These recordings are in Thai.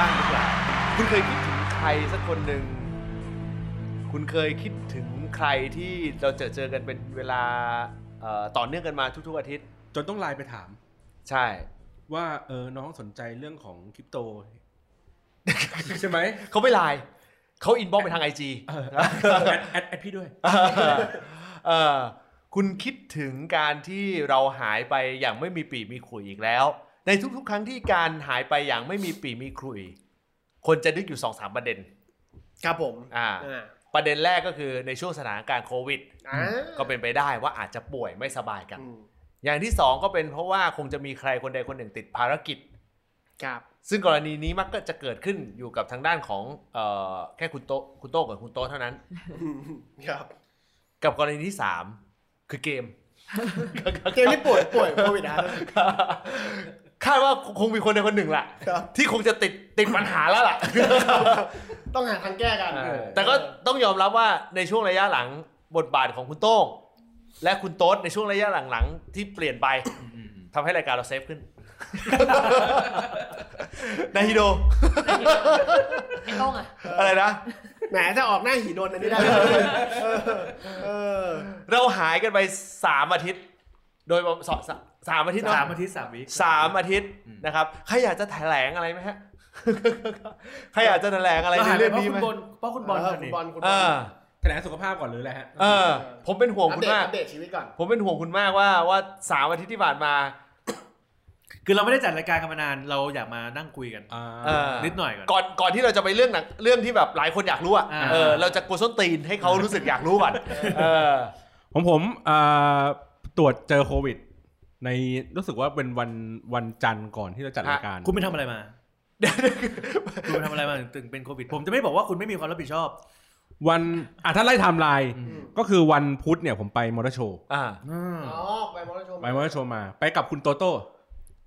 คุณเคยคิดถึงใครสักคนหนึ่ง คุณเคยคิดถึงใครที่เราเจอเจอกันเป็นเวลาเอ่อต่อเนื่องกันมาทุกๆอาทิตย์ จนต้องไลน์ไปถาม ใช่ ว่าเออน้องสนใจเรื่องของคริปโต ใช่ไหม เขาไม่ไลน์เขาอินบ็อกไปทางไอจี แอดแอดแอดพี่ด้วย เออคุณคิดถึงการที่เราหายไปอย่างไม่มีปีมีขลุ่ยอีกแล้ว ในทุกๆ ครั้งที่การหายไปอย่างไม่มีปีมีขลุ่ยคนจะนึกอยู่สองสามประเด็น ครับผม อ่า อ่า ประเด็นแรกก็คือในช่วงสถานการณ์โควิด อ่า ก็เป็นไปได้ว่าอาจจะป่วยไม่สบายกัน อืม อย่างที่สองก็เป็นเพราะว่าคงจะมีใครคนใดคนหนึ่งติดภารกิจ ครับ ซึ่งกรณีนี้มักก็จะเกิดขึ้นอยู่กับทางด้านของเออแค่คุณโตะคุณโต้กับคุณโตะเท่านั้น ครับ กับกรณีที่สามคือเกม เกมที่ป่วยป่วยโควิดนะ คาดว่าคงมีคนใดคนหนึ่งแหละ ครับ ที่คงจะติดติดปัญหาแล้วล่ะ ต้องหาทางแก้กัน เออ แต่ก็ต้องยอมรับว่าในช่วงระยะหลังบทบาทของคุณโต้ง และคุณโต๊ดในช่วงระยะหลังๆที่เปลี่ยนไปทำให้รายการเราเซฟขึ้น นายฮิโด ไอ้โต้องอ่ะ อะไรนะ แหมถ้าออกหน้าหีนนท์อันนี้ได้เลยเออเออ เราหายกันไปสามอาทิตย์ โดยประมาณสองสามสามอาทิตย์เนอะ สามอาทิตย์สามวิ สามอาทิตย์นะครับ ใครอยากจะแถลงอะไรไหมฮะ ใครอยากจะแถลงอะไรในเรื่องนี้ไหม เพราะคุณบอล เคุณบอลคุณบ เอ ออลแถลงสุขภาพก่อนหรืออะไรฮะ เออ ผมเป็นห่วง อัป คุ เด ณ ต มาก อัปเดตชีวิตก่อน ผมเป็นห่วงคุณมากว่าว่าสามอาทิตย์ที่ผ่านมา คือเราไม่ได้จัดรายการกันมานานเราอยากมานั่งคุยกัน อ่า เออ นิดหน่อยก่อน ก่อนก่อนที่เราจะไปเรื่องหนักเรื่องที่แบบหลายคนอยากรู้อ่ะ อ่า เออเราจะกวนส้นตีนให้เขารู้สึกอยากรู้ก่อนเออ ผมผมอ่าตรวจเจอโควิด ในรู้สึกว่าเป็นวันวันจันทร์ก่อนที่จะจัดรายการ คุณไปทำอะไรมาคุณไปทำอะไรมาถึงถึงเป็นโควิด ผมจะไม่บอกว่าคุณไม่มีความรับผิดชอบ วันอ่ะถ้าไล่ไทม์ไลน์ อืม ก็คือวันพุธเนี่ยผมไปมอเตอร์โชว์ อ่า อ๋อไปมอเตอร์โชว์ ไปมอเตอร์โชว์มาไปกับคุณโตโต้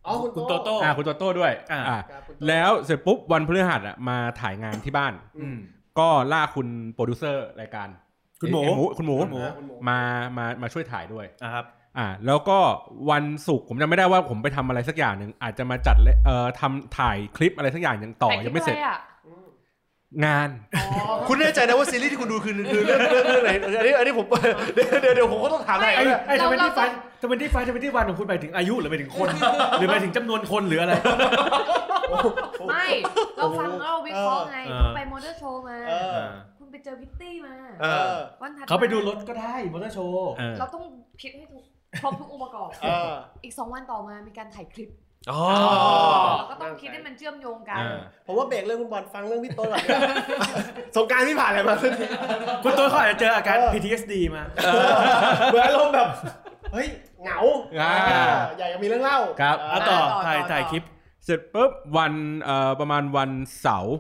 อ๋อคุณ คุณโตโต้ อ่าคุณโตโต้ด้วย อ่า อ่า ครับคุณโต แล้วเสร็จปุ๊บวันพฤหัสอ่ะมาถ่ายงานที่บ้าน อืม ก็ล่ากคุณโปรดิวเซอร์รายการ คุณหมู เอ้ยคุณหมู คุ คุณ ณ ห หมู มู คุณหมู มามามาช่วยถ่ายด้วย นะครับ อ่า แล้วก็วันศุกร์ผมจำไม่ได้ว่าผมไปทำอะไรสักอย่างหนึ่งอาจจะมาจัดเลยเอ่อทำถ่ายคลิปอะไรสักอย่างยังต่อยังไม่เสร็จ แต่คิดว่าอะ อืม งาน อ๋อ คุณแน่ใจนะว่าซีรีส์ที่คุณดูคือคือเรื่องเรื่องเรื่องไหนอันนี้อันนี้ผม เดี๋ยวเดี๋ยวเดี๋ยวผมก็ต้องถามอะไร ไอ้ อีกนะ ไอ้ทำไมที่ไฟทำไมที่ไฟทำไมที่วันของคุณหมายถึงอายุหรือหมายถึงคน หรือหมายถึงจำนวนคนหรืออะไร ไม่ เราฟังแล้วเราวิเคราะห์ไง เออ คุณไปมอเตอร์โชว์มา เออ คุณไปเจอพิตตี้มา เอ เอ อ อ วันถัดม เขาไปดูรถก็ได้มอเตอร์โชว์ เออ เราต้องคิดให้ถูกครบทุกองค์ประกอบ เออ อีกสองวันต่อมามีการถ่ายคลิป อ๋อ เราก็ต้องคิดให้มันเชื่อมโยงกัน อ่า ผมว่าเบรกเรื่องคุณบอลฟังเรื่องพี่โต้นก่อน สงกรารที่ผ่านอะไรมาเ คุณตัวเขาอาจจะเจออาการ เออ PTSD มา หมือนอารมณ์แบบ เฮ้ย เหงา อ่า อยากจะมีเรื่องเล่า ครับ เอาต่อ ต่อ ถ่าย ต่อ ถ่ายคลิป เสร็จปุ๊บวันเอ่อประมาณวันเสาร์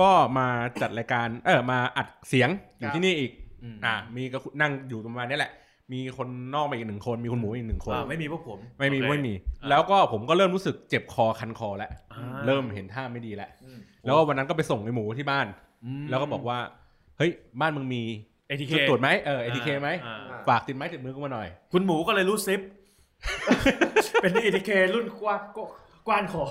ก็มาจัดรายการเออมาอัดเสียงอยู่ที่นี่อีก อืม อ่ามีก็นั่งอยู่ประมาณนี้แหละ มีคนนอกมาอีกหนึ่งคนมีคุณหมูอีกหนึ่งคน อ่าไม่มีพวกผม ไม่มี โอเค ไม่มี อ่า แล้วก็ผมก็เริ่มรู้สึกเจ็บคอคันคอแล้ว อ่า เริ่มเห็นท่าไม่ดีแล้วแล้วก็วันนั้นก็ไปส่งไอ้หมูที่บ้าน ม แล้วก็บอกว่า เฮ้ยบ้านมึงมี ATK จุดตรวจไหมเออเอทีเคไหม อ่า ฝากติดไม้ติดมือกูมาหน่อย คุณหมูก็เลยรูด ซิป เป็นเอทีเครุ่นกว้างกกว้านขอ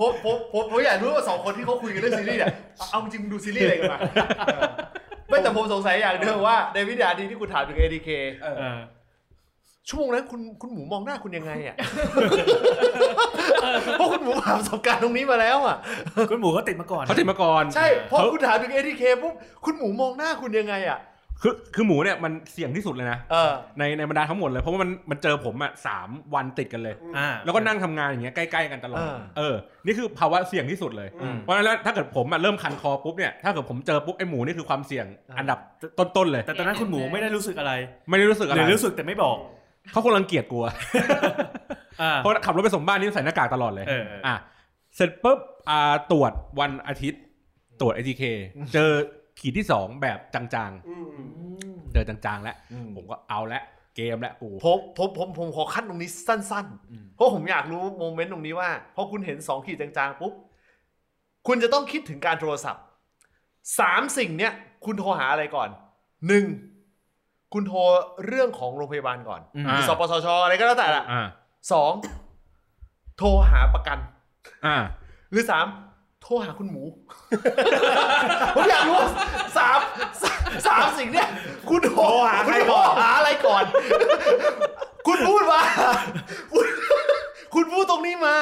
ผมผมผมผมอยากรู้ว่าสองคนที่เขาคุยกันเรื่องซีรีส์เนี่ยเอาจริงมึงดูซีรีส์อะไรกันมาไม่แต่ผมสงสัยอย่างเดียวว่าในวินาทีที่คุณถามถึง ADK ชั่วโมงนั้นคุณคุณหมูมองหน้าคุณยังไงอ่ะ เพราะคุณหมูผ่านประสบการณ์ตรงนี้มาแล้วอ่ะ คุณหมูเขาติดมาก่อน เขาติดมาก่อน ใช่พอคุณถามถึง ADK ปุ๊บคุณหมูมองหน้าคุณยังไงอ่ะ คือคือหมูเนี่ยมันเสี่ยงที่สุดเลยนะ เออ ในในบรรดาทั้งหมดเลย เพราะว่ามันมันเจอผมอ่ะสามวันติดกันเลย อ่า แล้วก็นั่งทำงานอย่างเงี้ยใกล้ๆกันตลอด เออ เออ นี่คือภาวะเสี่ยงที่สุดเลย อืม เพราะฉะนั้นแล้วถ้าเกิดผมอ่ะเริ่มคันคอปุ๊บเนี่ยถ้าเกิดผมเจอปุ๊บไอ้หมูนี่คือความเสี่ยงอันดับต้นๆเลย แต่ตอนนั้นคุณหมูไม่ได้รู้สึกอะไร ไม่ได้รู้สึกอะ ห ไร รือรู้สึกแต่ไม่บอก เขาคงรังเกียจกลัว อ่า เพราะขับรถไปส่งบ้านนี่ใส่หน้ากากตลอดเลย เออเอออ่ ะเสร็จปุ๊บอ่าตรวจวันอาทิตย์ ตรวจไอทีเคเจอขีดที่สองแบบจาง อืมอืม ๆ เจอจางๆแล้ว ผมก็เอาละเกมละกู ผมผมผมผมขอขั้นตรงนี้สั้นๆ เพราะผมอยากรู้โมเมนต์ตรงนี้ว่าพอคุณเห็นสองขีดจางๆปุ๊บคุณจะต้องคิดถึงการโทรศัพท์สามสิ่งเนี้ยคุณโทรหาอะไรก่อนหนึ่งคุณโทรเรื่องของโรงพยาบาลก่อน อืม หรือสปสชอะไรก็แล้วแต่ละ อ่า สองโทรหาประกัน อ่า หรือสาม โทรหาคุณหมู ผมอยากรู้ว่าสามสามสามสิ่งเนี่ย คุณโทรหาใครก่อนหาอะไรก่อน คุณพูดมา คุณคุณพูดตรงนี้มา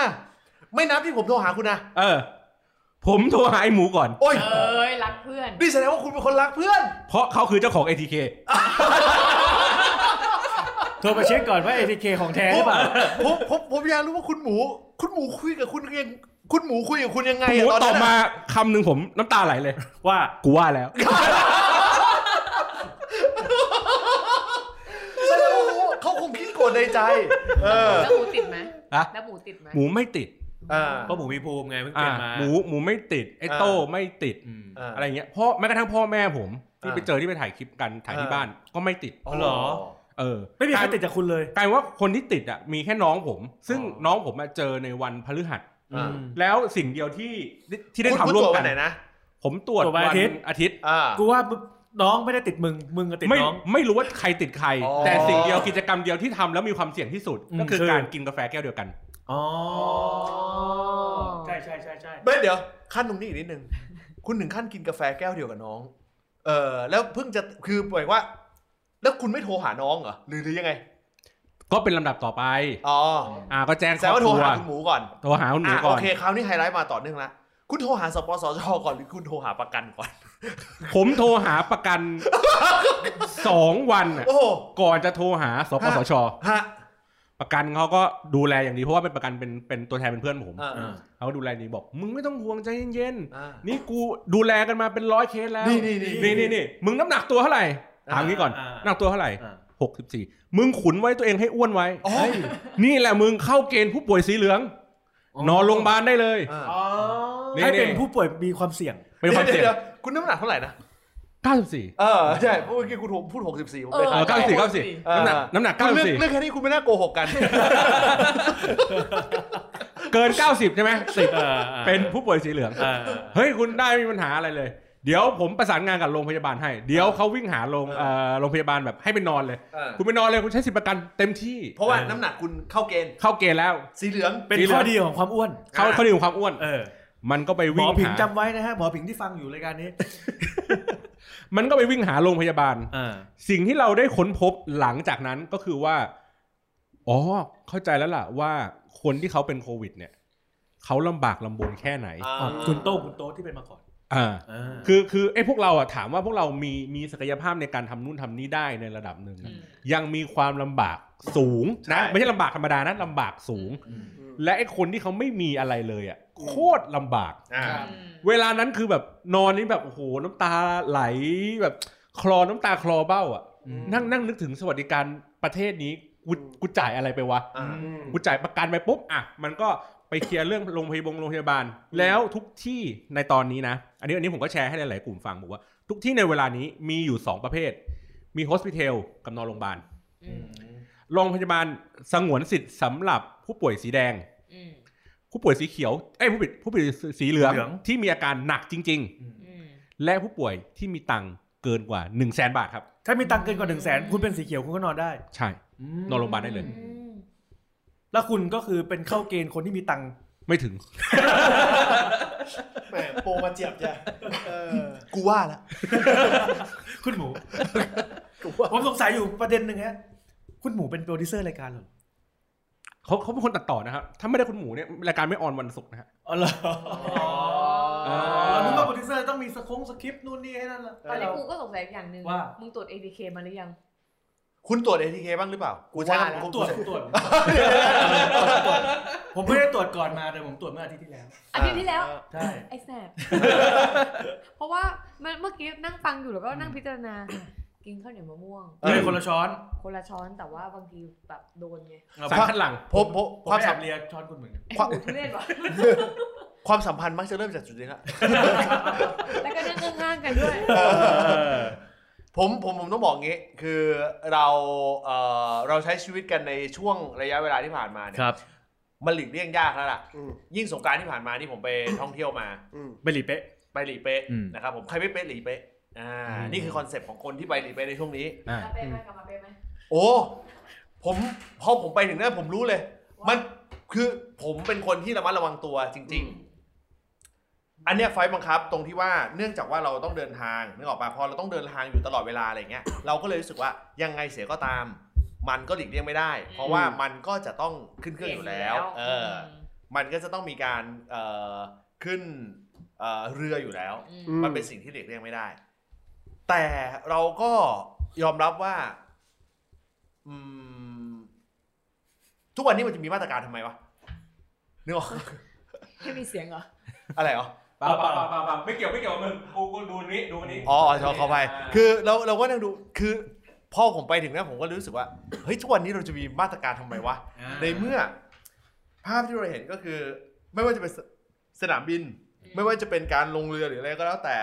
ไม่นับที่ผมโทรหาคุณนะ เออ ผมโทรหาไอ้หมูก่อน โอ้ย เอ้ย รักเพื่อน นี่แสดงว่าคุณเป็นคนรักเพื่อน เพราะเขาคือเจ้าของ ATK โทรไปเช็คก่อนว่า ATK ของแท้หรือเปล่า ผมผมผมอยากรู้ว่าคุณหมู คุณหมูคุยกับคุณยังคุณหมูคุยกับคุณยังไง หมู ะ ตอนบนั้น มา อะ คำหนึ่งผมน้ำตาไหลเลย ว่า กูว่าแล้ว แสดงว่าเขาคงคิดโกรธในใจ เออ แล้วหมูติดไหม ฮะ แล้วหมูติดไหม หมูไม่ติด อ่า ก็หมูมีภูมิไงเพิ่งเป อ่า ลี่ยนมา หมูหมูไม่ติดไอ้โต้ไม่ติด อืม อ่า อะไรเงี้ยพ่อแม้กระทั่งพ่อแม่ผมที่ อ่า ไปเจอที่ไปถ่ายคลิปกันถ่ายที่บ้านก็ไม่ติด อ๋อเหรอ เออ ไม่มีใครติดจากคุณเลย กลายเป็นว่าคนที่ติดอ่ะมีแค่น้องผม ซึ่ง อ๋อ น้องผมมาเจอในวันพฤหัส อ่า อืม แล้วสิ่งเดียวที่ที่ได้ คุณ ทำร่วม คุณตจวักัน นไหนนะ ผมตรวจ ตรวจวั วันน อาทิตย์ อาทิตย์ อ่า กูว่าน้องไม่ได้ติดมึง มึงก็ติด ไม่ น้อง ไม่รู้ว่าใครติดใคร อ๋อ แต่สิ่งเดียวกิจกรรมเดียวที่ทำแล้วมีความเสี่ยงที่สุด อืม ก็คือ คือ การกินกาแฟแก้วเดียวกัน อ๋อ ใช่ ใช่ใช่ใช่ใช่ เบ้ยเดี๋ยวขั้นตรงนี้อีกนิดนึง คุณถึงขั้นกินกาแฟแก้วเดียวกับน้อง เออแล้วเพิ่งจะคือหมายว่า แล้วคุณไม่โทรหาน้องเหรอหรือหรือยังไง ก็เป็นลำดับต่อไป อ๋อ อ่าก็แจ้งค แส ร ด อง บ ว่าโทรครัว หาคุณหมูก่อน โทรหาคุณหนู อ่ะ ก่ โอ อน เคคราวนี้ไฮไลท์มาต่อเนื่องละคุณโทรหาสปสชก่อนหรือคุณโทรหาประกันก่อน ผมโทรหาประ กันสองวันน่ะ โอ้โห ก่อนจะโทรหาสปสช ฮะ ประกันเขาก็ดูแลอย่างดีเพราะว่าเป็นประกันเป็นเป็นตัวแทนเป็นเพื่อนผม อ่า อ่า เขาก็ดูแลดีบอก มึงไม่ต้องห่วงใจเย็น อ่า ๆนี่กูดูแลกันมาเป็นร้อยเคสแล้ว นี่นี่นี่ นี่นี่นี่มึงน้ำหนักตัวเท่าไหร่ถามงี้ก่อนน้ำหนักตัวเท่าไหร่ อ่า หกสิบสี่มึงขุนไว้ตัวเองให้อ้วนไว้ อ๋อ เฮ้ย นี่แหละมึงเข้าเกณฑ์ผู้ป่วยสีเหลือง นอนโรงพยาบาลได้เลย อ่า อ๋อ นี่ ให้เป็นผู้ป่วยมีความเสี่ยง เป็นความเสี่ยง ดี๋ยวดี๋ยวคุณน้ำหนักเท่าไหร่นะ 94 เออใช่เมื่อกี้คุณพูด 64ผมเลย เอ ครั อบ เออ 94 94น้ำหนักน้ำหนัก คุณเรื่อง 94 เรื่องแค่นี้คุณไม่น่าโกหกกัน เกิน 90 ใช่ไหมสิ เออออ เป็นผู้ป่วยสีเหลือง เออ เฮ้ย คุณได้ไม่มีปัญหาอะไรเลย เดี๋ยวผมประสานงานกับโรงพยาบาลให้ เดี๋ยวเขาวิ่งหาโรง เออ เอ่อโรงพยาบาลแบบให้ไปนอนเลย เออ คุณไปนอนเลยคุณใช้สิทธิประกันเต็มที่ เพราะว่าน้ำหนักคุณเข้าเกณฑ์ เข้าเกณฑ์แล้ว สีเหลือง เป็นข้อดีของความอ้วน เขาเขาดื่มความอ้วน เออ มันก็ไป หม วิ่ อง ผิง หา จำไว้นะฮะ หมอผิงที่ฟังอยู่รายการนี้ มันก็ไปวิ่งหาโรงพยาบาล อ่า สิ่งที่เราได้ค้นพบหลังจากนั้นก็คือว่า อ๋อ เข้าใจแล้วล่ะว่าคนที่เขาเป็นโควิด เนี่ยเขาลำบากลำบนแค่ไหน อ่า คุณโต้งคุณโต๊ะที่เป็นมาก่อน อ่า อ่า คือคือไอ้พวกเราอะถามว่าพวกเรามีมีศักยภาพในการทำนู่นทำนี่ได้ในระดับหนึ่งอะ อืม ยังมีความลำบากสูงนะไม่ใช่ลำบากธรรมดานะลำบากสูง และไอ้คนที่เขาไม่มีอะไรเลยอะโคตรลำบาก อ่า อืม เวลานั้นคือแบบนอนนี่แบบโอ้โหน้ำตาไหลแบบคลอน้ำตาคลอเบ้าอะ อืม นั่งนั่งนึกถึงสวัสดิการประเทศนี้กูกูจ่ายอะไรไปวะ อ่า ม กูจ่ายประกันไปปุ๊บอ่ะมันก็ไปเคลียร์เรื่องโรงพยาบาลโรงพยาบาล แล้วทุกที่ในตอนนี้นะ อันนี้อันนี้ผมก็แชร์ให้หลาย ๆ กลุ่มฟังบอกว่า ทุกที่ในเวลานี้มีอยู่ 2 ประเภท มีโฮสพิเทลกับนอนโรงพยาบาล อืม โรงพยาบาลสงวนสิทธิ์สำหรับผู้ป่วยสีแดง อืม ผู้ป่วยสีเขียวเอ้ยผู้ป่วยผู้ป่วยสีเหลือง เหลือง ที่มีอาการหนักจริง อืม ๆ และผู้ป่วยที่มีตังค์เกินกว่า 1 0 0 0 0แบาทครับ ถ้ามีตังค์เกินกว่าหนึ่งแสนคุณเป็นสีเขียวคุณก็นอนได้ ใช่ นอนโรงพยาบาลได้เลย อืม แล้วคุณก็คือเป็นเข้าเกณฑ์คนที่มีตังค์ ไม่ถึง แหมโปรมาเจียบจ้ะเออ กูว่าละ คุณหมู กูว่า ผมสงสัยอยู่ประเด็นหนึ่งฮะ คุณหมูเป็นโปรดิวเซอร์รายการเหรอ เขาเขาเป็นคนตัดต่อนะครับถ้าไม่ได้คุณหมูเนี่ยรายการไม่ออนวันศุกร์นะฮะ อ๋อเหรอ อ๋อ เรานึกว่าโปรดิวเซอร์ต้องมีสคงสคริปต์นู่นนี่ให้นั่นละ ตอนนี้ เรา กูก็สงสัยอย่างหนึ่ง ว่า มึงตรวจ ATK มาหรือยัง คุณตรวจ ATK บ้างหรือเปล่า กูใช้ ว่า คำ แล้ว คุณ ตรวจ คุณ ตรวจตรวจผมไม่ได้ตรวจก่อนมาแต่ผมตรวจเมื่ออาทิตย์ที่แล้ว อาทิตย์ที่แล้ว ใช่ ไอ้แสบ เพราะว่ามันเมื่อกี้นั่งฟังอยู่แล้วก็นั่งพิจารณา กินข้าวเหนียวมะม่วง เออคนละช้อน คนละช้อนแต่ว่าบางทีแบบโดนไง สารคัดหลัง ผมผม ผ ความ แอ สัม บเลียช้อนคุณเหมือนกัน ไอ้ ความ หมูทุเรศวะ ความสัมพันธ์มักจะเริ่มจากจุดนี้ละ แล้วก็นั่งข้างๆกันด้วย ผมผมผมต้องบอกงี้ คือเราเอ่อเราใช้ชีวิตกันในช่วงระยะเวลาที่ผ่านมาเนี่ย ครับ มันหลีกเลี่ยงยากแล้วล่ะ อืม ยิ่งสงกรารที่ผ่านมานี่ผมไปท่องเที่ยวมา อืม เบลีเป๊ะ ไปหลีเป๊ะ อืม นะครับผมใครไม่เป๊ะหลีเป๊ะอ่า อืม นี่คือคอนเซปต์ของคนที่ไปหลีเป๊ะในช่วงนี้ อ่า มาเป้ไหมกลับมาเป้ไหม โอ้ผมพอผมไปถึงนั่นผมรู้เลย ว่ามั มันคือผมเป็นคนที่ระมัดระวังตัวจริง ๆ อันเนี้ยไฟล์บังคับตรงที่ว่าเนื่องจากว่าเราต้องเดินทางนึกออกปะพอเราต้องเดินทางอยู่ตลอดเวลาอะไรเงี้ยเราก็เลยรู้สึกว่ายังไงเสียก็ตาม มันก็หลีกเลี่ยงไม่ได้ เพราะว่ามันก็จะต้องขึ้นเครื่องอยู่แล้ว เออ มันก็จะต้องมีการเอ่อขึ้นเอ่อเรืออยู่แล้ว อืม อืม มันเป็นสิ่งที่เด็กเรียกไม่ได้ แต่เราก็ยอมรับว่า อืม ทุกวันนี้มันจะมีมาตรการทำไมวะนึกออก ไม่มีเสียงเหรอ อะไรเหรอ เปล่าเปล่าเปล่าเปล่าไม่เกี่ยวไม่เกี่ยวกับมึงกูกูดูนี้ดูนี้ อ๋ออ๋อขอขอไป คือเราเราก็นั่งดู คือพอผมไปถึงนะผมก็รู้สึกว่า เฮ้ย ทุกวันนี้เราจะมีมาตรการทำไมวะ า ในเมื่อ ภาพที่เราเห็นก็คือ ไม่ว่าจะเป็นสสนามบิน ไม่ว่าจะเป็นการลงเรือหรืออะไรก็แล้วแต่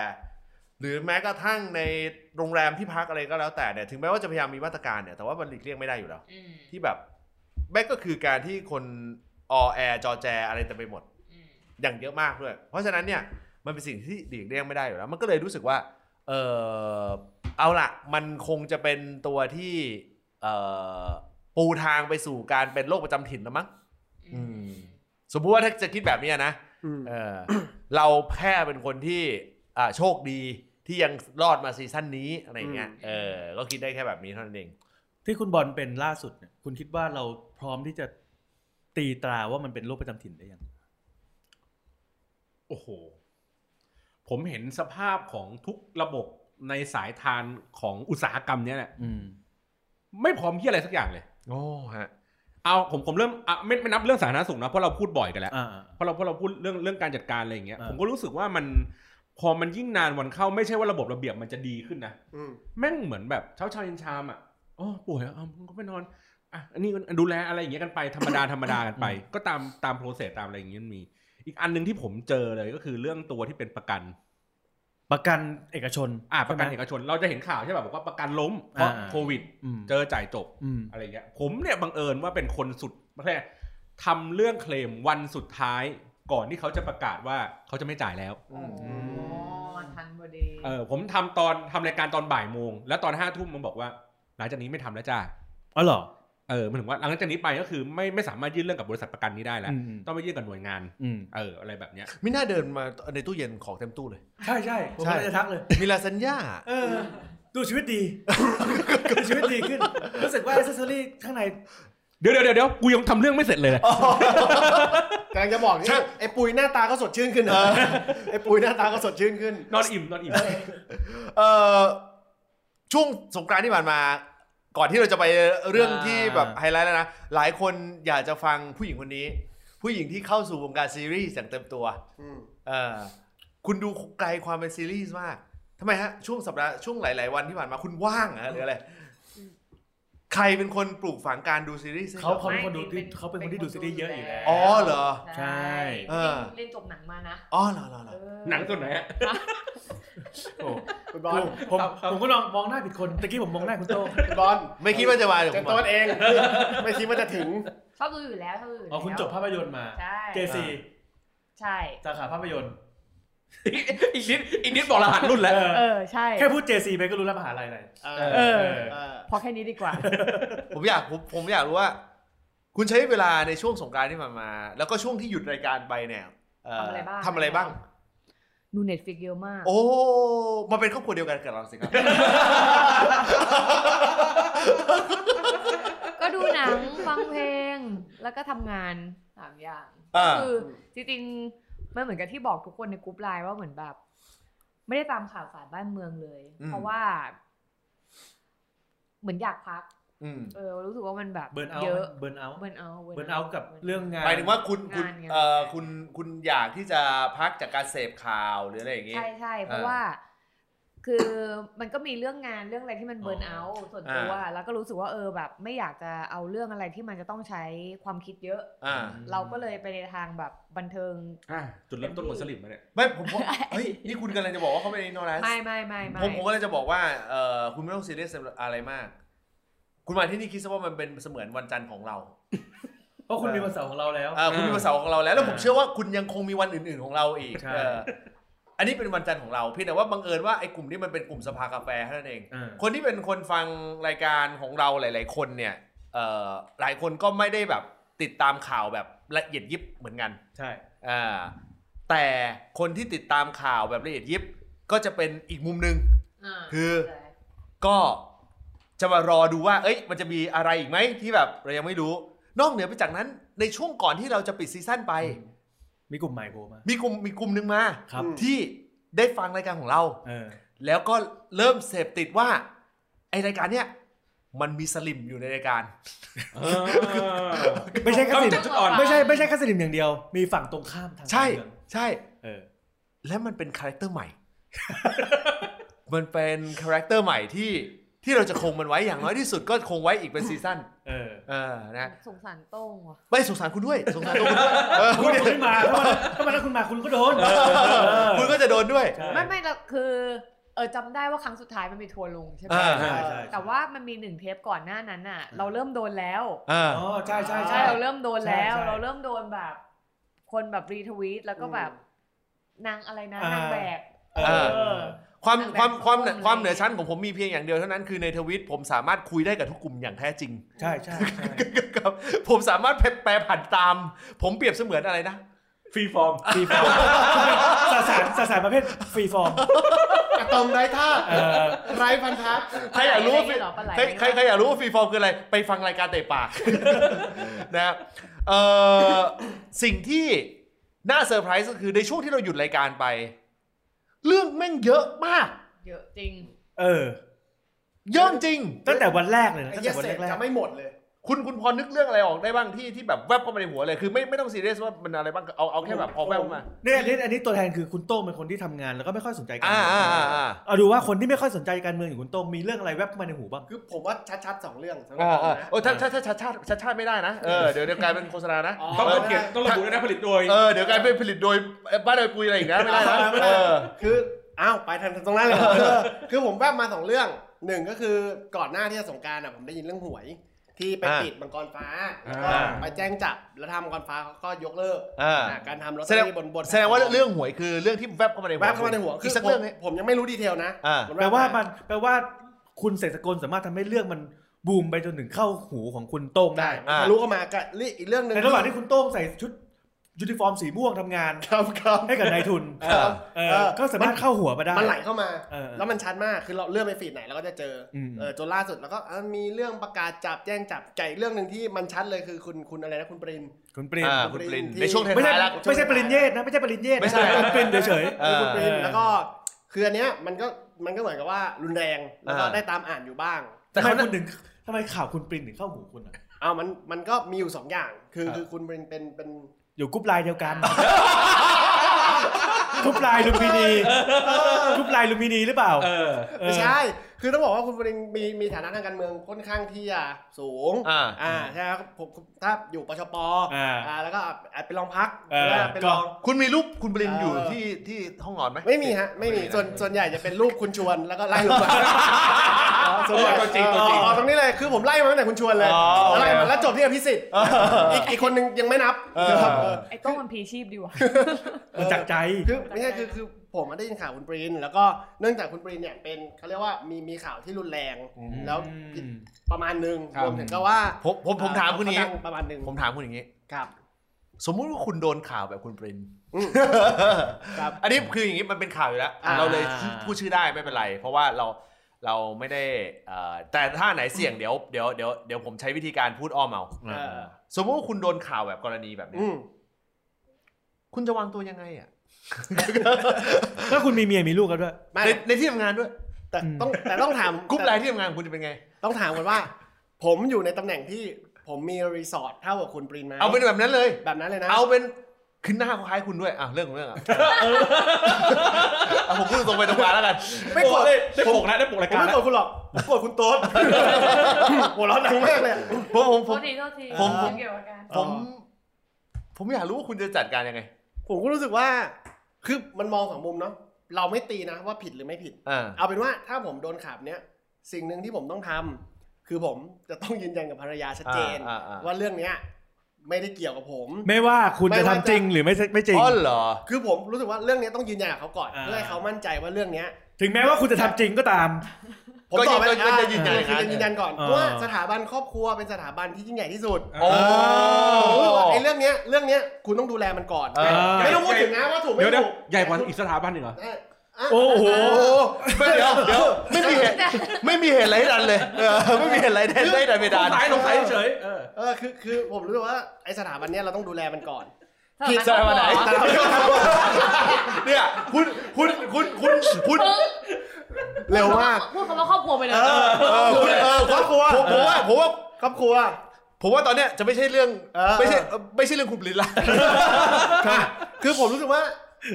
หรือแม้กระทั่งในโรงแรมที่พักอะไรก็แล้วแต่เนี่ยถึงแม้ว่าจะพยายามมีมาตรการเนี่ยแต่ว่ามันหลีกเลี่ยงไม่ได้อยู่แล้ว อืม ที่แบบแม่งก็คือการที่คนอแอร์จอแจอะไรเต็มไปหมด อืม อย่างเยอะมากด้วย เพราะฉะนั้นเนี่ยมันเป็นสิ่งที่หลีกเลี่ยงไม่ได้อยู่แล้ว มันก็เลยรู้สึกว่า เออเอาละมันคงจะเป็นตัวที่เอ่อปูทางไปสู่การเป็นโรคประจำถิ่นแล้วมั้ง อืม สมมติว่าถ้าจะคิดแบบเนี้ยนะ อืม เออ เราแค่เป็นคนที่อ่าโชคดีที่ยังรอดมาซีซั่นนี้อะไรอย่างเงี้ย อืม เออก็คิดได้แค่แบบนี้เท่านั้นเอง ที่คุณบอลเป็นล่าสุดเนี่ยคุณคิดว่าเราพร้อมที่จะตีตราว่ามันเป็นโรคประจำถิ่นได้ยัง โอ้โห ผมเห็นสภาพของทุกระบบในสายทานของอุตสาหกรรมเนี้ยแหละ อืม ไม่พร้อมที่อะไรสักอย่างเลย โอ้ฮะ เอาผมผมเริ่มอ่ะไม่ไม่นับเรื่องสาธารณสุขนะเพราะเราพูดบ่อยกันแล้ว อ่า เพราะเราเพราะเราพูดเรื่องเรื่องการจัดการอะไรอย่างเงี้ย อ่า ผมก็รู้สึกว่ามันพอมันยิ่งนานวันเข้าไม่ใช่ว่าระบบระเบียบมันจะดีขึ้นนะ อืม แม่งเหมือนแบบเช้าเช้าเย็นชามอ่ะอ๋อป่วยอ่ะเอามึงก็ไปนอนอ่ะอันนี้ดูแลอะไรอย่างเงี้ยกันไปธรรมดาธรรมดากันไป ก็ตามตามโปรเซสตามอะไรอย่างเงี้ยมันมี อีกอันหนึ่งที่ผมเจอเลยก็คือเรื่องตัวที่เป็นประกัน ประกันเอกชน อ่าประกัน ใช่ เอ ไหม กชนเราจะเห็นข่าวใช่ป่ะบอกว่าประกันล้มเพราะ อ่า โควิด อืม เจอจ่ายจบ อืม อะไรเงี้ยผมเนี่ยบังเอิญว่าเป็นคนสุดแรกทำเรื่องเคลมวันสุดท้ายก่อนที่เขาจะประกาศว่าเขาจะไม่จ่ายแล้ว อ๋อทันพอดี เออผมทำตอนทำรายการตอนบ่ายโมง แล้วตอนห้าทุ่มมันบอกว่า หลังจากนี้ไม่ทำแล้วจ้า อ๋อเหรอ เออหมันถึงว่าหลังจากนี้ไปก็คือไม่ไม่สามารถยื่นเรื่องกับบริษัทประกันนี้ได้แล้ว อืม ต้องไปยื่นกับหน่วยงาน อืม เอออะไรแบบเนี้ย ไม่น่าเดินมาในตู้เย็นของเต็มตู้เลย ใช่ใช่ผมก็เลยจะทักเลย มีลาซานญ่า เออ ดูชีวิต ดี ดูชีวิตดีขึ้น รู้สึกว่าอิสซอรี่ข้างใน เดี๋ยวเดี๋ยวเดี๋ยวเดี๋ยวกูยังทำเรื่องไม่เสร็จเลยนะ กำลังจะบอกนี่ ใช่ ไอ้ปุยหน้าตาก็สดชื่นขึ้นนะไอ้ปุยหน้าตาก็สดชื่นขึ้น นอนอิ่มนอนอิ่ม เอ่อช่วงสงกรานต์ที่ผ่านมา ก่อนที่เราจะไปเรื่องที่แบบ อ่า ไฮไลท์แล้วนะ หลายคนอยากจะฟังผู้หญิงคนนี้ ผู้หญิงที่เข้าสู่วงการซีรีส์อย่างเต็มตัว อืม เออคุณดูไกลความเป็นซีรีส์มากทำไมฮะ ช่วงสัปดาห์ช่วงหลาย ๆ วันที่ผ่านมาคุณว่างเหรอหรืออะไร อืม ใครเป็นคนปลูกฝังการดูซีรีส์ให้ เขา เรา เขาเป็นคนดูที่เขาเป็นคนที่ดูซีรีส์เยอะอยู่แล้ว อ๋อเหรอ ใช่ เออ เรียนจบหนังมานะ อ๋อเหรอเหรอเหร เอ อ อ หนังตัวไหนอะ โอ้ คุณบอล ผม ครับครับ ผมก็ลองมองหน้าผิดคนตะกี้ผมมองหน้าคุณโต้ง คุณบอล ไม่คิดว่าจะมาเดี๋ยวผ จะ ม ต้ มา นเอง ไม่คิดว่าจะถึง ชอบดูอยู่แล้วชอบดูอยู่แล้ว อ๋อคุณจบภาพยนตร์มา ใช่ เจซี ใช่ สาขาภาพยนตร์ อีกนิดอีกนิดบอกรหัสรุ่นแล้ว เออ เออใช่ แค่พูดเจซีไปก็รู้แล้วมหาลัยอะไร เอ เอ อ เออ เออ พอแค่นี้ดี กว่า ผมอยากผมผมอยากรู้ว่า คุณใช้เวลาในช่วงสงกรารที่ผ่านมา แล้วก็ช่วงที่หยุดรายการไปเนี่ยเ ทำอะไรบ้าง ทำอะไรบ้าง ดูเน็ตฟิกเยอะมาก โอ้มาเป็นครอบครัวเดียวกันกับเราสิครับ ก็ดูหนัง ฟังเพลง แล้วก็ทำงานสามอย่าง อ่า ก็คือจริงๆมันเหมือนกับที่บอกทุกคนในกรุ๊ปไลน์ว่าเหมือนแบบ ไม่ได้ตามข่าวสารบ้านเมืองเลย อืม เพราะว่า เหมือนอยากพัก อืม เออ รู้สึกว่ามันแบบ เบิร์นเอา เยอะ เบิร์นเอา เบิร์นเอาท์ เบิร์นเอากับเรื่องงาน หมายถึงว่าคุณคุณ านไง เอ่อคุณคุณอยากที่จะพักจากการเสพข่าวหรืออะไรอย่างงี้ ใช่ใช่เพราะว่า คือมันก็มีเรื่องงานเรื่องอะไรที่มันเบิร์นเอาท์ส่วนตัว อ่า แล้วก็รู้สึกว่าเออแบบ ไม่อยากจะเอาเรื่องอะไรที่มันจะต้องใช้ความคิดเยอะ อ่า เราก็เลยไปในทางแบบบันเทิง อ่ะจุดเริ่มต้นของสลิปมาเนี่ย ไม่ผมว่าเฮ้ยนี่คุณกำลังจะบอกว่าเขาไม่ได้นอร์แลน ไม่ไม่ไม่ไม่ ผมผมกำลังจะบอกว่าเอ่อคุณไม่ต้องซีเรียสอะไรมาก คุณมาที่นี่คิดซะว่ามันเป็นเสมือนวันจันทร์ของเรา เพราะคุณมีภาษาของเราแล้ว เอ่อคุณมีวันเสาร์ของเราแล้วแล้วผมเชื่อว่าคุณยังคงมีวันอื่น ๆของเราอีก ใช่ เอ่ออันนี้เป็นวันจันทร์ของเราเพียงแต่ว่าบังเอิญว่าไอ้กลุ่มนี้มันเป็นกลุ่มสภากาแฟเท่านั้นเอง อ่า คนที่เป็นคนฟังรายการของเราหลาย ๆ คนเนี่ยเอ่อหลายคนก็ไม่ได้แบบติดตามข่าวแบบละเอียดยิบเหมือนกัน ใช่ อ่า แต่คนที่ติดตามข่าวแบบละเอียดยิบก็จะเป็นอีกมุมหนึ่ง อ่า คือ ก็จะมารอดูว่า เอ้ย มันจะมีอะไรอีกไหมที่แบบเรายังไม่รู้ นอกเหนือไปจากนั้นในช่วงก่อนที่เราจะปิดซีซั่นไป มีกลุ่มใหม่โผล่มา มีกลุ่มมีกลุ่มหนึ่งมา ครับ ที่ได้ฟังรายการของเรา เออ แล้วก็เริ่มเสพติดว่า ไอรายการเนี้ยมันมีสลิมอยู่ในรายการ เออ ไม่ใช่แค่สลิม จุดอ่อน ไม่ใช่ไม่ใช่แค่สลิมอย่างเดียว มีฝั่งตรงข้ามทาง ใช่ การเมือง ใช่ เออ และมันเป็นคาแรคเตอร์ใหม่ มันเป็นคาแรคเตอร์ใหม่ที่ที่เราจะคงมันไว้อย่างน้อยที่สุดก็คงไว้อีกเป็นซีซั่น เออ เออนะ สงสารโต้งว่ะ ไม่สงสารคุณด้วยสงสารตัวคุณด้วยเออ ถ้า คุณ วัน เนี่ย คุณ มาถ้าวันถ้าวันนั้นคุณมาคุณก็โดนเออ คุณก็จะโดนด้วย ใช่ ไม่ไม่เราคือเออจำได้ว่าครั้งสุดท้ายมันมีทัวร์ลงใช่ไหม อ่า ใช่ใช่ แต่ว่ามันมีหนึ่งเทปก่อนหน้านั้นอ่ะ เราเริ่มโดนแล้ว เออ อ๋อใช่ใช่ใช่ เราเริ่มโดนแล้ว ใช่ใช่ เราเริ่มโดนแบบ คนแบบรีทวีตแล้วก็แบบนางอะไรนะ อ่าน นางแบก เออ ความ แบบ ความความ แบบ ความเหนือชั้นของผมมีเพียงอย่างเดียวเท่านั้นคือในทวิตผมสามารถคุยได้กับทุกกลุ่มอย่างแท้จริง ใช่ใช่ใช่ ครับผมสามารถแปลผันตาม ผมเปรียบเสมือนอะไรนะ ฟรีฟอร์ม ฟรีฟอร์ม สสารสสารประเภทฟรีฟอร์ม อะตอมไร้ท่า เออ ไร้พันธะ ใครอยากรู้ว่า ปลไหลเหรอปลาไหล ใครใครใครอยากรู้ว่าฟรีฟอร์มคืออะไร ไปฟังรายการเตะปาก นะครับเอ่อสิ่งที่น่าเซอร์ไพรส์ก็คือในช่วงที่เราหยุดรายการไป เรื่องแม่งเยอะมาก เยอะจริง เออ เยอะจริง ตั้งแต่วันแรกเลยนะ ไอ้ ตั้ง เหี้ แต่วัยน เส แรกพแรก จะไม่หมดเลย คุณคุณพอนึกเรื่องอะไรออกได้บ้างที่ที่แบบแวบเข้ามาในหัวเลยคือไม่ไม่ต้องซีเรียสว่ามันอะไรบ้างเอาเอาแค่แบบพอแวบมา เนี่ยอันนี้อันนี้ตัวแทนคือคุณโต้งเป็นคนที่ทำงานแล้วก็ไม่ค่อยสนใจการ อ่า เมื อ่า อง อ่า เอาดูว่าคนที่ไม่ค่อยสนใจการเมืองอย่างคุณโต้งมีเรื่องอะไรแวบเข้ามาในหูบ้าง คือผมว่าชัดๆสองเรื่องสำหรั อ๋อบผมนะ โอ้ถ้าถ้าถ้าชาติชาติชาติชาติไม่ได้นะ เออ เดี๋ยวเดี๋ยวกลายเป็นโฆษณานะ อ๋อ ต้องเขียนต้องระบุด้วยนะผลิตโดย เออ เดี๋ยวกลายเป็นผลิตโดยบ้านโดยปุยอะไรอีกนะ ไม่ได้นะเออ คืออ้าวไปทางตรงนั้นเลยเหรอ คือผมแวบมาสองเรื่องหนึ่งก็คือก่อนหน้าที่จะสงกรารอ่ะผมได้ยินเรื่องหวย ที่ไป อ่า ปิดมังกรฟ้าแล้วก็ อ่า ไปแจ้งจับแล้วทำมังกรฟ้าเขาก็ยกเลิก อ่า อ่าการทำลอต แส เตอ ดง รี่บนบน แสดงว่าเรื่องหวยคือเรื่องที่แวบเข้ามาในหัว แวบเข้ามาในหัว อีกสัก ผม เรื่องนี้ ผมยังไม่รู้ดีเทลนะ อ่า ผม แปลว่ามันแปลว่าคุณเสกสกลสามารถทำให้เรื่องมันบูมไปจนถึงเข้าหูของคุณโต้ง ได้ ได้ อ่า ทะลุเข้ามาก็อีกเรื่องหนึ่ง ในระหว่างที่คุณโต้งใส่ชุดยูนิฟอร์มสีม่วงทำงาน ครับครับ ให้กับนายทุน เออ เออ เออ ก็สามารถเข้าหัวมาได้ มันไหลเข้ามา เออ แล้วมันชัดมาก คือเราเลื่อนไปฟีดไหนเราก็จะเจออ ม เออจนล่าสุดแล้วก็อ่ะมีเรื่องประกาศจับแจ้งจับไก่อีกเรื่องหนึ่งที่มันชัดเลยคือคุณคุณอะไรนะคุณปริน คุณปริน อ่าคุณปรินในช่วงท้ ไม่ใช่ ายๆแล้ว ไม่ใช่ปรินเยศนะไม่ใช่ปรินเยศนะ ไม่ใช่ คุณปรินเฉย เออ คุณปริน เออ แล้วก็คืออันเนี้ยมันก็มันก็เหมือนกับว่ารุนแรงแล้วก็ อ่า ได้ตามอ่านอยู่บ้าง ๆ แต่ ทำไม เขาน่ะ คุณถึงทำไมข่าวคุณปรินถึงเข้าหูคุณอ่ะ เอามันมันก็มีอยู่สองอย่าง คือคือคุณปรินเป็นเป็น อยู่กรุ๊ปไลน์เดียวกันกรุ๊ปไลน์ลุมพินีกรุ๊ปไลน์ลุมพินีหรือเปล่า เออ เออ ไม่ใช่คือต้องบอกว่าคุณปรินมีมีฐานะทางการเมืองค่อนข้างที่จะสูง อ่า อ่าใช่ครับผมผมถ้าอยู่ปชป อ่า แล้วก็อาจเป็นรองพัก เออ เป็นรอง คุณมีรูปคุณปรินอยู่ เออ ที่ที่ห้องนอนไหม ไม่มีฮะไม่มีส่วนส่วนใหญ่จะเป็นรูปคุณชวนแล้วก็ไล่ลงมาส่วนใหญ่ ตัวจริงตัวจริง อ๋อตรงนี้เลยคือผมไล่มาตั้งแต่คุณชวนเลย อ๋อโอเค ไล่มาแล้วจบที่อภิสิทธิ์อีกอีกคนนึงยังไม่นับ เออ นะครับเออ ไอ้โต้งมันพีชีพดีว่ะ มันจากใจ คือไม่ใช่คือคือผมอะได้ยินข่าวคุณปริน แล้วก็เนื่องจากคุณปรินเนี่ยเป็นเขาเรียกว่ามีมีข่าวที่รุนแรง แล้วผิดประมาณหนึง ครับ รวมถึงก็ว่า ผมผมผมถามคุณอย่าง เข นี้ ดัประมาณหนึง ผมถามคุณอย่างนี้ ครับ สมมุติว่าคุณโดนข่าวแบบคุณปริน อืมครับ อันนี้คืออย่างนี้มันเป็นข่าวอยู่แล้ว อ่า เราเลยพูดชื่อได้ไม่เป็นไร เพราะว่าเราเราไม่ได้เอ่อแต่ถ้าไหนเสี่ยงเดี๋ยวเดี๋ยวเดี๋ยวเดี๋ยวผมใช้วิธีการพูดอ้อมเอา เออ สมมติว่าคุณโดนข่าวแบบกรณีแบบเนี้ย อืม คุณจะวางตัวยังไงอ่ะ ถ้าคุณมีเมียมีลูกกันด้วย ไม่ ในในที่ทำงานด้วย แต่ต้องแต่ต้องถาม กรุ๊ปไลน์ที่ทำงานคุณจะเป็นไง ต้องถามกันว่า ผมอยู่ในตำแหน่งที่ผมมีรีสอร์ทเท่ากับคุณปรินไหม เอาเป็นแบบนั้นเลย แบบนั้นเลยนะ เอาเป็นขึ้นหน้าคล้ายคุณด้วยอ่ะเรื่องของเรื่องอ่ะ เอาผมพูดตรงไปตรงมาแล้วกัน ไม่โกรธ ได้ได้ปกแล้วได้ปกราย ผม การ ไม่ แล้ โกรธวคุณหรอกผมโกรธคุณโต๊ด หัวเร้อนดังมากเลย ผมผม โท ผม ษทีโทษที ผม เกี่ยวกับการ ผม ผมอยากรู้ว่าคุณจะจัดการยังไง ผมก็รู้สึกว่า คือมันมองสองมุมเนาะ เราไม่ตีนะว่าผิดหรือไม่ผิด อ่า เอาเป็นว่าถ้าผมโดนขับเนี้ยสิ่งหนึ่งที่ผมต้องทำคือผมจะต้องยืนยันกับภรรยาชัดเจน อ่าอ่าอ่า ว่าเรื่องเนี้ยไม่ได้เกี่ยวกับผม ไม่ว่าคุณจะทำจริงหรือไม่ไม่จริง อ๋อเหรอ คือผมรู้สึกว่าเรื่องเนี้ยต้องยืนยันกับเขาก่อน อ่า เพื่อให้เขามั่นใจว่าเรื่องเนี้ย ถึงแม้ว่าคุณจะทำจริงก็ตาม ก็ ตอบไป ก็ก็ อ่ะ จะยืนยันอย่างนั้นคือจะยืนยันก่อน เออ เพราะว่าสถาบันครอบครัวเป็นสถาบันที่ยิ่งใหญ่ที่สุด โอ้ ผมรู้สึกว่าไอ้เรื่องเนี้ยเรื่องเนี้ยคุณต้องดูแลมันก่อน เออ ไม่ต้องพูดถึงนะว่าถูกไม่ เดี๋ยวเดี๋ยว ถูก ใหญ่กว่าอีกสถาบันหนึ่งเหรอ เอออ่ะ โอ้โห ไม่เดี๋ยวเดี๋ยวไม่มีเหตุไม่มีเหตุอะไรให้ดันเลยเออไม่มีเหตุอะไรให้ได้ดันไม่ดัน สงสัยสงสัยเฉยๆเออ เออคือคือผมรู้สึกว่าไอ้สถาบันเนี้ยเราต้องดูแลมันก่อน ผิดสถาบันไหน แต่เราไม่ต้อง เนี่ยคุณคุณคุณคุณคุณเร็วมาก พูดคำว่าครอบครัวไปเลย เออคุณเออครอบครัวผมผมว่าผมว่า ครอบครัว ผมว่าตอนเนี้ยจะไม่ใช่เรื่อง เออ ไม่ใช่เออไม่ใช่เรื่องคุณปรินละ ค่ะคือผมรู้สึกว่า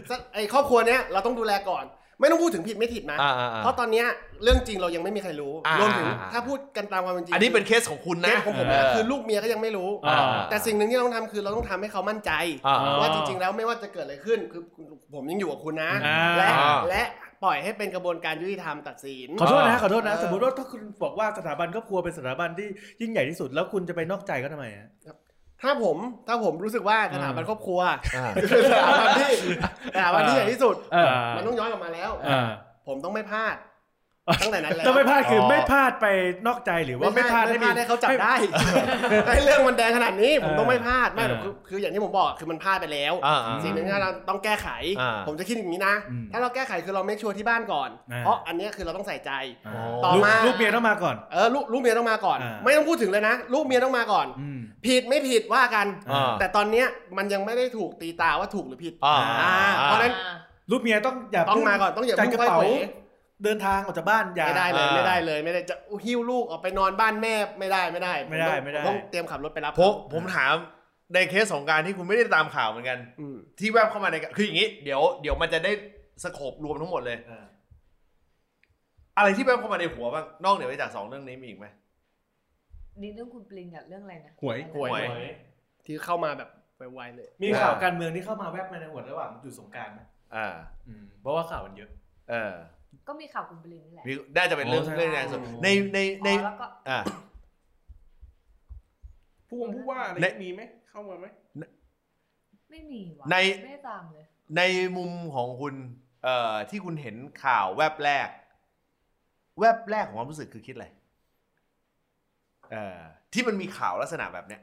สักไอ้ครอบครัวเนี้ยเราต้องดูแลก่อน ไม่ต้องพูดถึงผิดไม่ผิดนะ อ่าๆ เพราะตอนเนี้ยเรื่องจริงเรายังไม่มีใครรู้ อ่าร ร วมถึง อ่า ถ้าพูดกันตามความเป็นจริง อันนี้เป็นเคสของคุณ เค นะ สของผมนะ เ คือลูกเมียก็ยังไม่รู้ อ่า แต่สิ่งหนึ่งที่เราต้องทำคือเราต้องทำให้เขามั่นใจ อ่า ว่าจริงๆ แล้วไม่ว่าจะเกิดอะไรขึ้นคือผมยังอยู่กับคุณนะ อ่า และ อ่า และปล่อยให้เป็นกระบวนการยุติธรรมตัดสิน ขอโทษนะขอโทษนะ เออ สมมติว่าถ้าคุณบอกว่าสถาบันครอบครัวเป็นสถาบันที่ยิ่งใหญ่ที่สุดแล้วคุณจะไปนอกใจก็ทำไมฮะ ถ้าผมถ้าผมรู้สึกว่าสถาบันครอบครัว อ่า คือสถาบันที่สถาบันที่ใหญ่ที่สุด เออ มันต้องย้อนกลับมาแล้ว ผมต้องไม่พลาดตั้งแต่นั้นแล้ว ต้องไม่พลาดคืออ อ ไม่พลาดไปนอกใจหรือว่าไม่พลาด ไม่พลาด มี ให้เขาจับได้ ให้เรื่องมันแดงขนาดนี้ ผม เออ ต้องไม่พลาดไม่หรอก เออ คือคืออย่างที่ผมบอกคือมันพลาดไปแล้ว อ่า สิ่งหนึ่งที่เราต้องแก้ไข อ่า ผมจะคิดอย่างนี้นะ อืม ถ้าเราแก้ไขคือเราไม่ชัวร์ที่บ้านก่อน อ่า เพราะอันเนี้ยคือเราต้องใส่ใจ อ่า ต่อมา ลูกเมียต้องมาก่อน เออลูกลูกเมียต้องมาก่อน อ่า ไม่ต้องพูดถึงเลยนะ ลูกเมียต้องมาก่อน อืม ผิดไม่ผิดว่ากัน อ่า แต่ตอนเนี้ยมันยังไม่ได้ถูกตีตาว่าถูกหรือผิด อ่า อ่าเพราะฉะนั้น ลูกเมียต้องอย่า ต้อง เพิ่ มาก่อนต้องอย่า จัด เพิ่ ก ง ระ ค่อย เป๋า เป๋ เดินทางออกจากบ้านอย่า ไม่ได้เลยไม่ได้เลยไม่ได้จะหิ้วลูกออกไปนอนบ้านแม่ไม่ได้ไม่ได้ ไม่ได้ ผต้อง ไม่ได้ ผต้องเตรียมขับรถไปรับ ผมผมถามในเคสของการที่คุณไม่ได้ตามข่าวเหมือนกัน อืม ที่แวบเข้ามาในคืออย่างนี้ เดี๋ยวเดี๋ยวมันจะได้สโคบรวมทั้งหมดเลย อ่า อะไรที่แวบเข้ามาในหัวบ้างนอกเหนือไปจากสองเรื่องนี้มีอีกไหม นี่เรื่องคุณปรินกับเรื่องอะไรนะ หวย หวย ที่เข้ามาแบบไวๆเลย มีข่าวการเมืองที่เข้ามาแวบมาในหัวระหว่างหยุดสงกรารไหม อ่า อืมเพราะว่าข่าวมันเยอะ เออ ก็มีข่าวคุณปรินนี่แหละ มีน่าจะเป็นเรื่อง อ๋อใช่ เรื่องแรงสุดในในใน อ๋อแล้วก็ อ่า ผู้วงผู้ว่าอะไร ใน มีไหมเข้ามาไหม ไม่มีวะ ใน ไม่ได้ตามเลย ในมุมของคุณเอ่อที่คุณเห็นข่าวแวบแรก แวบแรกของความรู้สึกคือคิดอะไรเอ่อที่มันมีข่าวลักษณะแบบเนี้ย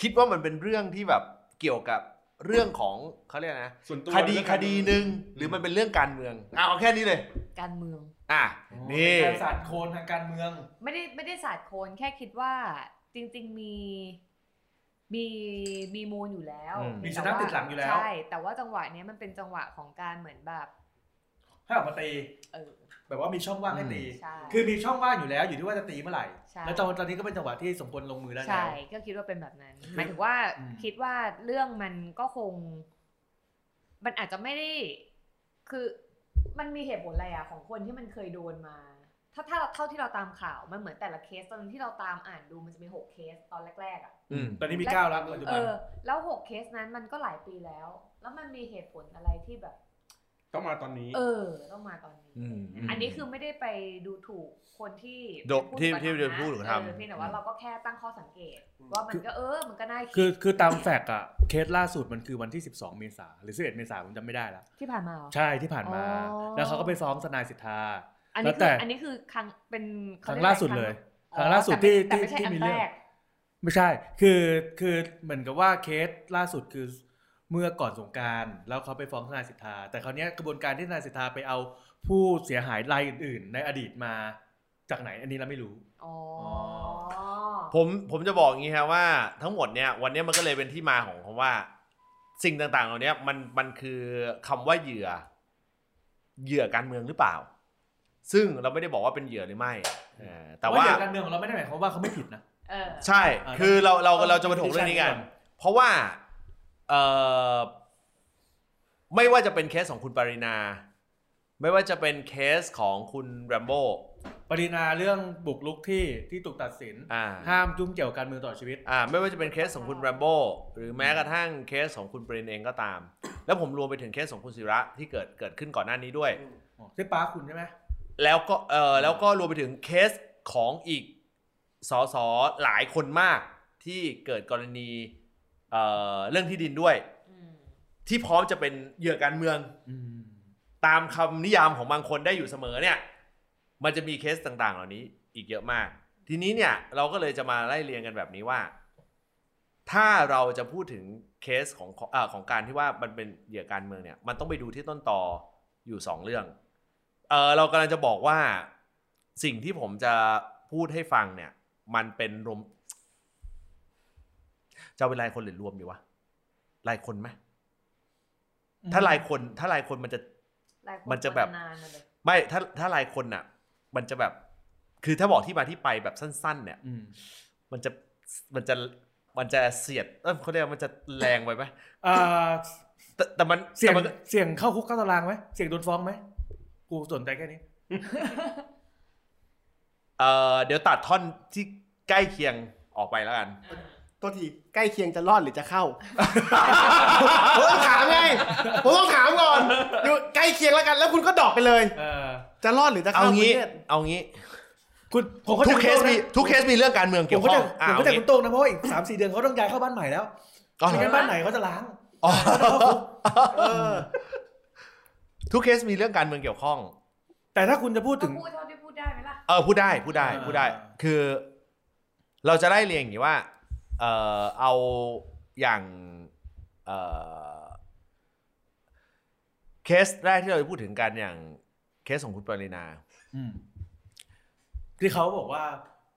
คิดว่ามันเป็นเรื่องที่แบบเกี่ยวกับเรื่องของเขาเรียกนะ ส่วนตัว คดีคดีหนึ่งหรือมันเป็นเรื่องการเมืองอ่ะเอาแค่นี้เลย การเมือง อ่ะ อ๋อ นี่ เป็นการสาดโคลนทางการเมือง ไม่ได้ไม่ได้ศาสตร์โคนแค่คิดว่าจริง ๆมีมีมีมูลอยู่แล้ว อืม มี แ สุนัขติดหลังอยู่แล้ว ใช่ แต่ว่าจังหวะเนี้ยมันเป็นจังหวะของการเหมือนแบบ ให้ออกมาตี เออ แบบว่ามีช่องว่างให้ตี ใช่ คือมีช่องว่างอยู่แล้วอยู่ที่ว่าจะตีเมื่อไหร่ ใช่ แล้วตอนตอนนี้ก็เป็นจังหวะที่สมควรลงมือแล้วนะ ใช่ก็คิดว่าเป็นแบบนั้นหมายถึงว่า อืม คิดว่าเรื่องมันก็คง มันอาจจะไม่ได้ คือมันมีเหตุผลอะไรอะของคนที่มันเคยโดนมา ถ้าถ้าเราเท่าที่เราตามข่าวมันเหมือนแต่ละเคสตอนที่เราตามอ่านดูมันจะมีหกเคสตอนแรกๆอะ อืม ตอนนี้มีเก้าแล้วปัจจุ เอ บัน อแล้วหกเคสนั้นมันก็หลายปีแล้ว แล้วมันมีเหตุผลอะไรที่แบบ ต้องมาตอนนี้ เออ ต้องมาตอนนี้ อืม อะไรอย่างเงี้ยอันนี้คือไม่ได้ไปดูถูกคนที่ โดนที่ที่โดนผู้ถูกกระทำ เออเพียงแต่ว่าเราก็แค่ตั้งข้อสังเกต ว่ามันก็เออ มันก็น่าคิ คือ ด คือตามแฟกต์อะเคสล่าสุดมันคือวันที่ 12 เมษาหรือ 11 เมษาผมจำไม่ได้ละ ที่ผ่านมาเหรอ ใช่ที่ผ่านมา อ๋อ แล้วเขาก็ไปซ้อมทนายสิทธา อัน แล้ นี้ ว คื แต่ ออันนี้คือครั้งเป็นเข ครั้ง เยกอะไร ล่าสุดเลย อ๋อ ครั้งล่าสุด แต่ ที่ ไม่แต่ ที่ ไม่ใช่ ที่ อัน มี แร เรื่อง ก ไม่ใช่ คือ คือ เหมือนกับว่าเคสล่าสุดคือเมื่อก่อนสงกรารแล้วเขาไปฟ้องทนายสิทธา แต่คราวเนี้ยกระบวนการที่ทนายสิทธาไปเอาผู้เสียหายรายอื่น ๆ ในอดีตมาจากไหนอันนี้เราไม่รู้ อ๋อ ผมผมจะบอกอย่างนี้ครับว่าทั้งหมดเนี่ยวันนี้มันก็เลยเป็นที่มาของคำว่า สิ่งต่างๆ เหล่านี้มันมันคือคำว่าเหยื่อ เหยื่อการเมืองหรือเปล่า ซึ่งเราไม่ได้บอกว่าเป็นเหยื่อหรือไม่เออแต่ว่า เหตุการเมืองของเราไม่ได้หมายความว่าเขาไม่ผิดนะ เออ ใช่ อ่า คือเราเรา ต้อง เราจะมาถกเรื่องนี้กัน ต้อง เพราะว่าเอ่อไม่ว่าจะเป็นเคสของคุณปรินา ไม่ว่าจะเป็นเคสของคุณแรมโบ้ ปรินาเรื่องบุกลุกที่ที่ถูกตัดสิน อ่า ห้ามยุ่งเกี่ยวกับการเมืองต่อชีวิต อ่าไม่ว่าจะเป็นเคสของคุณแรมโบ้หรือแม้กระทั่งเคสของคุณปรินเองก็ตาม แล้วผมรวมไปถึงเคสของคุณศิระที่เกิดเกิดขึ้นก่อนหน้านี้ด้วย ใช่ป้าคุณใช่ไหม แล้วก็เออแล้วก็รวมไปถึงเคสของอีกสสหลายคนมากที่เกิดกรณีเอ่อเรื่องที่ดินด้วย อืม ที่พร้อมจะเป็นเหยื่อการเมือง ตามคำนิยามของบางคนได้อยู่เสมอเนี่ย มันจะมีเคสต่างๆ เหล่านี้อีกเยอะมาก ทีนี้เนี่ยเราก็เลยจะมาไล่เรียงกันแบบนี้ว่า ถ้าเราจะพูดถึงเคสของเอ่อของการที่ว่ามันเป็นเหยื่อการเมืองเนี่ย มันต้องไปดูที่ต้นตออยู่สองเรื่องเออเรากำลังจะบอกว่าสิ่งที่ผมจะพูดให้ฟังเนี่ย มันเป็นรวมจะเอาเป็นรายคนหรือรวมดีวะรายคนไหมถ้ารายคน ถ้ารายคนมันจะ หลายค มันจะแบบ นานๆนะเลย ไม่ถ้าถ้ารายคนน่ะ มันจะแบบ คือถ้าบอกที่มาที่ไปแบบสั้น ๆ เนี่ย อืม มันจะมันจะมันจะเสียดเออเขาเรียกว่ามันจะแรงไปไหม อ่า แต่แต่มัน เสี่ยง แต่มันก็ เสี่ยงเข้าคุกเข้าตารางไหมเสี่ยงโดนฟ้องไหมกูสนใจแค่นี้ เออเดี๋ยวตัดท่อนที่ใกล้เคียงออกไปแล้วกัน ตัวทีใกล้เคียงจะรอดหรือจะเข้า ผมต้องถามไงผมต้องถามก่อนอยู่ใกล้เคียงแล้วกัน แล้วคุณก็ดรอกไปเลย เออ จะรอดหรือจะ เอา เข้า งี้ คุณนี่ย เอางี้ คุณผม ทุกเคส ณโต้มีงนะ ทุกเคสมีเรื่องการเมือง ผ เกี่ย ม ว ก็ ข้ จะ องอ่า ผมก็ เอา จะ งี้ คุณโต้งนะเพราะว่าอีกสามสี่เดือนเขาต้องย้ายเข้าบ้านใหม่แล้ว อ๋อ ไม่งั้นบ้านไหนเขาจะล้าง อ๋อ เออ ทุกเคสมีเรื่องการเมืองเกี่ยวข้อง แต่ถ้าคุณจะพูด ก็ ถึง พูดเท่าที่พูดได้ไหมล่ะ เออพูดได้พูดได้ อ่า พูดได้ คือ เราจะไล่เรียงอย่างนี้ว่า เออเอาอย่างเออเคสแรกที่เราจะพูดถึงกันอย่างเคสของคุณปรินา ที่เขาบอกว่า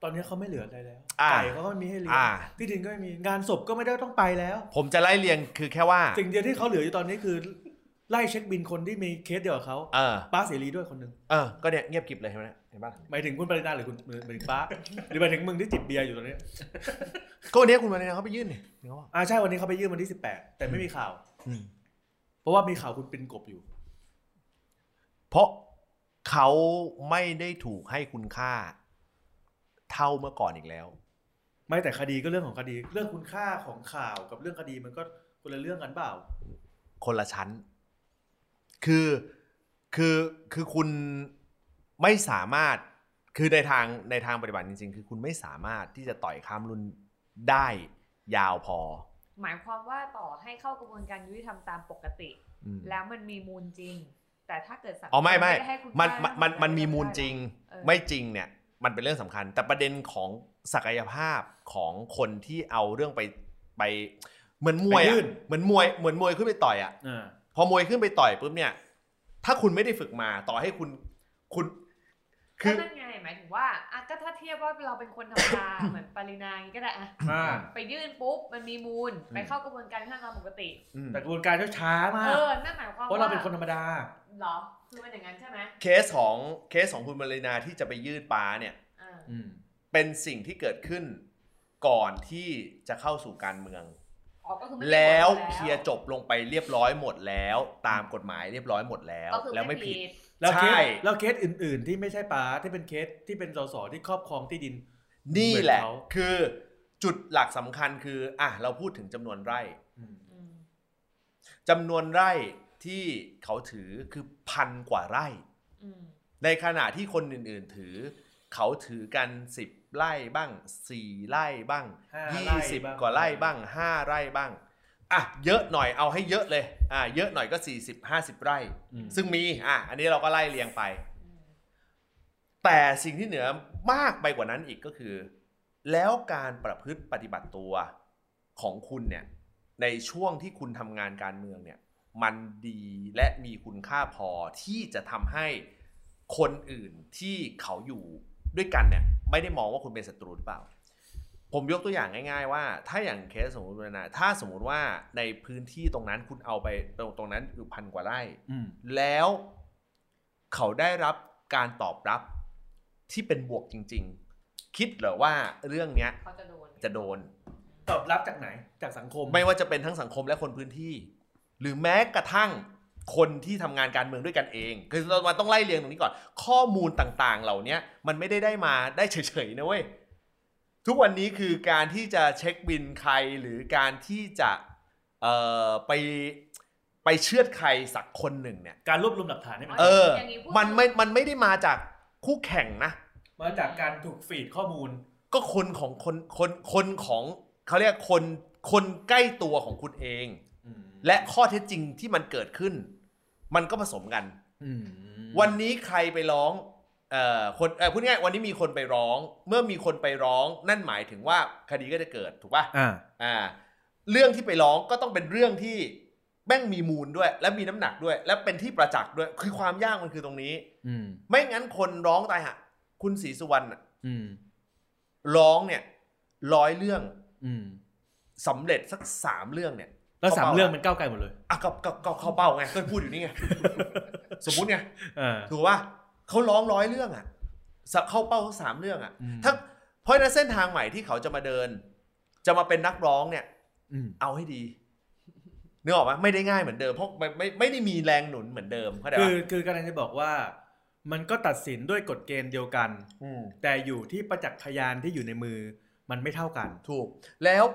ตอนนี้เขาไม่เหลืออะไรแล้ว อ่า ไก่เขาก็ไม่มีให้เลี้ยง อ่า ที่ดินก็ไม่มีงานศพก็ไม่ได้ต้องไปแล้ว ผมจะไล่เรียงคือแค่ว่า สิ่งเดียวที่เขาเหลืออยู่ตอนนี้คือ ไล่เช็คบินคนที่มีเคสเดียวกับเขา เออ ป้าเสรีด้วยคนหนึ่ง เออ ก็เนี่ยเงียบกริบเลยเห็นไหมเห็นปะ หมายถึงคุณปรินาหรือคุณหมายถึงป้า หรือหมายถึงมึงที่จิบเบียร์อยู่ตอนนี้ ก็วันนี้คุณปรินาเขาไปยื่นนี่เห็นเขาบอก อ่าใช่วันนี้เขาไปยื่นวันที่สิบแปดแต่ไม่มีข่าว อืม เพราะว่ามีข่าวคุณปินกบอยู่ เพราะเขาไม่ได้ถูกให้คุณค่า เท่าเมื่อก่อนอีกแล้ว ไม่แต่คดีก็เรื่องของคดี เรื่องคุณค่าของข่าวกับเรื่องคดีมันก็คนละเรื่องกันเปล่า คนละชั้น คือ คือ คือคุณไม่สามารถ คือในทาง ในทางปฏิบัติจริง ๆ คือคุณไม่สามารถที่จะต่อยข้ามรุ่นได้ยาวพอ หมายความว่าต่อให้เข้ากระบวนการยุติธรรมตามปกติ อืม แล้วมันมีมูลจริง แต่ถ้าเกิดสังค อ๋อไม่ไม่ ด้ให้คุณ มัน ค่า มัน มันมันมีมูลจริง เออ ไม่จริงเนี่ย มันเป็นเรื่องสำคัญ แต่ประเด็นของศักยภาพของคนที่เอาเรื่องไป ไป เหมือนมวย ไปยื่ อะ น เหมือนมวย เหมือนมวยขึ้นไปต่อยอะ อ่า พอมวยขึ้นไปต่อยปุ๊บเนี่ย ถ้าคุณไม่ได้ฝึกมาต่อให้คุณคุณ คื ก็ อ นั่นไงหมายถึงว่าอ่ะก็ถ้าเทียบว่าเราเป็นคนธรรมดา เหมือนปรินาอย่างนี้ก็ได้อ่ะ อ่า ไปยื่นปุ๊บมันมีมูลไปเข้ากระบวนการยุติธรรมตามปกติ อืม แต่กระบวนการก็ช้า เอ มาก อนั่นหมายความ เพราะว่าเราเป็นคนธรรมดา เหรอคือมันอย่างนั้นใช่ไหม เคสของเคสของคุณมารินาที่จะไปยืดปาเนี่ย อ่า อืม เป็นสิ่งที่เกิดขึ้นก่อนที่จะเข้าสู่การเมือง อ๋อก็คือไม่ได้ แล้ว บอก เคลียร์จบลงไปเรียบร้อยหมดแล้ว ตามกฎหมายเรียบร้อยหมดแล้ว ก็คือ แล้วไม่ผิด แล้วเคส ใช่ แล้วเคสอื่น ๆ ที่ไม่ใช่ป้าที่เป็นเคสที่เป็นสสที่ครอบครองที่ดิน นี่แหละ เหมือนเขา คือจุดหลักสำคัญคืออ่ะเราพูดถึงจำนวนไร่ อืม จำนวนไร่ที่เขาถือคือพันกว่าไร่ อืม ในขณะที่คนอื่นๆถือ เขาถือกัน 10ไร่บ้าง 4ไร่บ้าง ห้าไร่บ้าง 20กว่าไร่บ้าง 5 ไร่บ้างอ่ะเยอะหน่อยเอาให้เยอะเลยอ่ะเยอะหน่อยก็ 40 50 ไร่ ซึ่งมีอ่ะอันนี้เราก็ไล่เรียงไป อืม แต่สิ่งที่เหนือมากไปกว่านั้นอีกก็คือ แล้วการประพฤติปฏิบัติตัวของคุณเนี่ยในช่วงที่คุณทำงานการเมืองเนี่ยมันดีและมีคุณค่าพอที่จะทำให้คนอื่นที่เขาอยู่ด้วยกันเนี่ยไม่ได้มองว่าคุณเป็นศัตรูหรือเปล่า ผมยกตัวอย่างง่าย ๆ ว่า ถ้าอย่างเคสสมมติว่านะถ้าสมมติว่าในพื้นที่ตรงนั้นคุณเอาไปตรงตรงนั้นอยู่พันกว่าไร่ อืม แล้วเขาได้รับการตอบรับที่เป็นบวกจริง ๆ คิดเหรอว่าเรื่องเนี้ย เขาจะโดน จะโดน ตอบรับจากไหน จากสังคม ไม่ว่าจะเป็นทั้งสังคมและคนพื้นที่ หรือแม้กระทั่งคนที่ทำงานการเมืองด้วยกันเอง คือเรามาต้องไล่เรียงตรงนี้ก่อน ข้อมูลต่างๆ เหล่าเนี้ยมันไม่ได้ได้มาได้เฉยๆนะเว้ย ทุกวันนี้คือการที่จะเช็คบินใครหรือการที่จะเอ่อไปไปเชือดใครสักคนหนึ่งเนี่ย การรวบรวมหลักฐานนี่มัน เออ ย่างพูด มันไม่ มันไม่ได้มาจากคู่แข่งนะ มาจากการถูกฟีดข้อมูล ก็คนของคน คน คนของเขาเรียกคน คนใกล้ตัวของคุณเอง และข้อเท็จจริงที่มันเกิดขึ้น มันก็ผสมกัน อืม วันนี้ใครไปร้อง เอ่อคนเอ่อพูดง่ายๆวันนี้มีคนไปร้อง เมื่อมีคนไปร้องนั่นหมายถึงว่าคดีก็จะเกิดถูกป่ะ อ่า อ่า เรื่องที่ไปร้องก็ต้องเป็นเรื่องที่แม่งมีมูลด้วย และมีน้ำหนักด้วย และเป็นที่ประจักษ์ด้วยคือความยากมันคือตรงนี้ อืม ไม่งั้นคนร้องตายหะคุณศรีสุวรรณน่ะ อืม ร้องเนี่ยร้อยเรื่อง อืม สำเร็จสักสามเรื่องเนี่ย แล้วสาม เข้าเป้า เรื่องมันก้าวไกลหมดเลย อ่ะก็ก็ก็เข้าเป้าไงก็พูดอยู่นี่ไง สมมุติไง อ่า ถูกป่ะเขาร้องร้อยเรื่องอะสะเข้าเป้าทั้งสามเรื่องอะ อืม ถ้าเพราะฉะนั้นเส้นทางใหม่ที่เขาจะมาเดิน จะมาเป็นนักร้องเนี่ย อืม เอาให้ดีนึกออกปะไม่ได้ง่ายเหมือนเดิมเพราะไม่ไม่ไม่ได้มีแรงหนุนเหมือนเดิมเข้าใจ คื ปะ อ คือกำลังจะบอกว่า มันก็ตัดสินด้วยกฎเกณฑ์เดียวกัน ม แต่อยู่ที่ประจักษ์พยานที่อยู่ในมือ มันไม่เท่ากัน ถูก แล้ว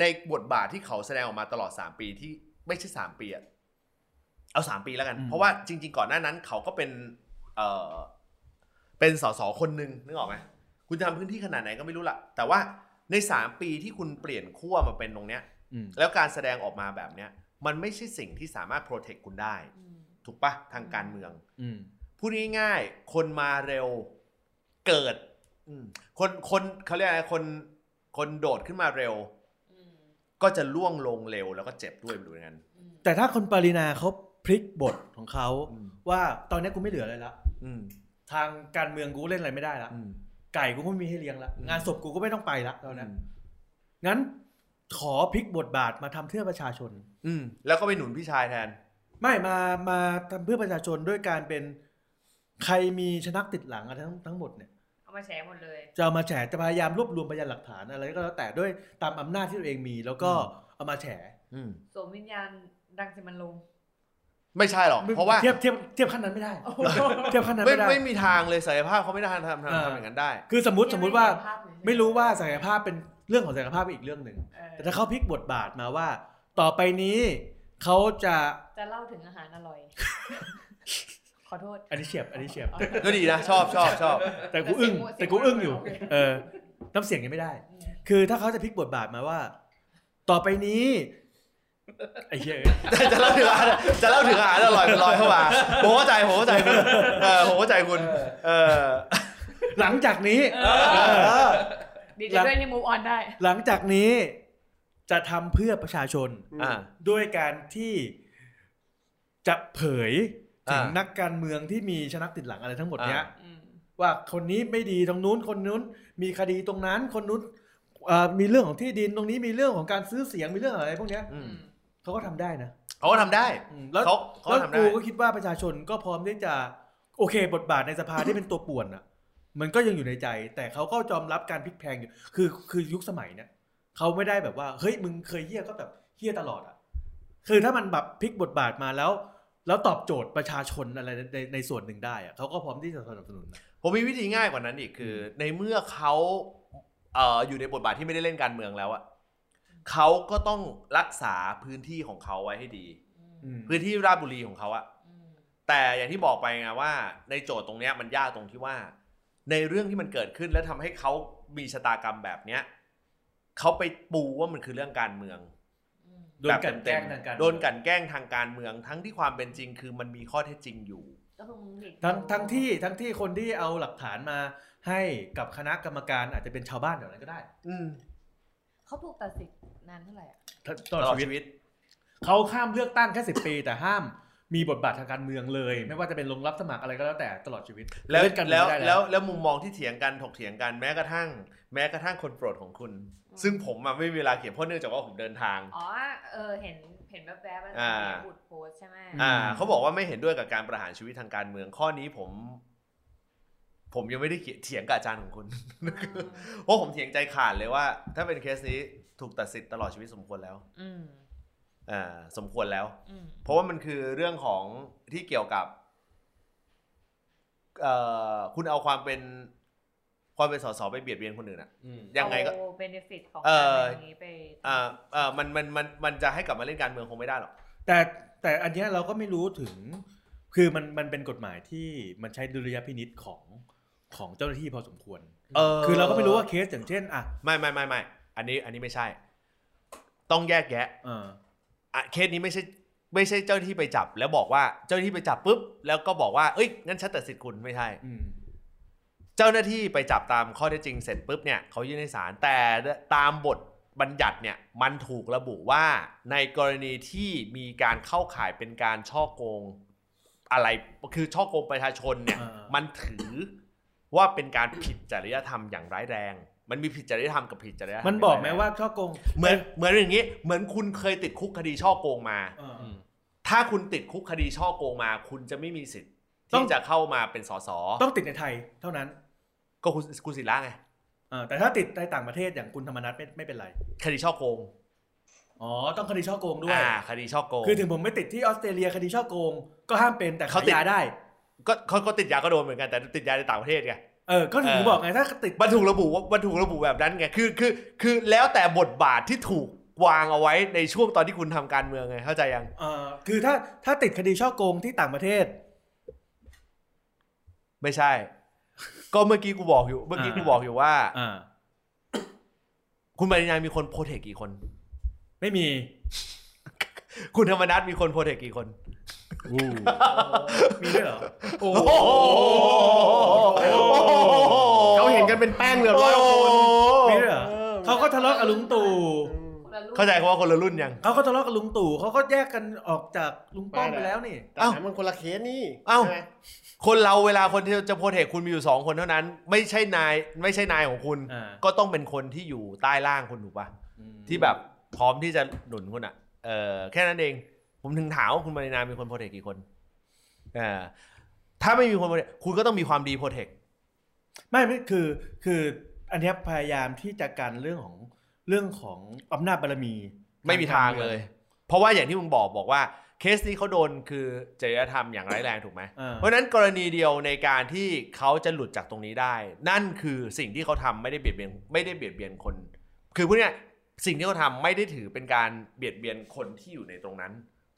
ในบทบาทที่เขาแสดงออกมาตลอดสามปีที่ไม่ใช่สามปีอะเอาสามปีแล้วกัน อืม เพราะว่าจริง ๆ ก่อนหน้านั้น เขาก็เป็นเออเป็นสสคนหนึ่งนึกออกไหม คุณจะทำพื้นที่ขนาดไหนก็ไม่รู้ละแต่ว่าใน 3 ปีที่คุณเปลี่ยนขั้วมาเป็นตรงเนี้ย อืม แล้วการแสดงออกมาแบบเนี้ย มันไม่ใช่สิ่งที่สามารถโปรเทคคุณได้ อืม ถูกปะทางการเมือง อืม พูดง่ายๆ คนมาเร็วเกิดอืมคนคนเขาเรียกอะไรคนคนโดดขึ้นมาเร็ว อืม ก็จะล่วงลงเร็วแล้วก็เจ็บด้วยดูงั้น อืม แต่ถ้าคนปรินาเขาพลิกบทของเขา อืม ว่าตอนนี้กูไม่เหลืออะไรละ อืม ทางการเมืองกูเล่นอะไรไม่ได้ละ อืม ไก่กูก็ไม่มีให้เลี้ยงละ อืม งานศพกูก็ไม่ต้องไปละตอนนี้ อืม งั้นขอพลิกบทบาทมาทำเพื่อประชาชน อืมแล้วก็ไปหนุนพี่ชายแทน ไม่มามาทำเพื่อประชาชนด้วยการเป็นใครมีชนักติดหลังอะไรทั้งทั้งหมดเนี่ย เอามาแชร์หมดเลย จะเอามาแฉจะพยายามรวบรวมพยานหลักฐานอะไรก็แล้วแต่ด้วยตามอำนาจที่ตัวเองมี แล้วก็เอามาแฉ อืม สวมวิญญาณดังสิมันลง ไม่ใช่หรอก เพราะว่า เทียบเทียบเทียบขั้นนั้นไม่ได้ เทียบขั้นนั้น ไม่ ไม่ได้ ไม่มีทางเลยศักยภาพเขาไม่ได้ทำทำทำทำอย่างนั้นได้ คือสมมติสมมติว่า เทียบไม่ได้ภาพเลย ไม่รู้ว่าศักยภาพเป็นเรื่องของศักยภาพอีกเรื่องหนึ่ง เออ แต่ถ้าเขาพลิกบทบาทมาว่า ต่อไปนี้เขาจะ จะเล่าถึงอาหารอ ร่อย ขอโทษ อันนี้เฉียบอันนี้เฉียบ ก็ดีนะชอบชอบชอบ แต่กูอึ้ง เสี แต่ ย กูอึ้งอยู่ โเค เออน้ำเสียงยังไม่ได้ อืม คือถ้าเขาจะพลิกบทบาทมาว่า ต่อไปนี้ไอ้เหี้ย จะจะเล่าถึงอาหารจะเล่าถึงอาหารอร่อยมันลอยเข้ามาผมเข้าใจผมเข้าใจคุณเออผมเข้าใจคุณ เออ หลังจากนี้เออ ดีใจด้วยที่มูฟออนได้ หลังจากนี้จะทำเพื่อประชาชน อ่า ด้วยการที่จะเผยถึง อ่านั นักการเมืองที่มีชนักติดหลังอะไรทั้งหมดเนี้ย อืม ว่าคนนี้ไม่ดีตรงนู้นคนนู้น มีคดีตรงนั้น คนนู้นเอ่อมีเรื่องของที่ดินตรงนี้มีเรื่องของการซื้อเสียงมีเรื่องอะไรพวกเนี้ย อืม เขาก็ทำได้นะ เขาก็ทำได้ อืมแล้ว เขาเขา แล้ว ทำ กู ได้ ก็คิดว่าประชาชนก็พร้อมที่จะ โอเค บทบาทในสภาที่เป็นตัวป่วนอ่ะ มันก็ยังอยู่ในใจ แต่เขาก็ยอมรับการพลิกแพลงอยู่คือคือยุคสมัยเนี่ยเขาไม่ได้แบบว่าเฮ้ยมึงเคยเฮี้ยก็แบบเฮี้ยตลอดอ่ะคือถ้ามันแบบพลิกบทบาทมาแล้ว แล้วตอบโจทย์ประชาชนอะไรในในในส่วนหนึ่งได้อ่ะเขาก็พร้อมที่จะสนับสนุนนะ ผมมีวิธีง่ายกว่านั้นอีกคือ ในเมื่อเขาเอ่ออยู่ในบทบาทที่ไม่ได้เล่นการเมืองแล้วอะเขาก็ต้องรักษาพื้นที่ของเขาไว้ให้ดี อืม พื้นที่ราชบุรีของเขาอะ อืม แต่อย่างที่บอกไปไงว่า ในโจทย์ตรงเนี้ยมันยากตรงที่ว่า ในเรื่องที่มันเกิดขึ้นและทำให้เขามีชะตากรรมแบบเนี้ยเขาไปปูว่ามันคือเรื่องการเมือง อืม โดนกลั่นแกล้งทางการเมือง โดนกลันแกล้งทางการเมือง ทั้งที่ความเป็นจริงคือมันมีข้อเท็จจริงอยู่ ก็คงเด็ก ทั้งทั้งที่ทั้งที่คนที่เอาหลักฐานมาให้กับคณะกรรมการอาจจะเป็นชาวบ้านเดี๋ยวนั้นก็ได้ อืม เขาถูกตัดสิทธิ์นานเท่าไหร่อ่ะ ต ต ล ล อ อ ด ด ชี ชี วิต วิต เขาข้ามเลือกตั้งแค่สิปี แต่ห้ามมีบทบาททางการเมืองเลย ไม่ว่าจะเป็นลงรับสมัครอะไรก็แล้วแต่ตลอดชีวิต แล้ว เนการเมื แล้ อง ว ไม่ได้ แล้วแล้วมุมมองที่เถียงกันถกเถียงกันแม้กระทั่ง แม้กระทั่งคนโปรดของคุณ ซึ่งผมอะไม่มีเวลาเขียนเพราะเนื่องจากว่าผมเดินทาง อ๋อเออเห็นเห็นแวบๆว่า อ่า เนี่ยบุตรโพสต์ใช่ไหม อ่าเขาบอกว่าไม่เห็นด้วยกับการประหารชีวิตทางการเมืองข้อนี้ผม ผมยังไม่ได้เขียนเถียงกับอาจารย์ของคุณ เพราะผมเถียงใจขาดเลยว่า ถ้าเป็นเคสนี้ถูกตัดสิทธิ์ตลอดชีวิตสมควรแล้ว อืม อ่าสมควรแล้ว อืม เพราะว่ามันคือเรื่องของที่เกี่ยวกับเอ่อคุณเอาความเป็นความเป็นสสไปเบียดเบียนคนอื่นอะ ยังไงก็ เอาเบนฟิตของ เอ่ การ อ เป็นอย่างนี้ไป อ่าเอ่อมันมันมันมันจะให้กลับมาเล่นการเมืองคงไม่ได้หรอก แต่แต่อันเนี้ยเราก็ไม่รู้ถึง คือมันมันเป็นกฎหมายที่มันใช้ดุลยพินิษของของเจ้าหน้าที่พอสมควร เออ คือเราก็ไม่รู้ว่าเคสอย่างเช่นอ่ะ ไม่ไม่ไม่ไม่อันนี้อันนี้ไม่ใช่ ต้องแยกแยะ เออ อ่ะเคสนี้ไม่ใช่ไม่ใช่เจ้าหน้าที่ไปจับ แล้วบอกว่าเจ้าหน้าที่ไปจับปุ๊บแล้วก็บอกว่าเอ้ยงั้นฉันตัดสิทธิ์คุณไม่ใช่ อืม เจ้าหน้าที่ไปจับตามข้อเท็จจริงเสร็จปุ๊บเนี่ยเขายื่นให้ศาลแต่ตามบทบัญญัติเนี่ยมันถูกระบุว่าในกรณีที่มีการเข้าข่ายเป็นการช่อโกงอะไรคือช่อโกงประชาชนเนี่ย อ่ามั มันถือว่าเป็นการผิดจริยธรรมอย่างร้ายแรง มันมีผิดจริยธรรมกับผิดจริยธรรม มันบอกไหม ย่งร้ยแรง ว่าช่อโกง เหมือนเหมือนอย่างนี้ เหมือนคุณเคยติดคุกคดีช่อโกงมา เออ อืม ถ้าคุณติดคุกคดีช่อโกงมา คุณจะไม่มีสิทธิ์ที่จะเข้ามาเป็นสส ต้องติดในไทยเท่านั้น ก็คุณคุณศิระไง เออแต่ถ้าติดในต่างประเทศอย่างคุณธรรมนัฐไม่ไม่เป็นไร คดีช่อโกง อ๋อ ต้องคดีช่อโกงด้วย อ่าคดีช่อโกง คือถึงผมไม่ติดที่ออสเตรเลียคดีช่อโกง ก็ห้ามเป็นแต่ เขา ขาย ติด ยาได้ ก็เขาก็ติดยาก็โดนเหมือนกันแต่ติดยาในต่างประเทศไง เออ ก็ถึง เออ บอกไงถ้าติด มันถูกระบุว่ามันถูกระบุแบบนั้นไงคือคือคือแล้วแต่บทบาทที่ถูกวางเอาไว้ในช่วงตอนที่คุณทำการเมืองไงเข้าใจยัง เออคือถ้าถ้าติดคดีช่อโกงที่ต่างประเทศ ไม่ใช่ ก็เมื่อกี้กูบอกอยู่ เมื่อกี้กูบอกอยู่ว่า อ่า คุณบรรยายมีคนโพเทคกี่คน ไม่มี คุณธรรมนัฐมีคนโพเทคกี่คน อู้ มีด้วยเหร อ โอ้โห เขาเห็นกันเป็นแป้งเหลือร้อยกว่าคน มีด้วยเหรอเขาก็ทะเลาะกับลุงตู่ คนละรูป เข้าใจคำว่าคนละรุ่นยัง เขาก็ทะเลาะกับลุงตู่เขาก็แยกกันออกจากลุงป้อมไปแล้วนี่ แต่อันนั้นมันคนละเคสนี่ เอ้า ใช่ไหม คนเราเวลาคนที่จะโพเทคคุณมีอยู่สองคนเท่านั้น ไม่ใช่นายไม่ใช่นายของคุณ อ่า ก็ต้องเป็นคนที่อยู่ใต้ล่างคุณถูกปะที่แบบพร้อมที่จะหนุนคุณอ่ะเออแค่นั้นเอง ผมถึงถามว่าคุณมารินามีคนโพเทคกี่คนอ่าถ้าไม่มีคนโพเทคคุณก็ต้องมีความดีโพเทค ไม่ไม่คือคืออันเนี้ยพยายามที่จะการเรื่องของเรื่องของอำนาจบารมี ไม่มีทาง กรมือ เลย เพราะว่าอย่างที่มึงบอกบอกว่าเคสนี้เขาโดนคือจริยธรรมอย่างร้ายแรงถูกไหม อ่า เพราะฉะนั้นกรณีเดียวในการที่เขาจะหลุดจากตรงนี้ได้ นั่นคือสิ่งที่เขาทำไม่ได้เบียดเบียนไม่ได้เบียดเบียนคน คือพูดง่ายๆสิ่งที่เขาทำไม่ได้ถือเป็นการเบียดเบียนคนที่อยู่ในตรงนั้น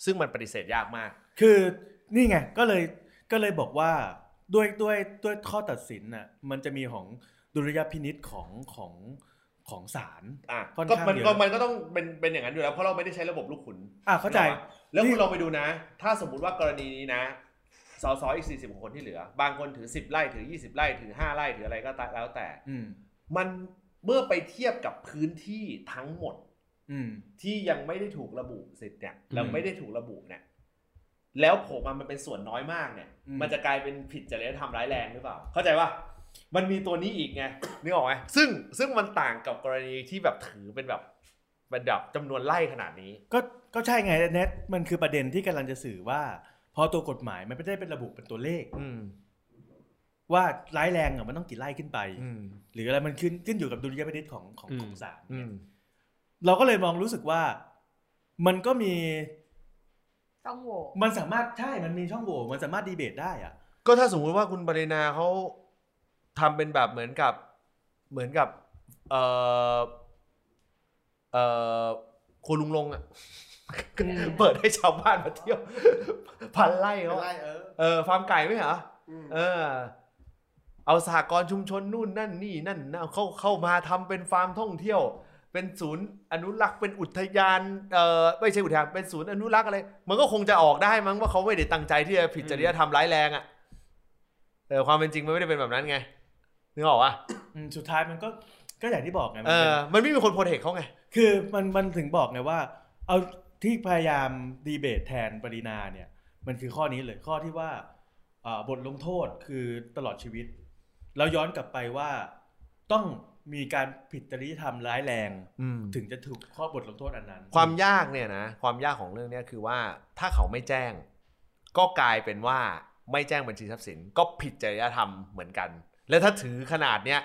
ซึ่งมันปฏิเสธยากมาก คือนี่ไงก็เลยก็เลยบอกว่าด้วยด้วยด้วยข้อตัดสินน่ะมันจะมีของดุลยพินิษของของของศาล อ่ะ ค่อน ก็ ข้าง มัน เยอะ ก็มันก็ต้องเป็นเป็นอย่างนั้นอยู่แล้วเพราะเราไม่ได้ใช้ระบบลูกขุน อ่ะเข้าใจ แล้ว นี่ คุณลองไปดูนะ ถ้าสมมุติว่ากรณีนี้นะ สสอีก 40กว่าคนที่เหลือ บางคนถือ 10 ไร่ถือ 20 ไร่ถือ 5 ไร่ถืออะไรก็ตามแล้วแต่ อืม มันเมื่อไปเทียบกับพื้นที่ทั้งหมด อืม ที่ยังไม่ได้ถูกระบุสิทธิ์เนี่ยแล้ว อืม ไม่ได้ถูกระบุเนี่ย แล้วโผล่มามันเป็นส่วนน้อยมากเนี่ย อืม มันจะกลายเป็นผิดจริยธรรมร้ายแรงหรือเปล่า เข้าใจปะมันมีตัวนี้อีกไงนึกออกไหมซึ่งซึ่งมันต่างกับกรณีที่แบบถือเป็นแบบเป็นแบบจำนวนไร่ขนาดนี้ ก็ก็ใช่ไงเน็ตมันคือประเด็นที่กำลังจะสื่อว่า พอตัวกฎหมายมันไม่ได้เป็นระบุเป็นตัวเลข อืม ว่าร้ายแรงอ่ะมันต้องกี่ไล่ขึ้นไป อืม หรืออะไรมันขึ้นขึ้นอยู่กับดุลยพินิจของของ อืม ของศาล อื เนี่ย ม เราก็เลยมองรู้สึกว่า มันก็มี ต้องโหวต มันสามารถใช่มันมีช่องโหว่มันสามารถดีเบตได้อ่ะ ก็ถ้าสมมุติว่าคุณปรินาเขาทำเป็นแบบเหมือนกับเหมือนกับ เออเออคุณลุงลงอ่ะ เปิดให้ชาวบ้านมาเที่ยว พันไล่ เป็น เขา ไรเออ เออฟาร์มไก่ไหมเหรอ อืม เออ เอาสหกรณ์ชุมชนนู่นนั่นนี่นั่นนะเข้าเข้ามาทำเป็นฟาร์มท่องเที่ยว เป็นศูนย์อนุรักษ์เป็นอุทยานเออไม่ใช่อุทยานเป็นศูนย์อนุรักษ์อะไรมันก็คงจะออกได้มั้งว่าเขาไม่ได้ตั้งใจที่จะผิดจริยธรรมร้ายแรงอะ่ะแต่ความเป็นจริงมันไม่ได้เป็นแบบนั้นไงนึกออกปะ อืมสุดท้ายมันก็ก็อย่างที่บอกไงมัน เอ เป็น อมันไม่มีคนโปรเทคเขาไง คือมันมันถึงบอกไงว่า เอาที่พยายามดีเบตแทนปรินาเนี่ย มันคือข้อนี้เลยข้อที่ว่าเอ่อบทลงโทษคือตลอดชีวิต แล้วย้อนกลับไปว่าต้องมีการผิดจริยธรรมร้ายแรง อืม ถึงจะถูกข้อบทลงโทษอันนั้น ความยากเนี่ยนะความยากของเรื่องเนี้ยคือว่าถ้าเขาไม่แจ้ง ก็กลายเป็นว่าไม่แจ้งบัญชีทรัพย์สิน ก็ผิดจริยธรรมเหมือนกัน และถ้าถือขนาดเนี้ย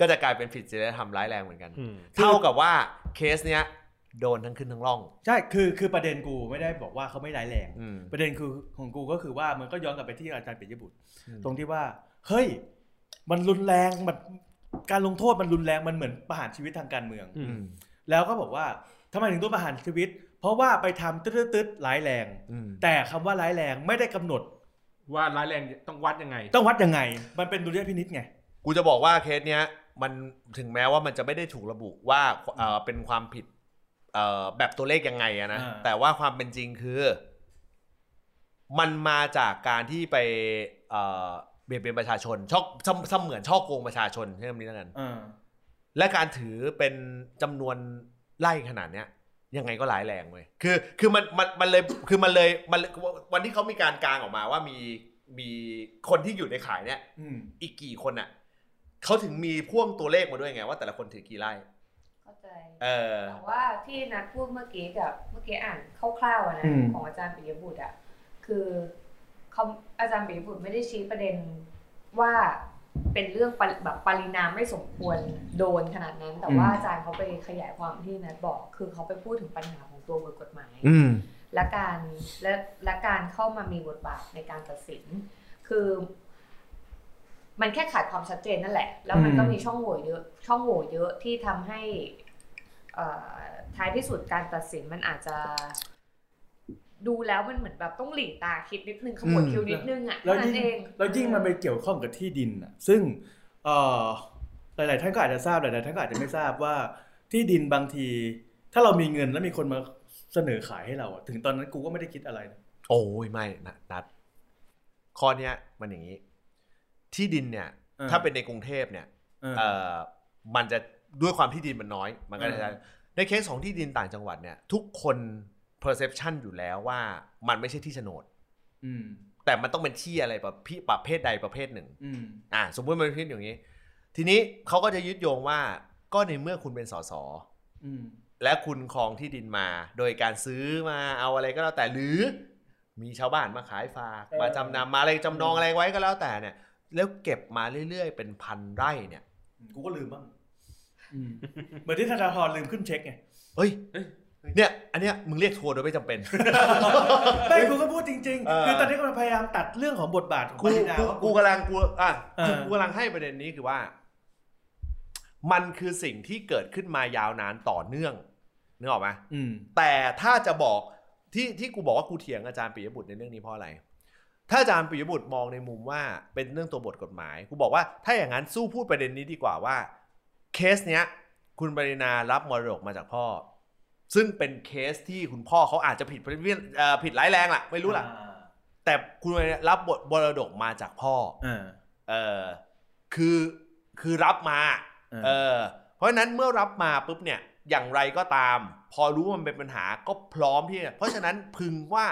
ก็จะกลายเป็นผิดจริยธรรมร้ายแรงเหมือนกัน อืม เท่ากับว่าเคสเนี้ยโดนทั้งขึ้นทั้งล่อง ใช่คือคือประเด็นกูไม่ได้บอกว่าเขาไม่ร้ายแรง อืม ประเด็นคือของกูก็คือว่ามันก็ย้อนกลับไปที่อาจารย์ปิยบุตร อืม ตรงที่ว่า เฮ้ย มันรุนแรงมันการลงโทษมันรุนแรงมันเหมือนประหารชีวิตทางการเมือง อืม แล้วก็บอกว่าทำไมถึงต้องประหารชีวิต เพราะว่าไปทำตืดๆร้ายแรง อืม แต่คำว่าร้ายแรงไม่ได้กำหนด ว่าร้ายแรงต้องวัดยังไง ต้องวัดยังไง มันเป็นดุลยพินิษไง กูจะบอกว่าเคสเนี้ยมันถึงแม้ว่ามันจะไม่ได้ถูกระบุว่าเอ่อเป็นความผิดเอ่อแบบตัวเลขยังไงอะนะ อ่า แต่ว่าความเป็นจริงคือ มันมาจากการที่ไปเอ่อ เบียดเบียนประชาชนช่อเสมเสมือนช่อโกงประชาชนใช้คำนี้แล้วกัน เออ และการถือเป็นจำนวนไล่ขนาดเนี้ย ยังไงก็ร้ายแรงเว้ยคือคือมันมันมันเลยคือมันเลยมันเลยวันที่เขามีการกลางออกมาว่ามีมีคนที่อยู่ในขายเนี่ย อืม อีกกี่คนอ่ะเขาถึงมีพ่วงตัวเลขมาด้วยไงว่าแต่ละคนถือกี่ไร่ เข้าใจ เออ แต่ว่าที่นัดพูดเมื่อกี้กับเมื่อกี้อ่านคร่าวๆอะนะ อืม ของอาจารย์ปิยบุตรอะคือเขาอาจารย์ปิยบุตรไม่ได้ชี้ประเด็นว่าเป็นเรื่องปริแบบปรินามไม่สมควรโดนขนาดนั้น แต่ว่าอาจารย์เขาไปขยายความที่นัดบอก คือเขาไปพูดถึงปัญหาของตัวบทกฎหมาย อืม และการและและการเข้ามามีบทบาทในการตัดสิน คือ มันแค่ขาดความชัดเจนนั่นแหละ แล้วมันก็ อืม มีช่องโหว่เยอะ ช่องโหว่เยอะที่ทำให้เอ่อท้ายที่สุดการตัดสินมันอาจจะ ดูแล้วมันเหมือนแบบต้องหลีตาคิดนิดนึงขมวด อืม คิ้วนิดนึงอ่ะ แล้ว เท่ายิ่นั้น ง เอง แล้วยิ่งมันไปเกี่ยวข้องกับที่ดินอ่ะ ซึ่งเอ่อหลาย ๆ ท่านก็อาจจะทราบหลาย ๆ ท่านก็อาจจะไม่ทราบว่าที่ดินบางที ถ้าเรามีเงินแล้วมีคนมาเสนอขายให้เราอะถึงตอนนั้นกูก็ไม่ได้คิดอะไรนะ โอ้ยไม่นะนัดข้อเนี้ยมันอย่างนี้ ที่ดินเนี่ย ออ ถ้าเป็นในกรุงเทพเนี่ย เออ เออมันจะด้วยความที่ดินมันน้อย มันก็ เออ จะในเคสของที่ดินต่างจังหวัดเนี่ย ทุกคน perception อยู่แล้วว่ามันไม่ใช่ที่โฉนด อืม แต่มันต้องเป็นที่อะไรประพิประเภทใดประเภทหนึ่ง อืม อ่าสมมติมันเป็นที่อย่างนี้ ทีนี้เขาก็จะยึดโยงว่าก็ในเมื่อคุณเป็นสส อืม และคุณครองที่ดินมา โดยการซื้อมาเอาอะไรก็แล้วแต่หรือ มีชาวบ้านมาขายฝาก เออ มาจำนำมาอะไรจำนองอะไรไว้ก็แล้วแต่เนี่ย แล้วเก็บมาเรื่อยๆ เป็นพันไร่เนี่ย กูก็ลืมบ้างอืมเหมือนที่ธนาธรลืมขึ้นเช็คไง เฮ้ย เฮ้ย เนี่ย อันเนี้ยมึงเรียกทัวร์โดยไม่จำ เป็น ไม่กูก็พูดจริง เออ ๆ คือตอนนี้ก็พยายามตัดเรื่องของบทบาทของ กู ปรินา กู ว่า กู กู กำลังกูอ่ะ เออ กูกูกำลังให้ประเด็นนี้คือว่า มันคือสิ่งที่เกิดขึ้นมายาวนานต่อเนื่องนึกออกไหม อืม แต่ถ้าจะบอกที่ที่กูบอกว่ากูเถียงอาจารย์ปิยบุตรในเรื่องนี้เพราะอะไร ถ้าอาจารย์ปิยบุตรมองในมุมว่าเป็นเรื่องตัวบทกฎหมาย กูบอกว่าถ้าอย่างนั้นสู้พูดประเด็นนี้ดีกว่าว่า เคสเนี้ย คุณปรินารับมรดกมาจากพ่อ ซึ่งเป็นเคสที่คุณพ่อเขาอาจจะผิดประเภทเอ่อผิดร้ายแรงล่ะ ไม่รู้ล่ะ แต่คุณปรินารับบทมรดกมาจากพ่อ อ่า เออคือคือรับมา เออ เออเพราะฉะนั้นเมื่อรับมาปุ๊บเนี่ยอย่างไรก็ตาม พอรู้ว่ามันเป็นปัญหาก็พร้อมที่จะเพราะฉะนั้นพึงว่า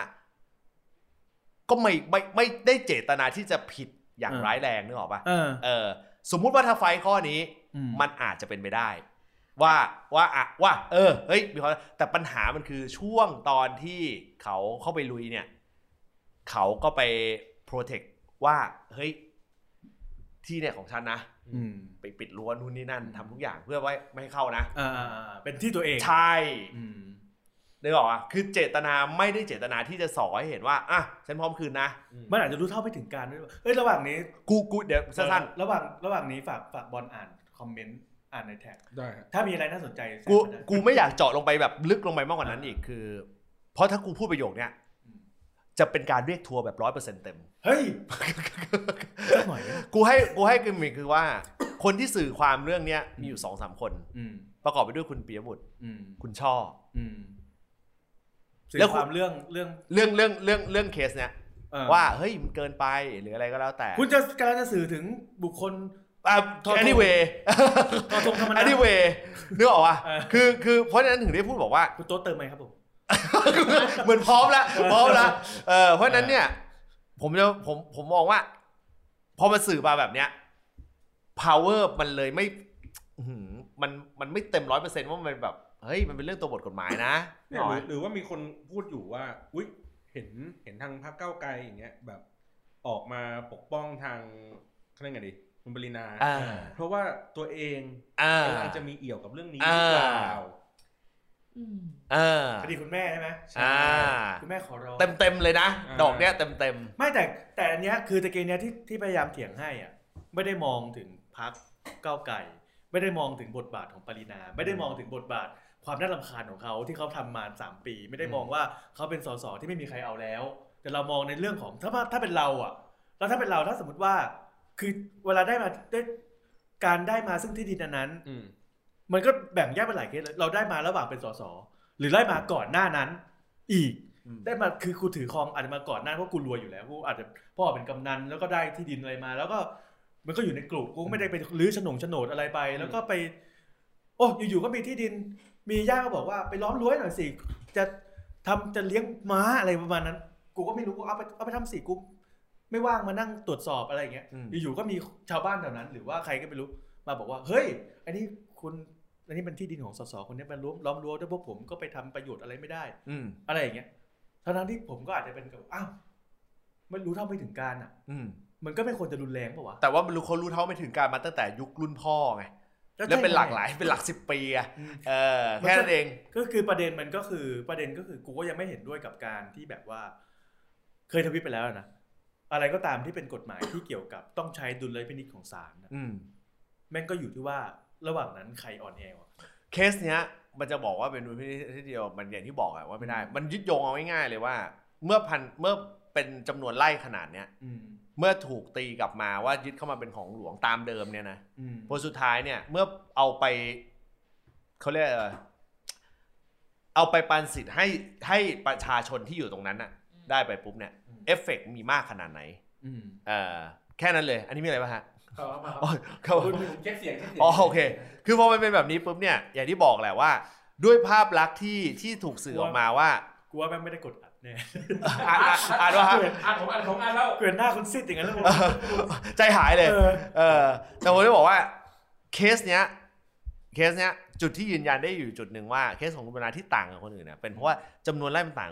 ก็ไม่ไม่ไม่ได้เจตนาที่จะผิดอย่างร้ายแรงนึกออกปะ เออ เออ สมมุติว่าถ้าไฟข้อนี้ อื มันอาจจะเป็นไปได้ ว่าว่าอะว่า เออเฮ้ยมีความแต่ปัญหามันคือช่วงตอนที่เขาเข้าไปลุยเนี่ย เขาก็ไปโปรเทคว่า เฮ้ย ที่เนี่ยของฉันนะ อืม ไปปิดรั้วนู่นนี่นั่นทำทุกอย่างเพื่อไว้ไม่ให้เข้านะ อ่าอ่าอ่าเป็นที่ตัวเอง ใช่ อืม นึกออกอ่ะคือเจตนาไม่ได้เจตนาที่จะสอให้เห็นว่าอ่ะฉันพร้อมคืนนะ มันอาจจะรู้เท่าไม่ถึงการด้วยว่าเอ้ยระหว่างนี้ กูกูเดี๋ยวสั้น เออระหว่างระหว่างนี้ฝากฝากบอลอ่านคอมเมนต์อ่านในแท็ก ได้ฮะ ถ้ามีอะไรน่าสนใจ ๆกู แซะมาได้ กูไม่อยากเจาะลงไปแบบลึกลงไปมากกว่านั้นอีกคือ เพราะถ้ากูพูดประโยคเนี้ย อืม จะเป็นการเรียกทัวร์แบบร้อยเปอร์เซ็นต์เต็ม เฮ้ยสักหน่อยไหม กูให้กูให้กิมมิคคือว่า คนที่สื่อความเรื่องเนี้ยมีอยู่สองสามคน อืม ประกอบไปด้วยคุณปียบุตร อืม คุณช่อ อืมสื่ แล้ว อ คุ ค ณ วามเรื่องเรื่อง เรื่องเรื่องเรื่องเรื่องเคสเนี้ย เอ่อ ว่าเฮ้ยมันเกินไปหรืออะไรก็แล้วแต่ คุณจะกำลังจะสื่อถึงบุคคล อ่า โทษ anyway ทอทงธรรมนัฐ anyway นึกออกป่ะ เออ คือคือเพราะฉะนั้นถึงได้พูดบอกว่า คุณโต๊ะเติมไหมครับผม เหมือนพร้อมแล้วพร้อมแล้วเออเพราะฉะนั้นเนี่ย ผมจะผมผมมองว่า พอมันสื่อมาแบบเนี้ย power มันเลยไม่อื้อหือมันมันไม่เต็มร้อยเปอร์เซ็นต์ว่ามันแบบเฮ้ยมันเป็นเรื่องตัวบทกฎหมายนะ เนี่ยหรือหรือว่ามีคนพูดอยู่ว่า อุ้ยเห็นเห็นทางพรรคเก้าวไกลอย่างเงี้ยแบบออกมาปกป้องทางเขาเรียกไงดีคุณปรินา อ่า เพราะว่าตัวเอง อ่าก ำลังจะมีเอี่ยวกับเรื่องนี้หรือเปล่า อืม อ่า คดีคุณแม่ใช่ไหม อ่า คุณแม่ขอร้อง เต็มเต็มๆเลยนะ อ่า ดอกเนี้ยเต็มเต็ม ไม่แต่แต่อันเนี้ยคือตะเกียงเนี้ยที่ที่พยายามเถียงให้อ่ะ ไม่ได้มองถึงพักก้าวไก่ ไม่ได้มองถึงบทบาทของปรินา ไม่ได้มองถึงบทบาทความน่ารำคาญของเขาที่เขาทำมาสามปี ไม่ได้มองว่าเขาเป็นสสที่ไม่มีใครเอาแล้ว แต่เรามองในเรื่องของถ้าว่าถ้าเป็นเราอ่ะ แล้วถ้าเป็นเราถ้าสมมติว่าคือเวลาได้มาได้การได้มาซึ่งที่ดินอันนั้น อืม มันก็แบ่งแยกเป็นหลายเคสเลยเราได้มาระหว่างเป็นสสหรือได้มาก่อนหน้านั้น อีก ได้มาคือกูถือครองอาจจะมาก่อนหน้าเพราะกูรวยอยู่แล้วกูอาจจะพ่อเป็นกำนันแล้วก็ได้ที่ดินอะไรมา แล้วก็มันก็อยู่ในกลุ่มกูก็ไม่ได้ไปรื้อโฉนงโฉนดอะไรไป แล้วก็ไป โอ้อยู่ๆก็มีที่ดิน มีย่าก็บอกว่าไปล้อมรั้วหน่อยสิจะทำจะเลี้ยงม้าอะไรประมาณนั้น กูก็ไม่รู้กูเอาไปเอาไปทำสิกูไม่ว่างมานั่งตรวจสอบอะไรอย่างเงี้ย อืม อยู่ๆก็มีชาวบ้านแถวนั้น หรือว่าใครก็ไม่รู้มาบอกว่า เฮ้ยอันนี้คุณอันนี้เป็นที่ดินของสสคนนี้มันล้อมล้อมรั้วด้วยพวกผมก็ไปทำประโยชน์อะไรไม่ได้ อืม อะไรอย่างเงี้ยทั้งๆที่ผมก็อาจจะเป็นกับอ้าวไม่รู้เท่าไม่ถึงการอ่ะ อืม มันก็ไม่ควรจะรุนแรงป่าวะ แต่ว่ามันรู้เขารู้เท่าไม่ถึงการมาตั้งแต่ยุครุ่นพ่อไงแล้วเป็นหลากหลายเป็นหลักสิบปีอะ อืม เออแค่นั้นเอง ก็คือประเด็นมันก็คือประเด็นก็คือกูก็ยังไม่เห็นด้วยกับการที่แบบว่า เคยทวิตไปแล้วนะอะไรก็ตามที่เป็นกฎหมายที่เกี่ยวกับต้องใช้ดุลยพินิจของศาลน่ะ อืม แม่งก็อยู่ที่ว่าระหว่างนั้นใครอ่อนแอกว่า เคสเนี้ยมันจะบอกว่าเป็นพินิจที่เดียวมันอย่างที่บอกอะว่าไม่ได้ มันยึดโยงเอาง่ายๆเลยว่า เมื่อพันเมื่อเป็นจำนวนไร่ขนาดเนี้ย อืม เมื่อถูกตีกลับมาว่ายึดเข้ามาเป็นของหลวงตามเดิมเนี่ยนะ อืม ผลสุดท้ายเนี่ยเมื่อเอาไปเขาเรียกอะไรเอาไปปันสิทธิ์ให้ให้ประชาชนที่อยู่ตรงนั้นอะได้ไปปุ๊บเนี่ยเอฟเฟกมีมากขนาดไหน อืม เออแค่นั้นเลย อันนี้มีอะไรบ้างฮะ ต่อมาครับ อ๋อครับ คุณผมเช็คเสียงช็คสียง อ๋อโอเค คือพอมันเป็นแบบนี้ปุ๊บเนี่ย อย่างที่บอกแหละว่า ด้วยภาพลักษณ์ที่ที่ถูกสื่อออกมาว่า กูว่าแม่งไม่ได้กดอัดแน่ อ่านอ่านอ่านว่าฮะ อ่านผมอ่านผมอ่านแล้ว เกลียนหน้าคนซิดอย่างนั้นแล้วผม เออใจหายเลย เออ เออ แต่ผมจะบอกว่าเคสเนี้ย เคสเนี้ย จุดที่ยืนยันได้อยู่จุดหนึ่งว่าเคสของคุณบรรณาที่ต่างกับคนอื่นเนี่ยเป็นเพราะว่าจำนวนไร่มันต่าง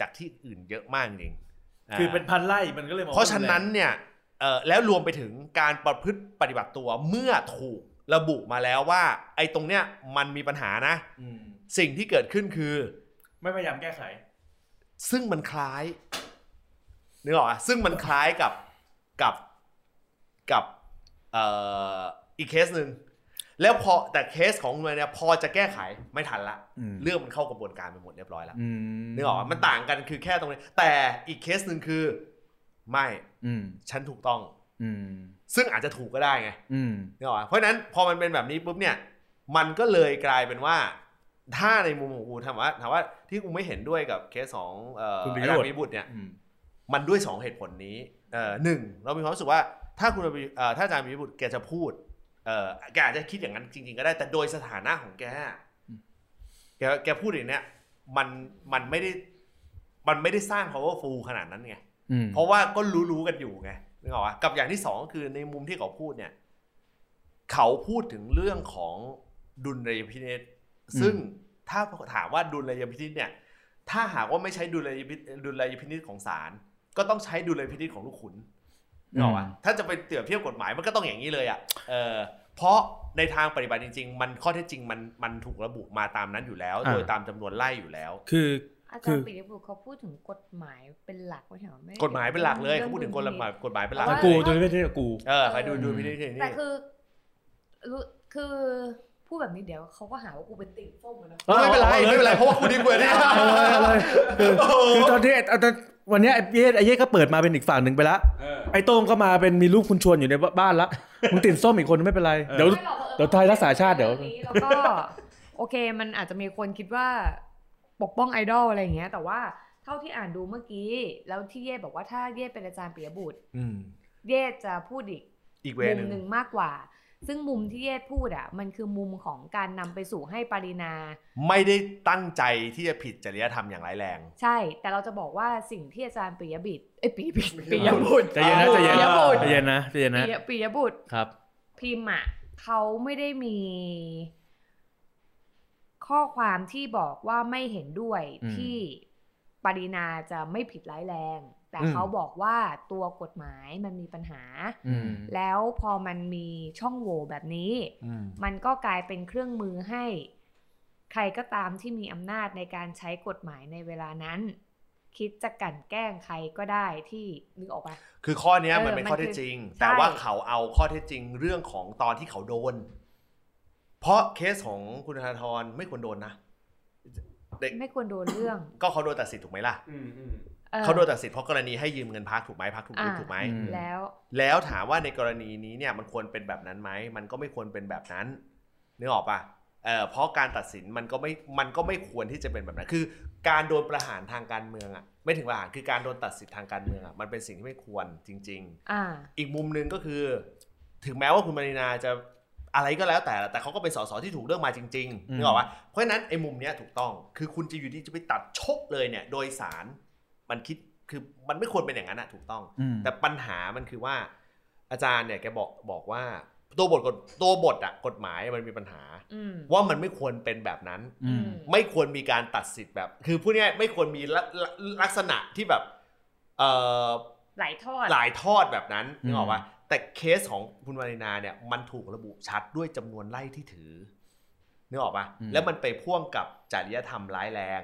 จากที่อื่นเยอะมากจริงๆา คือเป็นพันไร่มันก็เลยมองว่ เพราะฉะนั้นเนี่ยเอ่อแล้วรวมไปถึงการประพฤติปฏิบัติตัวเมื่อถูกระบุมาแล้วว่า ไอ้ตรงเนี้ยมันมีปัญหานะ อืม สิ่งที่เกิดขึ้นคือ ไม่พยายามแก้ไข ซึ่งมันคล้ายนึกออกอ่ะซึ่งมันคล้ายกับกับกับเอ่ออีกเคสหนึ่งแล้วพอแต่เคสของมันเนี่ยพอจะแก้ไขไม่ทันละ อืม เรื่องมันเข้ากระบวนการไปหมดเรียบร้อยแล้ว อื นึกออกอ่ะมันต่างกันคือแค่ตรงนี้แต่อีกเคสหนึ่งคือ ไม่ อืม ฉันถูกต้อง อืม ซึ่งอาจจะถูกก็ได้ไง อืม นึกออกปะเพราะฉะนั้นพอมันเป็นแบบนี้ปุ๊บเนี่ย มันก็เลยกลายเป็นว่า ถ้าในมุมของกูถามว่าถามว่าที่กูไม่เห็นด้วยกับเคสของเอ่อ คุณปิ ไอ้ ยบุตร รามีบุตรเนี่ยมันด้วย 2 เหตุผลนี้เอ่อหนึ่งเรามีความรู้สึกว่าถ้าคุณปิเอ่อถ้าอาจารย์ปิยบุตรแกจะพูดเอ่อแกอาจจะคิดอย่างนั้นจริง ๆ ก็ได้แต่โดยสถานะของแกอะแกแกพูดอย่างเนี้ยมันมันไม่ได้มันไม่ได้สร้าง powerful ขนาดนั้นไง อืม เพราะว่าก็รู้ๆกันอยู่ไงนึกออกปะกับอย่างที่สองคือในมุมที่เขาพูดเนี่ย เขาพูดถึงเรื่องของดุลยพินิษซึ่งถ้าถามว่าดุลยพินิษเนี่ย ถ้าหากว่าไม่ใช้ดุลยพินิจดุลยพินิษของศาลก็ต้องใช้ดุลยพินิษของลูกขุนนึกออกปะถ้าจะไปเปรียบเทียบกฎหมายมันก็ต้องอย่างนี้เลยอ่ะเออเพราะในทางปฏิบัติจริง ๆ มันข้อเท็จจริงมันมันถูกระบุมาตามนั้นอยู่แล้ว โดย อ่า ตามจำนวนไล่อยู่แล้ว คือ อา คื จาร อ ย์ปิยบุตรเขาพูดถึงกฎหมายเป็นหลักไม่ใช่เหรอไม่ได้ กฎหมายเป็นหลักเลยเขาพูดถึงกฎ รื่อง หมาย ดุลพิกนิจฎหมายเป็นหลัก แต่ กู เลย ตัวนี้ไม่ใช่กู เออใครดูดูพี่นี่นี่ แต่คือรู้คือพูดแบบนี้เดี๋ยวเขาก็หาว่ากูเป็นติ่งส้มอะนะ เออ ไม่เป็นไร เอาเลย ไม่เป็นไรเพราะว่าคุณดีกว่าเนี่ย คือคือตอนนี้ไอ้ตอนนั้นวันเนี้ยไอ้เยสไอ้เยสก็เปิดมาเป็นอีกฝั่งหนึ่งไปละ เออ ไอ้โต้งก็มาเป็นมีลูกคุณชวนอยู่ในบ้านละ มึงติดส้มอีกคนไม่เป็นไร เดี๋ยว ไม่หรอกออ เดี๋ยวไทยรักษาชาติเดี๋ยว แล้วก็ โอเคมันอาจจะมีคนคิดว่าปกป้องไอดอลอะไรอย่างเงี้ย แต่ว่าเท่าที่อ่านดูเมื่อกี้ แล้วที่เย่บอกว่าถ้าเย่เป็นอาจารย์ปิยบุตร เย่จะพูดอีก อีกเว มุม นึง หนึ่งมากกว่า ซึ่งมุมที่เย่พูดอ่ะ มันคือมุมของการนำไปสู่ให้ปรินา ไม่ได้ตั้งใจที่จะผิดจริยธรรมอย่างร้ายแรง ใช่ แต่เราจะบอกว่าสิ่งที่อาจารย์ปิยบิตรเอ้ยปิยบิตรปิยบุตร ใจเย็นนะใจเย็น ปิยบุตร ใจเย็นนะใจเย็นนะ ปิยปิยบุตร ครับ พิมพ์อ่ะเขาไม่ได้มี ข้อความที่บอกว่าไม่เห็นด้วย อืม ที่ปรินาจะไม่ผิดร้ายแรง แต่ อืม เขาบอกว่าตัวกฎหมายมันมีปัญหา อืม แล้วพอมันมีช่องโหว่แบบนี้ มันก็กลายเป็นเครื่องมือให้ ใครก็ตามที่มีอำนาจในการใช้กฎหมายในเวลานั้น คิดจะกลั่นแกล้งใครก็ได้ที่นึกออกปะ คือข้อเนี้ยมัน เออ เป็น มัน ข้อเท็จจริง คือ แต่ ใช่ ว่าเขาเอาข้อเท็จจริงเรื่องของตอนที่เขาโดน เพราะเคสของคุณธนาธรไม่ควรโดนนะเด็ก ไม่ควรโดนเรื่อง ก็เขาโดนตัดสิทธิ์ถูกไหมล่ะ อืมอืม ออ เขาโดนตัดสิทธิ์เพราะกรณีให้ยืมเงินพักถูกไหมพักถูกยืม อ่า ถูกไหม อืม แล้ว แล้วถามว่าในกรณีนี้เนี่ยมันควรเป็นแบบนั้นไหมมันก็ไม่ควรเป็นแบบนั้นนึกออกปะเออเพราะการตัดสินมันก็ไม่มันก็ไม่ควรที่จะเป็นแบบนั้น คือ การโดนประหารทางการเมืองอ่ะไม่ถึงประหารคือการโดนตัดสิทธิ์ทางการเมืองอ่ะมันเป็นสิ่งที่ไม่ควรจริง ๆ อ่า อีกมุมหนึ่งก็คือ ถึงแม้ว่าคุณมารินาจะอะไรก็แล้วแต่แต่เขาก็เป็นสสที่ถูกเลือกมาจริงๆ อืม นึกออกปะเพราะฉะนั้นไอ้มุมเนี้ยถูกต้อง คือคุณจะอยู่ที่จะไปตัดชกเลยเนี่ย โดยสารมันคิดคือมันไม่ควรเป็นอย่างนั้นอะถูกต้อง อืม แต่ปัญหามันคือว่า อาจารย์เนี่ยแกบอกบอกว่าตัวบทกฎตัวบทอะกฎหมายมันมีปัญหา อืม ว่ามันไม่ควรเป็นแบบนั้น อืม ไม่ควรมีการตัดสิทธิ์แบบ คือพูดง่ายๆไม่ควรมีละละลักษณะที่แบบเอ่อ หลายทอด หลายทอดแบบนั้น อืม นึกออกปะแต่เคสของคุณวารินาเนี่ยมันถูกระบุชัดด้วยจำนวนไล่ที่ถือนึกออกปะแล้วมันไปพ่วงกับจริยธรรมร้ายแรง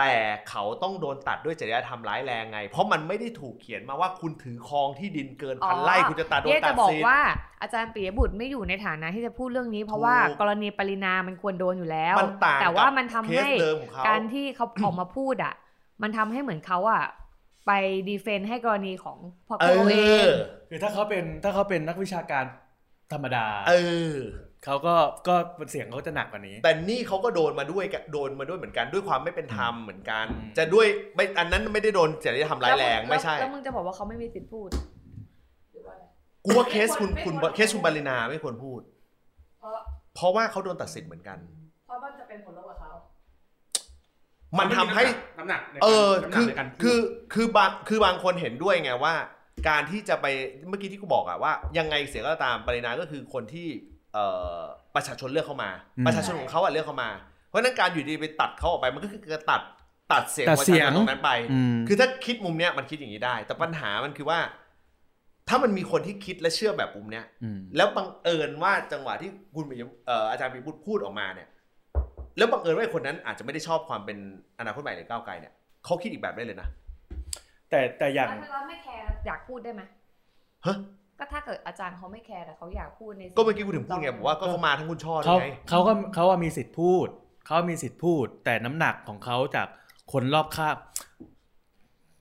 แต่เขาต้องโดนตัดด้วยจริยธรรมร้ายแรงไง เพราะมันไม่ได้ถูกเขียนมาว่าคุณถือครองที่ดินเกินพัน อ๋อ ไร่คุณจะตัดโดนเรียก ตั จะ ด บอก สิทธิ์ ว่าอาจารย์ปิยบุตรไม่อยู่ในฐานะที่จะพูดเรื่องนี้ เพราะว่า ถูก กรณีปรินามันควรโดนอยู่แล้ว มันต่างกับ แต่ว่ามันทำให้ เคสเดิมของเขา การที่เขา ออกมาพูดอ่ะ มันทำให้เหมือนเขาอ่ะไปดีเฟนต์ให้กรณีของพอ เอ โกเอง อ คือถ้าเขาเป็นถ้าเขาเป็นนักวิชาการธรรมดา เออ เขาก็ก็เสียงเขาจะหนักกว่านี้ แต่นี่เขาก็โดนมาด้วยกันโดนมาด้วยเหมือนกันด้วยความไม่เป็นธรรมเหมือนกัน อืม จะด้วยไม่อันนั้นไม่ได้โดนจริยธรรมร้ายแรงไม่ใช่ แล้วแล้วมึงจะบอกว่าเขาไม่มีสิทธิ์พูด กูว่าเคสคุณคุณเคสคุณบาลินาไม่ควรพูด เพราะ เพราะว่าเขาโดนตัดสิทธิ์เหมือนกัน เพราะมันจะเป็นผลลบกับเขา มันทำให้ น้ำหนักในการ เออ น้ำหนั คื ก อ ในการพูด คือ คือบาง คือบางคนเห็นด้วยไงว่า การที่จะไป เมื่อกี้ที่กูบอกอะว่า ยังไงเสียก็ตาม ปรินาก็คือคนที่ เอ่อ ประชาชนเลือกเข้ามา อืม ประชาชนของเขาอะเลือกเข้ามา เพราะฉะนั้นการอยู่ดีไปตัดเขาออกไป มันก็คือการตัด ตัดเสียง แต่ ประ เสี ชาย ช ง นตรงนั้นไป ม คือถ้าคิดมุมเนี้ยมันคิดอย่างนี้ได้ แต่ปัญหามันคือว่า ถ้ามันมีคนที่คิดและเชื่อแบบมุมเนี้ย แล้วบังเอิญว่าจังหวะที่คุณปิยะเอ่ออาจารย์ปิยบุตรพูดออกมาเนี่ย แล้วบังเอิญว่าไอ้คนนั้นอาจจะไม่ได้ชอบความเป็นอนาคตใหม่หรือก้าวไกลเนี่ยเขาคิดอีกแบบได้เลยนะ แต่แต่อย่าง แล้วถ้าเราไม่แคร์อยากพูดได้ไหม ฮะ ก็ถ้าเกิดอาจารย์เขาไม่แคร์แต่เขาอยากพูดในสิ่ ก็เมื่อกี้กูถึงพูดไงบอกว่าก็เขามาทั้งคุณช่อด้ เขา วยไง เขาก็เขาว่ามีสิทธิ์พูด เขามีสิทธิ์พูด แต่น้ำหนักของเขาจากคนรอบข้าง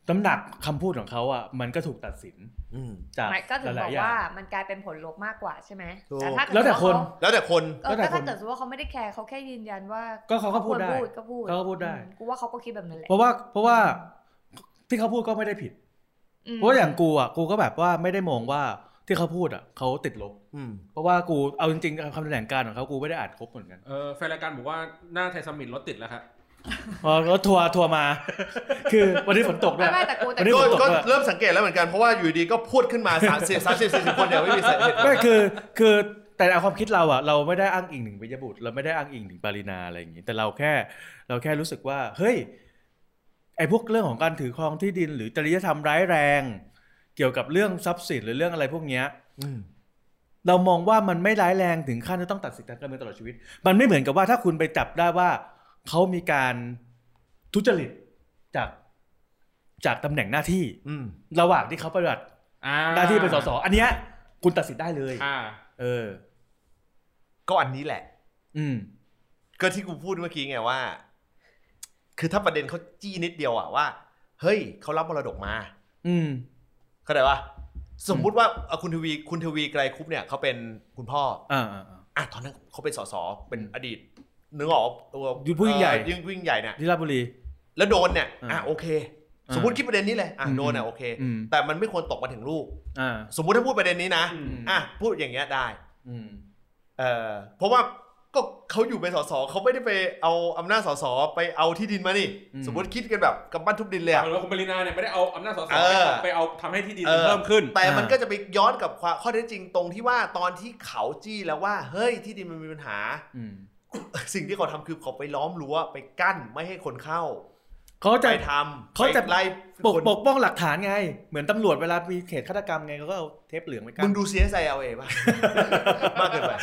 น้ำหนักคำพูดของเขาอ่ะมันก็ถูกตัดสิน อืม จาก หมายก็ถึง ห บ ลา อย ก ๆอย่า ว่าง มันกลายเป็นผลลบมากกว่าใช่ไหม ถูก ถ้าเกิด แล้วแต่คน แล้วแต่คน เขา แล้วแต่ ก็ คน ถ้าเกิดสมมติว่าเขาไม่ได้แคร์เขาแค่ยืนยันว่า ก็เขาก็พูดได้ ควรก็พูด เขาก็พูดได้ อืมกูว่าเขาก็คิดแบบนั้นแหละ เพราะว่าเพราะว่าที่เขาพูดก็ไม่ได้ผิด ม เพราะว่าอย่างกูอ่ะกูก็แบบว่าไม่ได้มองว่าที่เขาพูดอ่ะเขาติดลบ อืม เพราะว่ากูเอาจริงๆคำแถลงการณ์ของเขากูไม่ได้อ่านครบเหมือน กัน เออแฟนรายการบอกว่าหน้าไทยสมิธรถติดแล้วครับ เพอรถทัวร์ทัวร์มา คือวันนี้ฝนตกด้ว ไม่ ย ไม่แต่กูแต่ วันนี้ กู ก็ ผมตก ก็ ด้วย เริ่มสังเกตแล้วเหมือนกันเพราะว่าอยู่ดีก็พูดขึ้นมาสามสิบสามสิบสี่สิบคนเดียวไม่มีสาเหตุ ไม่คือคือแต่เอาความคิดเราอะเราไม่ได้อ้างอิงถึงวิยบุตรเราไม่ได้อ้างอิงถึงปารินาอะไรอย่างนี้ แต่เราแค่เราแค่รู้สึกว่า เฮ้ยไอ้พวกเรื่องของการถือครองที่ดิน หรือจริยธรรมร้ายแรง เกี่ยวกับเรื่องทรัพย์สินหรือเรื่องอะไรพวกเนี้ย อืม เรามองว่ามันไม่ร้ายแรงถึงขั้นจะต้องตัดสิทธิ์ทางการเมืองตลอดชีวิต มันไม่เหมือนกับว่าถ้าคุณไปจับได้ว่าเขามีการทุจริตจากจากตำแหน่งหน้าที่ อืม ระหว่างที่เขาปฏิบัติ อ่า หน้าที่เป็นสสอันเนี้ยคุณตัดสิทธิ์ได้เลย อ่า เออ ก็อันนี้แหละ อืม ก็ที่กูพูดเมื่อกี้ไงว่า คือถ้าประเด็นเขาจี้นิดเดียวอะว่า เฮ้ยเขารับมรดกมา อืม เข้าใจปะสมมุติว่าเอ่อคุณทวีคุณทวีไกรคุปเนี่ยเขาเป็นคุณพ่อ อ่า อ่ะตอนนั้นเขาเป็นสสเป็นอดีตนึกออกปะตัว ยุทธผู้ยิ่งใหญ่ เอ่อยิ่งยิ่งใหญ่เนี่ย ที่ราชบุรี แล้วโดนเนี่ยอ่ะ อ่า โอเค อ่า สมมติคิดประเด็นนี้เลยอ่ะ อืม โดนอ่ะโอเค อืม แต่มันไม่ควรตกมาถึงลูก อ่า สมมุติถ้าพูดประเด็นนี้นะ อืม อ่ะพูดอย่างเงี้ยได้ อืม เออเพราะว่าก็เขาอยู่เป็นสสเขาไม่ได้ไปเอาอำนาจสสไปเอาที่ดินมานี่ อืม สมมติคิดกันแบบกำปั้นทุบดินเลย แต่ อะ ว่าคุณปรินาเนี่ยไม่ได้เอาอำนาจสส เออ ไปเอาทำให้ที่ดินมันเพิ่มขึ้น แต่มัน อ่า ก็จะไปย้อนกับความข้อเท็จจริงตรงที่ว่าตอนที่เขาจี้แล้วว่า เฮ้ยที่ดินมันมีปัญหา อืม สิ่งที่เขาทำคือเขาไปล้อมรั้วไปกั้นไม่ให้คนเข้า เขาจะ ไปทำ เขาจะ ไปไล่ ปก คน ปกป้องหลักฐานไง เหมือนตำรวจเวลามีเหตุฆาตกรรมไงเขาก็เอาเทปเหลืองไปกั มึ น งดู CSI LA ป่ะ มากเกินไป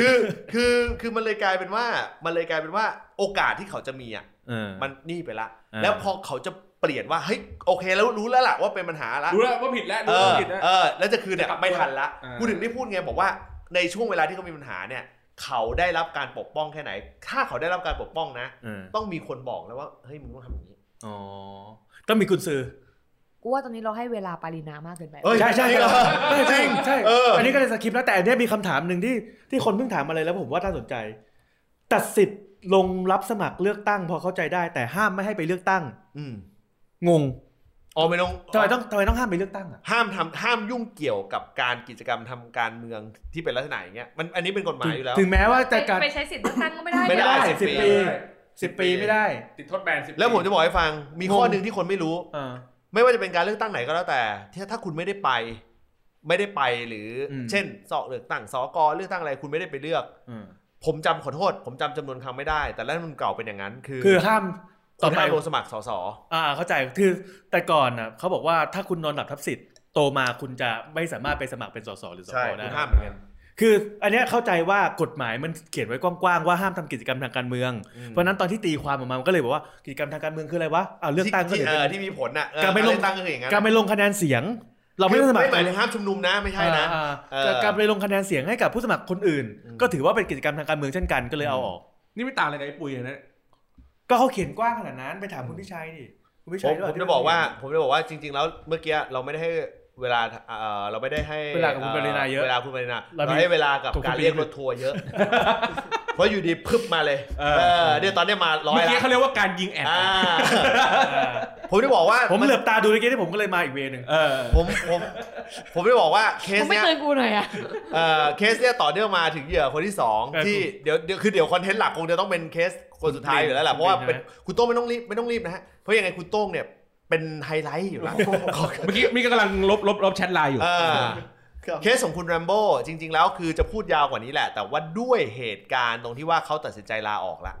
คือคือคือมันเลยกลายเป็นว่า มันเลยกลายเป็นว่าโอกาสที่เขาจะมีอ่ะ เออ มันนี่ไปละ อ่า แล้วพอเขาจะเปลี่ยนว่าเฮ้ยโอเคแล้วรู้แล้วล่ะว่าเป็นปัญหาละ รู้แล้วว่าผิดแล้ว เอ รู้อแล้วว่าผิดแล้ว เออแล้วจะคืนเนี่ย จะกลับ ไม่ทันละ อ่ากู กูถึงได้พูดไงบอกว่าในช่วงเวลาที่เขามีปัญหาเนี่ย เขาได้รับการปกป้องแค่ไหน ถ้าเขาได้รับการปกป้องนะ เออ ต้องมีคนบอกแล้วว่าเฮ้ยมึงต้องทำอย่างนี้ อ๋อต้องมีกุญซือ กูว่าตอนนี้เราให้เวลาปารินามากเกินไป เอ้ย ใช่ใช่ จริงเหรอ ใช่ใช่ใช่ เอออั อันนี้ก็เลยสคริปต์นะแต่อันเนี้ยมีคำถามหนึ่งที่ที่คนเพิ่งถามมาเลยแล้วผมว่าน่าสนใจ ตัดสิทธิ์ ลงรับสมัครเลือกตั้ง พอเข้าใจได้ แต่ห้ามไม่ให้ไปเลือกตั้ง อืม งง อ๋อไม่ต้อง ทำไมต้องทำไมต้องห้ามไปเลือกตั้งอ่ะ ห้ามทำห้ามยุ่งเกี่ยวกับการกิจกรรมทำการเมืองที่เป็นลักษณะอย่างเงี้ยมันอันนี้เป็นกฎหมายอยู่แล้ว ถึงแม้ว่าจะการ ไปใช้สิทธิ์เลือกตั้งก็ไม่ได้ ไม่ได้ เหรอ สิบ 10ปี ปีสิบปีไม่ได้ ติดโทษแบนสิบ แล้วผมจะบอกให้ฟังมีข้อหนึ่งที่คนไม่รู้ เออ ไม่ว่าจะเป็นการเลือกตั้งไหนก็แล้วแต่ถ้าถ้าคุณไม่ได้ไป ไม่ได้ไปหรืออ ม เช่นสอบเลือกตั้งสกเลือกตั้งอะไรคุณไม่ได้ไปเลือก เออ ผมจำขอโทษ ผมจำจำนวนครั้งไม่ได้ แต่รัฐธรรมนูญเก่าเป็นอย่างนั้น คือ คือห้าม ตอนมาลงสมัครสส อ่าเข้าใจคือแต่ก่อนอ่ะเขาบอกว่าถ้าคุณนอนหลับทับสิทธิ์โตมาคุณจะไม่สามารถไปสมัครเป็นสสหรือส ใช่ ว คุ ได้ ณห้ามเหมือนกัน คืออันเนี้ยเข้าใจว่ากฎหมายมันเขียนไว้กว้างๆว่าห้ามทำกิจกรรมทางการเมือง อืม เพราะฉะนั้นตอนที่ตีความออกมามันก็เลยบอกว่ากิจกรรมทางการเมืองคืออะไรวะอ่าเลือกตั้งก็ ที่ เดี๋ยว เอ ไป อที่มีผลน่ะเออ การไปลง เลือกตั้งก็คืออย่างนั้น การไปลงคะแนนเสียง เราไม่ต้องสมัคร ไม่หมายถึงห้ามชุมนุมนะไม่ใช่นะ อ่า เออ แต่การไปลงคะแนนเสียงให้กับผู้สมัครคนอื่น อืม ก็ถือว่าเป็นกิจกรรมทางการเมืองเช่นกันก็เลยเอาออก นี่ไม่ต่างอะไรกับไอ้ปุ๋ยนะ ก็เขาเขียนกว้างขนาดนั้นไปถามคุณพิชัยดิคุณพิ ผ ชั ม ยด้วย ผมจะบอกว่า ผมจะบอกว่าจริง ๆ แล้วเมื่อกี้เราไม่ได้ให้เวลาเออเราไม่ได้ให้ เวลากับคุณปรินาเยอะ เวลาคุณปรินา เรา เรา มี ให้เวลากับ กับคุณ การ ปรินา เรียกรถทัวร์เยอะ เพราะอยู่ดีพึบมาเลย เออ เออเนี่ยตอนเนี้ยมาร้อย เมื่อกี้ ละ เขาเรียกว่าการยิงแอด อ่า เออ ผมจะบอกว่า ผมเหลือบตาดูเมื่อกี้ที่ผมก็เลยมาอีกเวย์หนึ่ง เออ ผมผมผมจะบอกว่าเคส มึงไม่ เนี้ย เตือนกูหน่อยอ่ะ เอ่อเคสเนี่ยต่อเนื่องมาถึงเหยื่อคนที่สองที่เดี๋ยวเดี๋ยวคือเดี๋ยวคอนเทนต์หลักคงจะต้องเป็นเคสคนสุดท้ายอยู่แล้วแหละเพราะว่าเป็นคุณโต้งไม่ต้องรีบไม่ต้องรีบนะฮะเพราะยังไงคุณโต้งเนี่ยเป็นไฮไลท์ อยู่แล้วของ เมื่อ กี้มีกำลังลบลบลบแชทไลน์อยู่ เออเคสของคุณแรมโบ้จริง ๆ แล้วคือจะพูดยาวกว่านี้แหละ แต่ว่าด้วยเหตุการณ์ตรงที่ว่าเขาตัดสินใจลาออกละ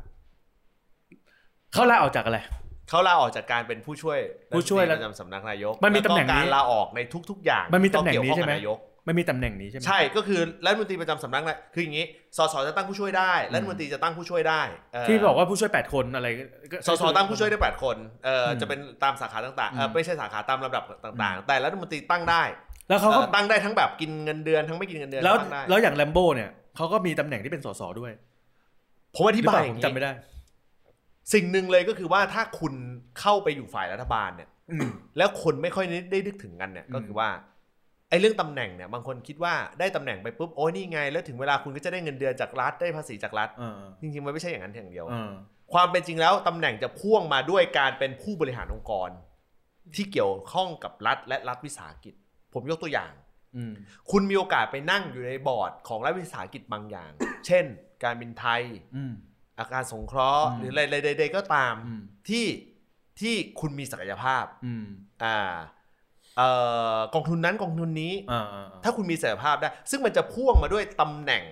เขาลาออกจากอะไร เขาลาออกจากการเป็นผู้ช่วย ผู้ช่วย รัฐมนตรีประจำสำนักนายก มันมีตำแหน่งนี้ ล้วก็การลาออกในทุก ๆ อย่าง มันมีตำแหน่งนี้ ที่ ใช่ไหม เกี่ยวข้องกับนายก ไม่มีตำแหน่งนี้ใช่ไหม ใช่ ก็คือรัฐมนตรีประจำสำนักนายคืออย่างนี้ สสจะตั้งผู้ช่วยได้ รัฐมนตรีจะตั้งผู้ช่วยได้เ ที่บอกว่าผู้ช่วย 8 คนอะไรก็ สสตั้งผู้ช่วยได้ 8 คน เอออ ม จะเป็นตามสาขาต่างๆเออ ม ไม่ใช่สาขาตามลำดับต่างๆ แต่รัฐมนตรีตั้งได้ แล้วเขาก็ เอ่อตั้งได้ทั้งแบบกินเงินเดือนทั้งไม่กินเงินเดือน แล้ว ตั้งได้ แล้วอย่างแลมโบ้เนี่ยเขาก็มีตำแหน่งที่เป็นสสด้วย ผมอธิบายอ หรื ย่า อง เปล่ผมจำไม่ นี้ ได้ สิ่งหนึ่งเลยก็คือว่าถ้าคุณเข้าไปอยู่ฝ่ายรัฐบาลเนี่ย แล้วคนไม่ค่อยได้นึกถึงกันเนี่ย อืม ก็คือว่าไอ้เรื่องตำแหน่งเนี่ย บางคนคิดว่าได้ตำแหน่งไปปุ๊บโอ้ยนี่ไง แล้วถึงเวลาคุณก็จะได้เงินเดือนจากรัฐได้ภาษีจากรัฐ เออ จริงๆมันไม่ใช่อย่างนั้นอย่างเดียว เออ ความเป็นจริงแล้วตำแหน่งจะพ่วงมาด้วยการเป็นผู้บริหารองค์กร ที่เกี่ยวข้องกับรัฐและรัฐวิสาหกิจ ผมยกตัวอย่าง อืม คุณมีโอกาสไปนั่งอยู่ในบอร์ดของรัฐวิสาหกิจบางอย่าง เช่น การบินไทย อืม อาการสงเคราะห์ อืม หรืออะไรใดๆก็ตาม อืม ที่ที่คุณมีศักยภาพ อืม อ่าเอ่อกองทุนนั้นกองทุนนี้ อ่าอ่าอ่า ถ้าคุณมีศักยภาพได้ ซึ่งมันจะพ่วงมาด้วยตำแหน่ง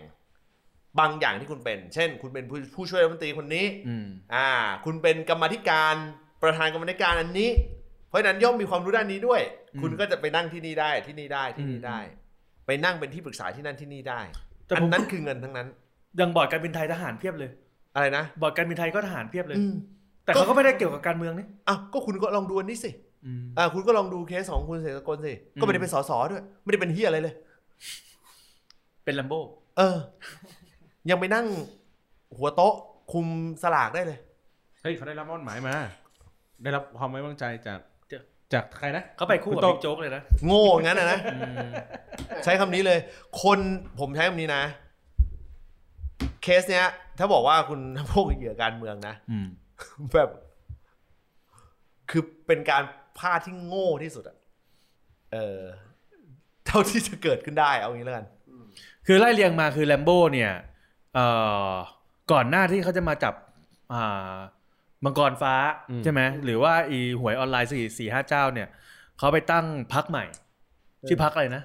บางอย่างที่คุณเป็น เช่น คุณเป็นผู้ผู้ช่วยรัฐมนตรีคนนี้ อืม อ่า คุณเป็นกรรมาธิการประธานกรรมาธิการอันนี้ เพราะฉะนั้นย่อมมีความรู้ด้านนี้ด้วย คุณก็จะไปนั่งที่นี่ได้ที่นี่ได้ที่นี่ได้ ไปนั่งเป็นที่ปรึกษาที่นั่นที่นี่ได้ แต่ อั ผม นนั้นคือเงินทั้งนั้น ยังบอร์ดการบินไทยทหารเพียบเลย อะไรนะ บอร์ดการบินไทยก็ทหารเพียบเลย อืม แต่เขาก็ไม่ได้เกี่ยวกับการเมืองนี่ อ้าวก็คุณก็ลองดูอันนี้สิ อืม อ่าคุณก็ลองดูเคสของคุณเสกสกลสิ อืม ก็ไม่ได้เป็นสสด้วย ไม่ได้เป็นเฮียอะไรเลย เป็นแลมโบ้ เออ ยังไปนั่งหัวโต๊ะคุมสลากได้เลย เฮ้ยเขาได้รับมอบหมายมา ได้รับความไว้วางใจจากจากใครนะ เขาไปคู่กับ คุณโต้ บิ๊กโจ๊กเลยนะ โง่งั้นนะนะ อืม ใช้คำนี้เลย คนผมใช้คำนี้นะ เคสเนี้ย ถ้าบอกว่าคุณ พวกเหยื่อการเมืองนะ อืม แบบ คือเป็นการพลาดที่โง่ที่สุดอะเออ เท่าที่จะเกิดขึ้นได้เอางี้แล้วกัน คือไล่เรียงมาคือแลมโบ้เนี่ยเอ่อก่อนหน้าที่เขาจะมาจับอ่ามังกรฟ้า อืม ใช่ไหมหรือว่าอีหวยออนไลน์สี่สี่ห้าเจ้าเนี่ยเขาไปตั้งพักใหม่ชื่อพักอะไรนะ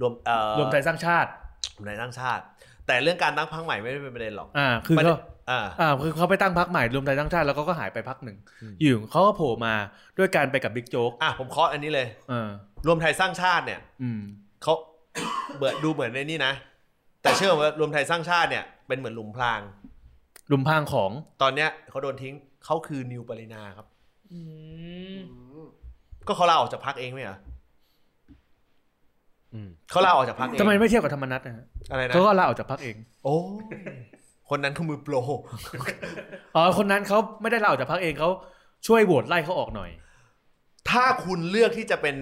รวมเอ่อ รวมไทยสร้างชาติ รวมไทยสร้างชาติ แต่เรื่องการตั้งพรรคใหม่ไม่ได้เป็นประเด็นหรอก อ่า คือ ประเด็ เขา นอ่า อ่า คือเขาไปตั้งพักใหม่ รวมไทยสร้างชาติ แล้วเขาก็หายไปพักหนึ่ง อืม อยู่เขาก็โผล่มาด้วยการไปกับบิ๊กโจ๊ก อ่ะผมเคาะอันนี้เลย เออ รวมไทยสร้างชาติเนี่ย อืม เขา เบื่อดูเหมือนในนี่นะ แต่เชื่อว่ารวมไทยสร้างชาติเนี่ย เป็นเหมือนหลุมพราง ลุมพรางของ ตอนเนี้ยเขาโดนทิ้งเขาคือนิวปรินาครับ อืม ก็เขาลาออกจากพักเองไหมเหรอ อืม เขาลาออกจากพักเอง ทำไมไม่เทียบกับธรรมนัตนะฮะ อะไรนะ เขาก็ลาออกจากพักเอง โอ้ยคนนั้นเขามือโปร อ๋อ คนนั้นเขาไม่ได้ลาออกจากพักเองเขาช่วยโหวตไล่เขาออกหน่อย ถ้าคุณเลือกที่จะเป็น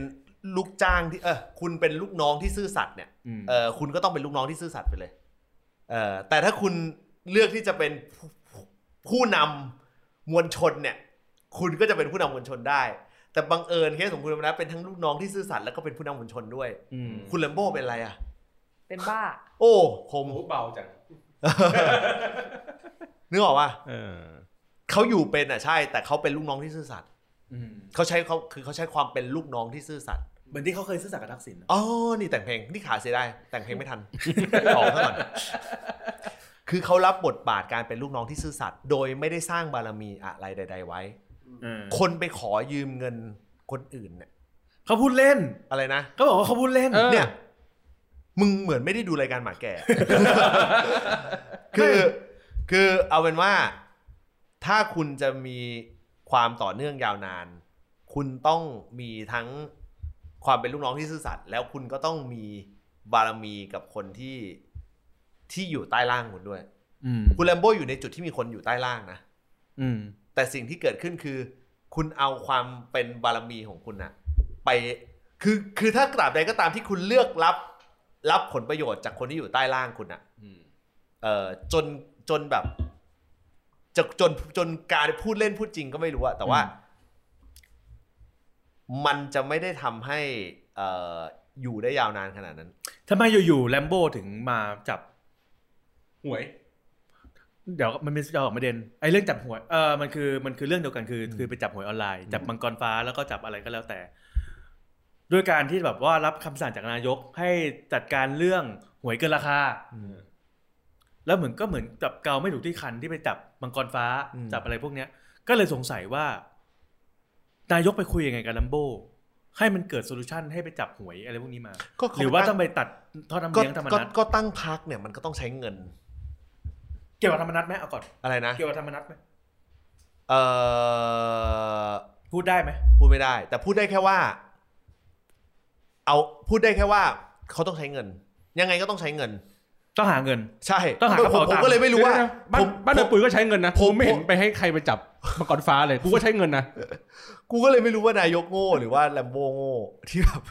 ลูกจ้างที่เออคุณเป็นลูกน้องที่ซื่อสัตย์เนี่ย อืม เออคุณก็ต้องเป็นลูกน้องที่ซื่อสัตย์ไปเลยเออแต่ถ้าคุณ เลือกที่จะเป็นผู้ผู้นำมวลชนเนี่ย คุณก็จะเป็นผู้นำมวลชนได้ แต่บังเอิญเคสของคุณธรรมนัฐเป็นทั้งลูกน้องที่ซื่อสัตย์แล้วก็เป็นผู้นำมวลชนด้วย อืม คุณแลมโบ้เป็นอะไรอ่ะ เป็นบ้า โอ้คม โอ้โหเบาจัง นึกออกป่ะ เออ เขาอยู่เป็นอ่ะใช่ แต่เขาเป็นลูกน้องที่ซื่อสัตย์ อืม เขาใช้เขาคือเขาใช้ความเป็นลูกน้องที่ซื่อสัตย์ เหมือนที่เขาเคยซื้อสัตย์กับทักษิณนะ อ๋อนี่แต่งเพลงนี่ขาเสียดายแต่งเพลงไม่ทัน ออกซะก่อนคือเขารับบทบาทการเป็นลูกน้องที่ซื่อสัตย์โดยไม่ได้สร้างบารมีอะไรใด ๆ ไว้ คนไปขอยืมเงินคนอื่นเนี่ย เขาพูดเล่น อะไรนะ เขาบอกว่าเขาพูดเล่น เออ เนี่ย มึงเหมือนไม่ได้ดูรายการหมาแก่ คือ คือเอาเป็นว่า ถ้าคุณจะมีความต่อเนื่องยาวนาน คุณต้องมีทั้งความเป็นลูกน้องที่ซื่อสัตย์แล้วคุณก็ต้องมีบารมีกับคนที่ที่อยู่ใต้ล่างคุณด้วย อืม คุณแลมโบอยู่ในจุดที่มีคนอยู่ใต้ล่างนะ อืม แต่สิ่งที่เกิดขึ้นคือ คุณเอาความเป็นบารมีของคุณนะไปคือคือถ้ากราบใดก็ตามที่คุณเลือกรับ รับผลประโยชน์จากคนที่อยู่ใต้ล่างคุณนะเอ่อจนจนแบบจะจนจนการพูดเล่นพูดจริงก็ไม่รู้อะแต่ว่า มันจะไม่ได้ทำให้เอ่ออยู่ได้ยาวนานขนาดนั้น ทำไมอยู่ๆแลมโบ้ถึงมาจับ หวย เดี๋ยวมันเป็นจะออกประเด็นไอ้เรื่องจับหวยเออมันคือมันคือเรื่องเดียวกันคือ อืม คือไปจับหวยออนไลน์จับมังกรฟ้าแล้วก็จับอะไรก็แล้วแต่ ด้วยการที่แบบว่ารับคำสั่งจากนายกให้จัดการเรื่องหวยเกินราคา แล้วเหมือนก็เหมือนจับเกาไม่ถูกที่คันที่ไปจับมังกรฟ้า อืม จับอะไรพวกเนี้ย ก็เลยสงสัยว่า นายกไปคุยยังไงกับลัมโบให้มันเกิดโซลูชันให้ไปจับหวยอะไรพวกนี้มา ก็เข หรือว่า ตั้ ต้องไปตัดท่อน้ำ ก็ เลี้ยงธรรม ก็ นัต ก็ตั้งพักเนี่ยมันก็ต้องใช้เงิน เกี่ยวกับธรรมนัตไหมเอาก่อน อะไรนะ เกี่ยวกับธรรมนัตไหม เอ่อ พูดได้ไหม พูดไม่ได้ แต่พูดได้แค่ว่า เอาพูดได้แค่ว่าเขาต้องใช้เงิน ยังไงก็ต้องใช้เงิน ต้องหาเงิน ใช่ ต้องหา ผม กระเป๋า ผม ตังค์ ก็เลยไม่รู้ว่า เดี๋ยวนะบ้าน ผม บ้าน ผ เดิ ม นปุ๋ยก็ใช้เงินนะ ผ ผม มไม่เห็นไปให้ใครไปจับมังกรฟ้าเลยกูก็ใช้เงินนะ กูก็เลยไม่รู้ว่านายกโง่หรือว่าแลมโบโง่ที่แบบ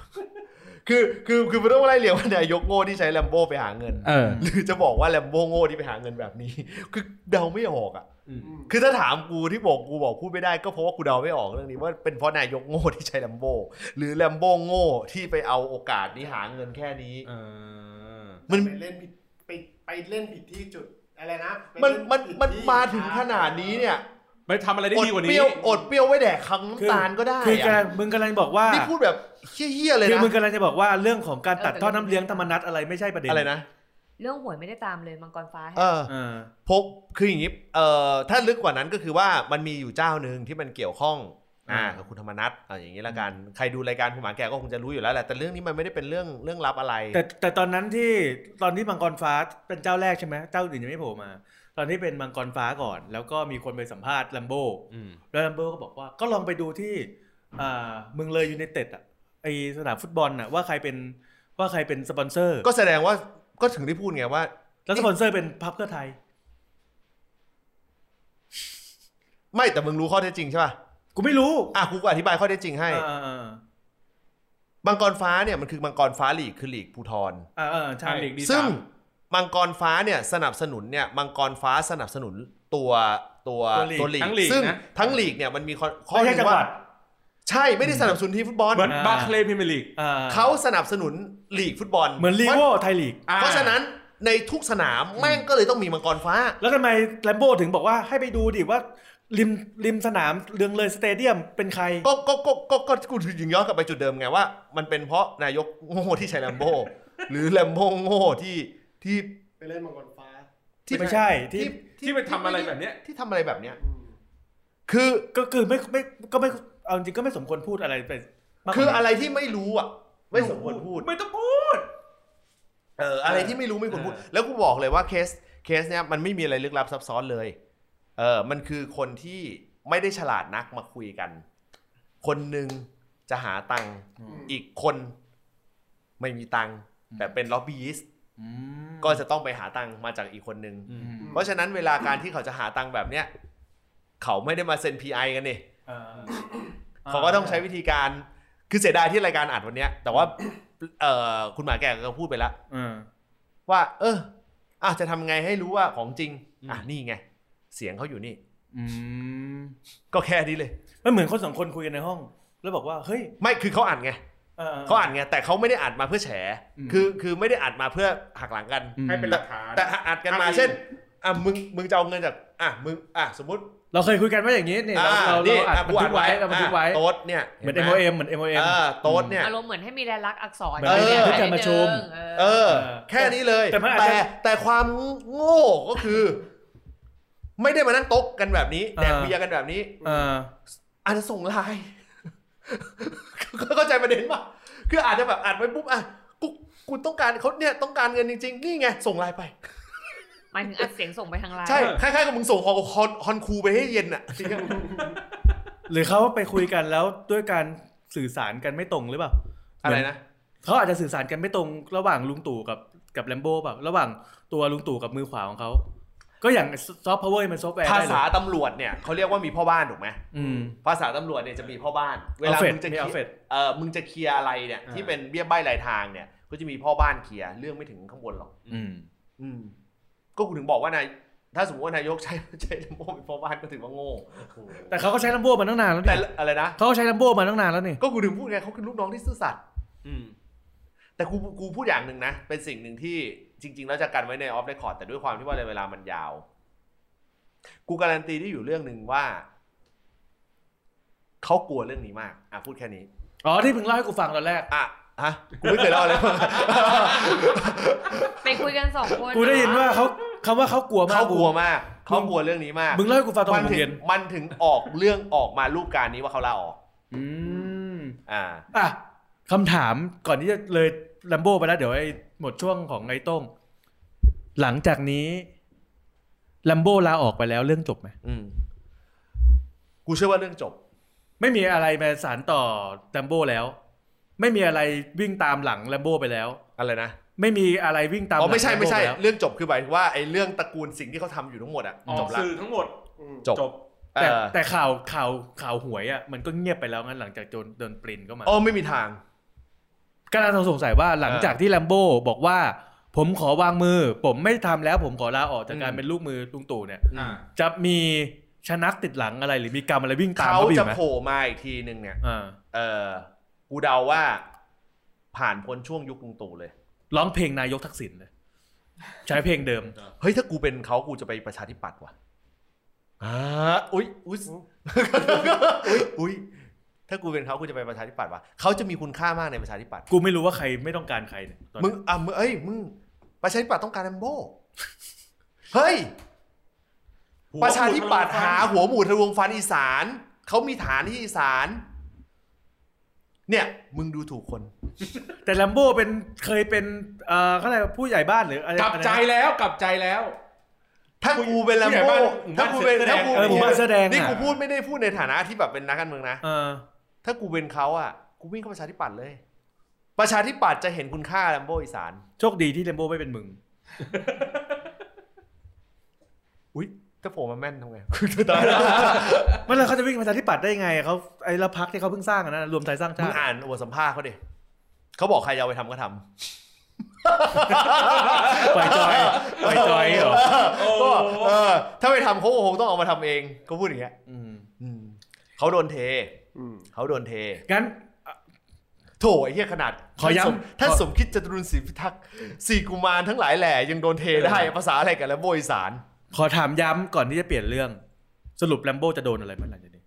คือคือคือไม่ต้องไล่เรียงว่านายกโง่ที่ใช้แลมโบไปหาเงิน เออ หรือจะบอกว่าแลมโบโง่ที่ไปหาเงินแบบนี้ คือเดาไม่ออกอ่ะ คือถ้าถามกูที่บอกกูบอกพูดไม่ได้ก็เพราะว่ากูเดาไม่ออกเรื่องนี้ว่าเป็นเพราะนายกโง่ที่ใช้แลมโบหรือแลมโบโง่ที่ไปเอาโอกาสนี้หาเงินแค่นี้ เออ มัน ไปเล่นผิดไปไปเล่นผิดที่จุดอะไรนะไป มัน เล่ มัน ผิด มัน ที่ มาถึงขนาดนี้เนี่ย ไปทำอะไรได้ อด ดีกว่า เป นี้ รี้ยวอดเปรี้ยวไว้แดกครั้ง คือ น้ำตาลก็ได้ คือ อะ การมึงกำลังบอกว่า นี่พูดแบบเฮี้ยๆเลย คือ นะ มึงกำลังจะบอกว่าเรื่องของการตัด เออแต่ ท่อน้ำเลี้ยงธรรมนัตอะไรไม่ใช่ประเด็น อะไรนะ เรื่องหวยไม่ได้ตามเลยมังกรฟ้าให้ เออ เออ พบคืออย่างนี้เอ่อถ้าลึกกว่านั้นก็คือว่ามันมีอยู่เจ้าหนึ่งที่มันเกี่ยวข้องอ่ากับคุณธรรมนัทอ่าอย่างนี้ละกันใครดูรายการคุณหมาแกก็คงจะรู้อยู่แล้วแหละแต่เรื่องนี้มันไม่ได้เป็นเรื่องเรื่องลับอะไร แต่แต่ตอนนั้นที่ตอนที่มังกรฟ้าเป็นเจ้าแรกใช่ไหมเจ้าอื่นยังไม่โผล่มา ตอนนี้เป็นมังกรฟ้าก่อน แล้วก็มีคนไปสัมภาษณ์ลัมโบ อืม แล้วลัมโบก็บอกว่าก็ลองไปดูที่อ่าเมืองเลยยูไนเต็ดอะไอสนามฟุตบอลน่ะว่าใครเป็นว่าใครเป็นสปอนเซอร์ ก็แสดงว่าก็ถึงได้พูดไงว่า แล้วสปอนเซอร์เป็นพับเพื่อไทย ไม่แต่มึงรู้ข้อเท็จจริงใช่ป่ะ กูไม่รู้ อ่ะกูก็อธิบายข้อเท็จจริงให้ อ่าอ่าอ่า มังกรฟ้าเนี่ยมันคือมังกรฟ้าลีกคือลีกภูทร อ่าอ่าใช่ ทางหลีกดี ซึ่ง สาม มังกรฟ้าเนี่ยสนับสนุนเนี่ยมังกรฟ้าสนับสนุนตัวตัว ทั้งลีก ซึ่ง นะ ทั้งลีกเนี่ยมันมีข้อข้อ ไม่ หนึ่ใช่จัง ง ห ว่า วัด ใช่ไม่ได้สนับสนุนทีมฟุตบอล เหมือนบาร์เคลย์พรีเมียร์ลีก อ่ เขาสนับสนุนลีกฟุตบอล เหมือนลี พ โว ราะ ไทยลีก อ่ เพราะฉะนั้นในทุกสนามแม่งก็เลยต้องมีมังกรฟ้า แล้วทำไมแลมโบถึงบอกว่าให้ไปดูดิว่า ริมริมสนามเรืองเลยสเตเดียมเป็นใคร ก็ก็ก็ก็ก็กูถึงย้อนกลับไปจุดเดิมไงว่า มันเป็นเพราะนายกโง่ที่ใช้แลม โบหรือแลมโบโง่ที่ที่ ไปเล่นมังกรฟ้า ที่ ไม่ใช่ที่ ที่ไปทำอะไรแบบเนี้ย ที่ทำอะไรแบบเนี้ย อืม คือ ก็คือไม่ไม่ก็ไม่เอาจริงก็ไม่สมควรพูดอะไรไปมากกว่า คือ นั้น อะไรที่ไม่รู้อ่ะ ไม่สมควรพูด ไม่ต้องพูด เอออะไรที่ไม่รู้ไม่ควรพูด แล้วกูบอกเลยว่าเคสเคสเนี้ยมันไม่มีอะไรลึกลับซับซ้อนเลยเออมันคือคนที่ไม่ได้ฉลาดนักมาคุยกัน คนหนึ่งจะหาตังค์อีกคนไม่มีตังค์แต่เป็นล็อบบี้ยิสต์ อืม ก็จะต้องไปหาตังค์มาจากอีกคนนึง อืม อืม เพราะฉะนั้นเวลาการที่เขาจะหาตังค์แบบเนี้ยเขาไม่ได้มาเซ็น PI กันนี่ อ่า เขาก็ต้องใช้วิธีการคือเสียดายที่รายการ อัดวันเนี้ย แต่ว่าเออคุณหมาแก่ก็พูดไปแล้ว อ่า ว่า เออ อ่ะจะทำไงให้รู้ว่าของจริง อ่ะ อืม นี่ไง เสียงเขาอยู่นี่ อืม ก็แค่นี้เลย มันเหมือนคนสองคนคุยกันในห้อง แล้วบอกว่าเฮ้ย ไม่คือเขาอ่านไง เออ เขาอ่านไงแต่เขาไม่ได้อ่านมาเพื่อแฉ อืม คือคือไม่ได้อ่านมาเพื่อหักหลังกัน อืม ให้เป็นหลักฐาน แต่อ่านกันมา อ้างอิง เช่นอ่ะมึงมึงจะเอาเงินจากอ่ะมึงอ่ะสมมติ เราเคยคุยกันว่าอย่างนี้เนี่ยเรา อ่ะ เราเราอัด ะ บั กู นทึกไว้เราบันทึกไว้ อ่ะโต๊ดเนี่ย เหมือน ห็ M ไห O M เหมือน M O M เออโต๊ดเนี่ย อารมณ์เหมือนให้มีลายลักษณ์อักษร เออ แบบ เพื่อการประชุม เออ เออ เออ แค่นี้เลย แต่มันอาจจะ แต่แต่ความโง่ก็คือ ไม่ได้มานั่งโต๊ะกันแบบนี้แดกเบียร์กันแบบนี้ เออ อาจจะส่งไลน์ เข้าใจประเด็นป่ะคืออาจจะแบบอัดไว้ปุ๊บอ่ะกูกูต้องการเขาเนี่ยต้องการเงินจริง ๆ นี่ไงส่งไลน์ไป หมายถึงอัดเสียงส่งไปทางไลน์ ใช่คล้ายๆกับมึงส่งฮอฮอนฮอนคูไปให้เย็น อ่ะ หรือเขาไปคุยกันแล้วด้วยการสื่อสารกันไม่ตรงหรือเปล่า อะไรนะ เขาอาจจะสื่อสารกันไม่ตรงระหว่างลุงตู่กับกับแลมโบ้ป่ะระหว่างตัวลุงตู่กับมือขวาของเขาก็อย่างซอฟต์พาวเวอร์มันซอฟต์แวร์ ภา ได้เหร ษา อ ตำรวจเนี่ยเขาเรียกว่ามีพ่อบ้านถูกไหม อืม ภาษาตำรวจเนี่ยจะมีพ่อบ้าน เวลา Alfred มึงจะเคมีลีย Alfred ร์เออมึงจะเคลียร์อะไรเนี่ย ที่เป็นเบี้ยใบ้รายทางเนี่ยก็จะมีพ่อบ้านเคลียร์เรื่องไม่ถึงข้างบนหรอก อืม อืมก็คุณถึงบอกว่านายถ้าสมมติว่านายกใช้ใช้ลำโพงเป็นพ่อบ้านก็ถือว่าโง่ แต่เขาก็ใช้ลัมโบ้มาตั้งนานแล้ว แต่ นี่ อะไรนะ เขาก็ใช้ลัมโบ้มาตั้งนานแล้วนี่ ก็กูถึงพูดไงเขาคือลูกน้องที่ซื่อสัตย์ อืม แต่กูกูพูดอย่างหนึ่งนะ เป็นสิ่งหนึ่งที่จริง ๆ แล้วจะกันไว้ในออฟเรคคอร์ดแต่ด้วยความที่ว่าเวลามันยาว กูการันตีได้อยู่เรื่องหนึ่งว่า เขากลัวเรื่องนี้มาก อ่ะพูดแค่นี้ อ๋อที่เพิ่งเล่าให้กูฟังตอนแรก อ่ะฮะกูไม่เคยเล่า เลย ไปคุยกันสองคน กูได้ยินว่าเขาคำว่าเขากลัวมาก เขากลัวมากเขากลัวเรื่องนี้มาก มึงเล่าให้กูฟังตอน มั ผม ถึ เรีย ง น มันถึงออกเรื่องออกมารูปการณ์นี้ว่าเขาลาออก อืม อ่า อ่ะคำถามก่อนที่จะเลยลัมโบ้ไปแล้ว เดี๋ยวไอ้หมดช่วงของไอ้โต้ง หลังจากนี้ลัมโบ้ลาออกไปแล้วเรื่องจบไหม อืมกูเชื่อว่าเรื่องจบ ไม่มีอะไรมาสารต่อลัมโบ้แล้ว ไม่มีอะไรวิ่งตามหลังลัมโบ้ไปแล้ว อะไรนะ ไม่มีอะไรวิ่งตามห อ๋ ลั อง ไม่ใช่ ลัโบ้ ไม่ใช่ ปแล้ว เรื่องจบคือหมายถึงว่าไอ้เรื่องตระกูลสิ่งที่เขาทำอยู่ทั้งหมดอ่ะ ออ จ ก บละ สื่อทั้งหมดอืม จบ จบ แต่ เออ แต่ข่าวข่าวข่าวหวยอ่ะมันก็เงียบไปแล้วงั้นหลังจากโดนโดนปรินเข้ามา อ๋อไม่มีทาง กำลังสงสัยว่าหลังจากที่ลัมโบ้บอกว่า ผมขอวางมือ ผมไม่ทำแล้ว ผมขอลาออกจากการ อืม เป็นลูกมือลุงตู่เนี่ย อ่า จะมีชนักติดหลังอะไรหรือมีกรรมอะไรวิ่งตาม เขา เขาไปอี จะ กไหม โผล่มาอีกทีหนึ่งเนี่ย อ่า เออกูเดาว่า ผ่านพ้นช่วงยุคลุงตู่เลย ร้องเพลงนายกทักษิณเลยใช้เพลงเดิม เฮ้ย ถ้ากูเป็นเขากูจะไปประชาธิปัตย์ว่ะอ่าอุ๊ยอุ๊ยอุ๊ยอุ๊ยถ้ากูเป็นเขากูจะไปประชาธิปัตย์ว่ะเขาจะมีคุณค่ามากในประชาธิปัตย์ กูไม่รู้ว่าใครไม่ต้องการใครเนี่ยตอน มึ นี้ งอ่ะมึงเอ้ยมึงประชาธิปัตย์ต้องการแอมโบเฮ้ย ประชาธิปัตย์หาหัวหมูทะลวงฟันอีสาน เขามีฐานที่อีสาน เนี่ย มึงดูถูกคน แต่ลัมโบ้เป็นเคยเป็นเอ่อเขาเรียกว่าผู้ใหญ่บ้านหรืออะไร กลับใจแล้วกลับใจแล้ว ถ้ากูเป็นลัม ผู้ โบ้ ใหญ่บ้าน ถ้ากูเป็น หมู่บ้าน ถ้ากู เออผมมาแสดง นี่ อ่ะ กูพูดไม่ได้พูดในฐานะที่แบบเป็นนักการเมืองนะ เออ ถ้ากูเป็นเขาอ่ะ กูวิ่งเข้าประชาธิปัตย์เลย ประชาธิปัตย์จะเห็นคุณค่าลัมโบ้อีสาน โชคดีที่ลัมโบ้ไม่เป็นมึง อุ้ยถ้าผมมาแม่นทำไง คือตาย ไม่แล้วเขาจะวิ่งประชาธิปัตย์ได้ยังไงเขาไอ้ละพักที่เขาเพิ่งสร้างอะนะรวมไทยสร้าง มึ ชาง ติ อ่านบทสัมภาษณ์เขาดิเขาบอกใครจะเอาไปทำก็ท ปล่อย จอยปล่อยจอยเหรอ ำก็เออ ถ้าไปทำเขาก็คงต้องเอามาทำเองเขาพูดอย่างเงี้ย อืม อืมเขาโดนเท อืม เขาโดนเท งั้น โถไอ้เหี้ยขนาด ขอย้ำ ท่านสมท่าน ขอ สมคิดจตุรุนศรีพิทักษ์สี่กุมารทั้งหลายแหล่ยังโดนเทได้ ภาษาอะไรกันแล้วโบยสาร ขอถามย้ำก่อนที่จะเปลี่ยนเรื่อง สรุปแลมโบ้จะโดนอะไรไหมหลังจากนี้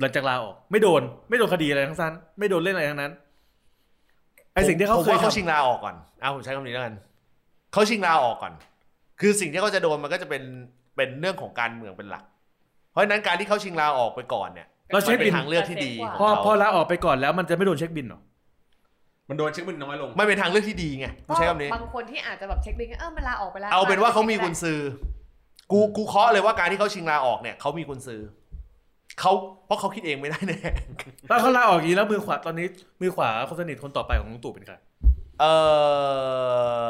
หลังจากลาออก ไม่โดน ไม่โดนคดีอะไรทั้งสั้น ไม่โดนเล่นอะไรทั้งนั้น ไอสิ่งที่เขา ผม เคย ว่าเขา ทำ ชิงลาออกก่อน เอาผมใช้คำนี้แล้วกันเขาชิงลาออกก่อน คือสิ่งที่เขาจะโดนมันก็จะเป็นเป็นเรื่องของการเมืองเป็นหลัก เพราะฉะนั้นการที่เขาชิงลาออกไปก่อนเนี่ย เรา มั เช็คน เป็ บิ น น ทางเลือกที่ดีข พอ อง พอ เขา ลาออกไปก่อนแล้วมันจะไม่โดนเช็คบินเหรอ มันโดนเช็คบินน้อยลง มันเป็นทางเลือกที่ดีไงผมใช้คำนี้ บางคนที่อาจจะแบบเช็คบินเออมันลาออกไปแล้ว เอาเป็นว่าเขามีกุญซือ กูกูเคาะเลยว่าการที่เขาชิงลาออกเนี่ยเขามีกุญซือเขาเพราะเขาคิดเองไม่ได้แน่ ถ้าเขาลาออกอย่างนี้แล้วมือขวาตอนนี้ มือขวาคนสนิทคนต่อไปของลุงตู่เป็นใคร เอ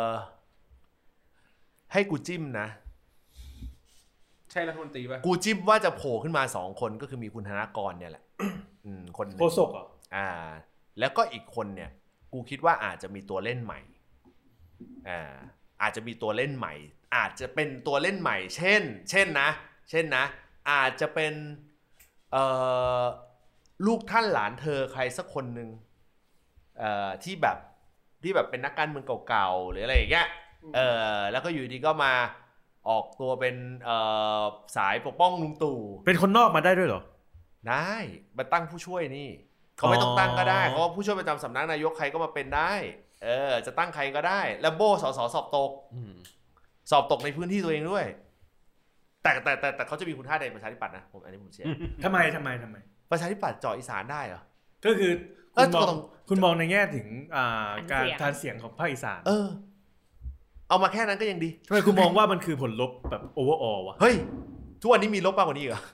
อให้กูจิ้มนะ ใช่รัฐมนตรีป่ะ กูจิ้มว่าจะโผล่ขึ้นมาสองคนก็คือมีคุณธนากรเนี่ยแหละ อืมคนหนึ่ง โฆษกเหรอ อ่า แล้วก็อีกคนเนี่ย กูคิดว่าอาจจะมีตัวเล่นใหม่อ่า อาจจะมีตัวเล่นใหม่ อาจจะเป็นตัวเล่นใหม่ เช่น เช่นนะ เช่นนะ อาจจะเป็นเอ่อลูกท่านหลานเธอใครสักคนหนึ่งเอ่อที่แบบที่แบบเป็นนักการเมืองเก่าๆหรืออะไรอย่างเงี้ยเออแล้วก็อยู่ดีก็มาออกตัวเป็นเอ่อสายปกป้องลุงตู่ เป็นคนนอกมาได้ด้วยเหรอ ได้มาตั้งผู้ช่วยนี่ เขาไม่ต้องตั้งก็ได้ เพราะว่าผู้ช่วยประจำสำนักนายกใครก็มาเป็นได้ เออ จะตั้งใครก็ได้ แล้วโบสอสอสอบตก สอบตกในพื้นที่ตัวเองด้วย แต่แต่แต่แต่เขาจะมีคุณค่าในประชาธิปัตย์นะผมอันนี้ผมเชื่ออ ทำไมทำไมทำไม ประชาธิปัตย์เจาะอีสานได้เหรอ ก็คือ เอ้ยคุณมอง ตรง คุณมองในแง่ถึงอ่า อันเสียง การทานเสียงของภาคอีสาน เออ เอามาแค่นั้นก็ยังดี ทำไมคุณมองว่ามันคือผลลบแบบโอเวอร์ออลวะ เฮ้ย ทุกวันนี้มีลบมากกว่านี้อีกเหรอ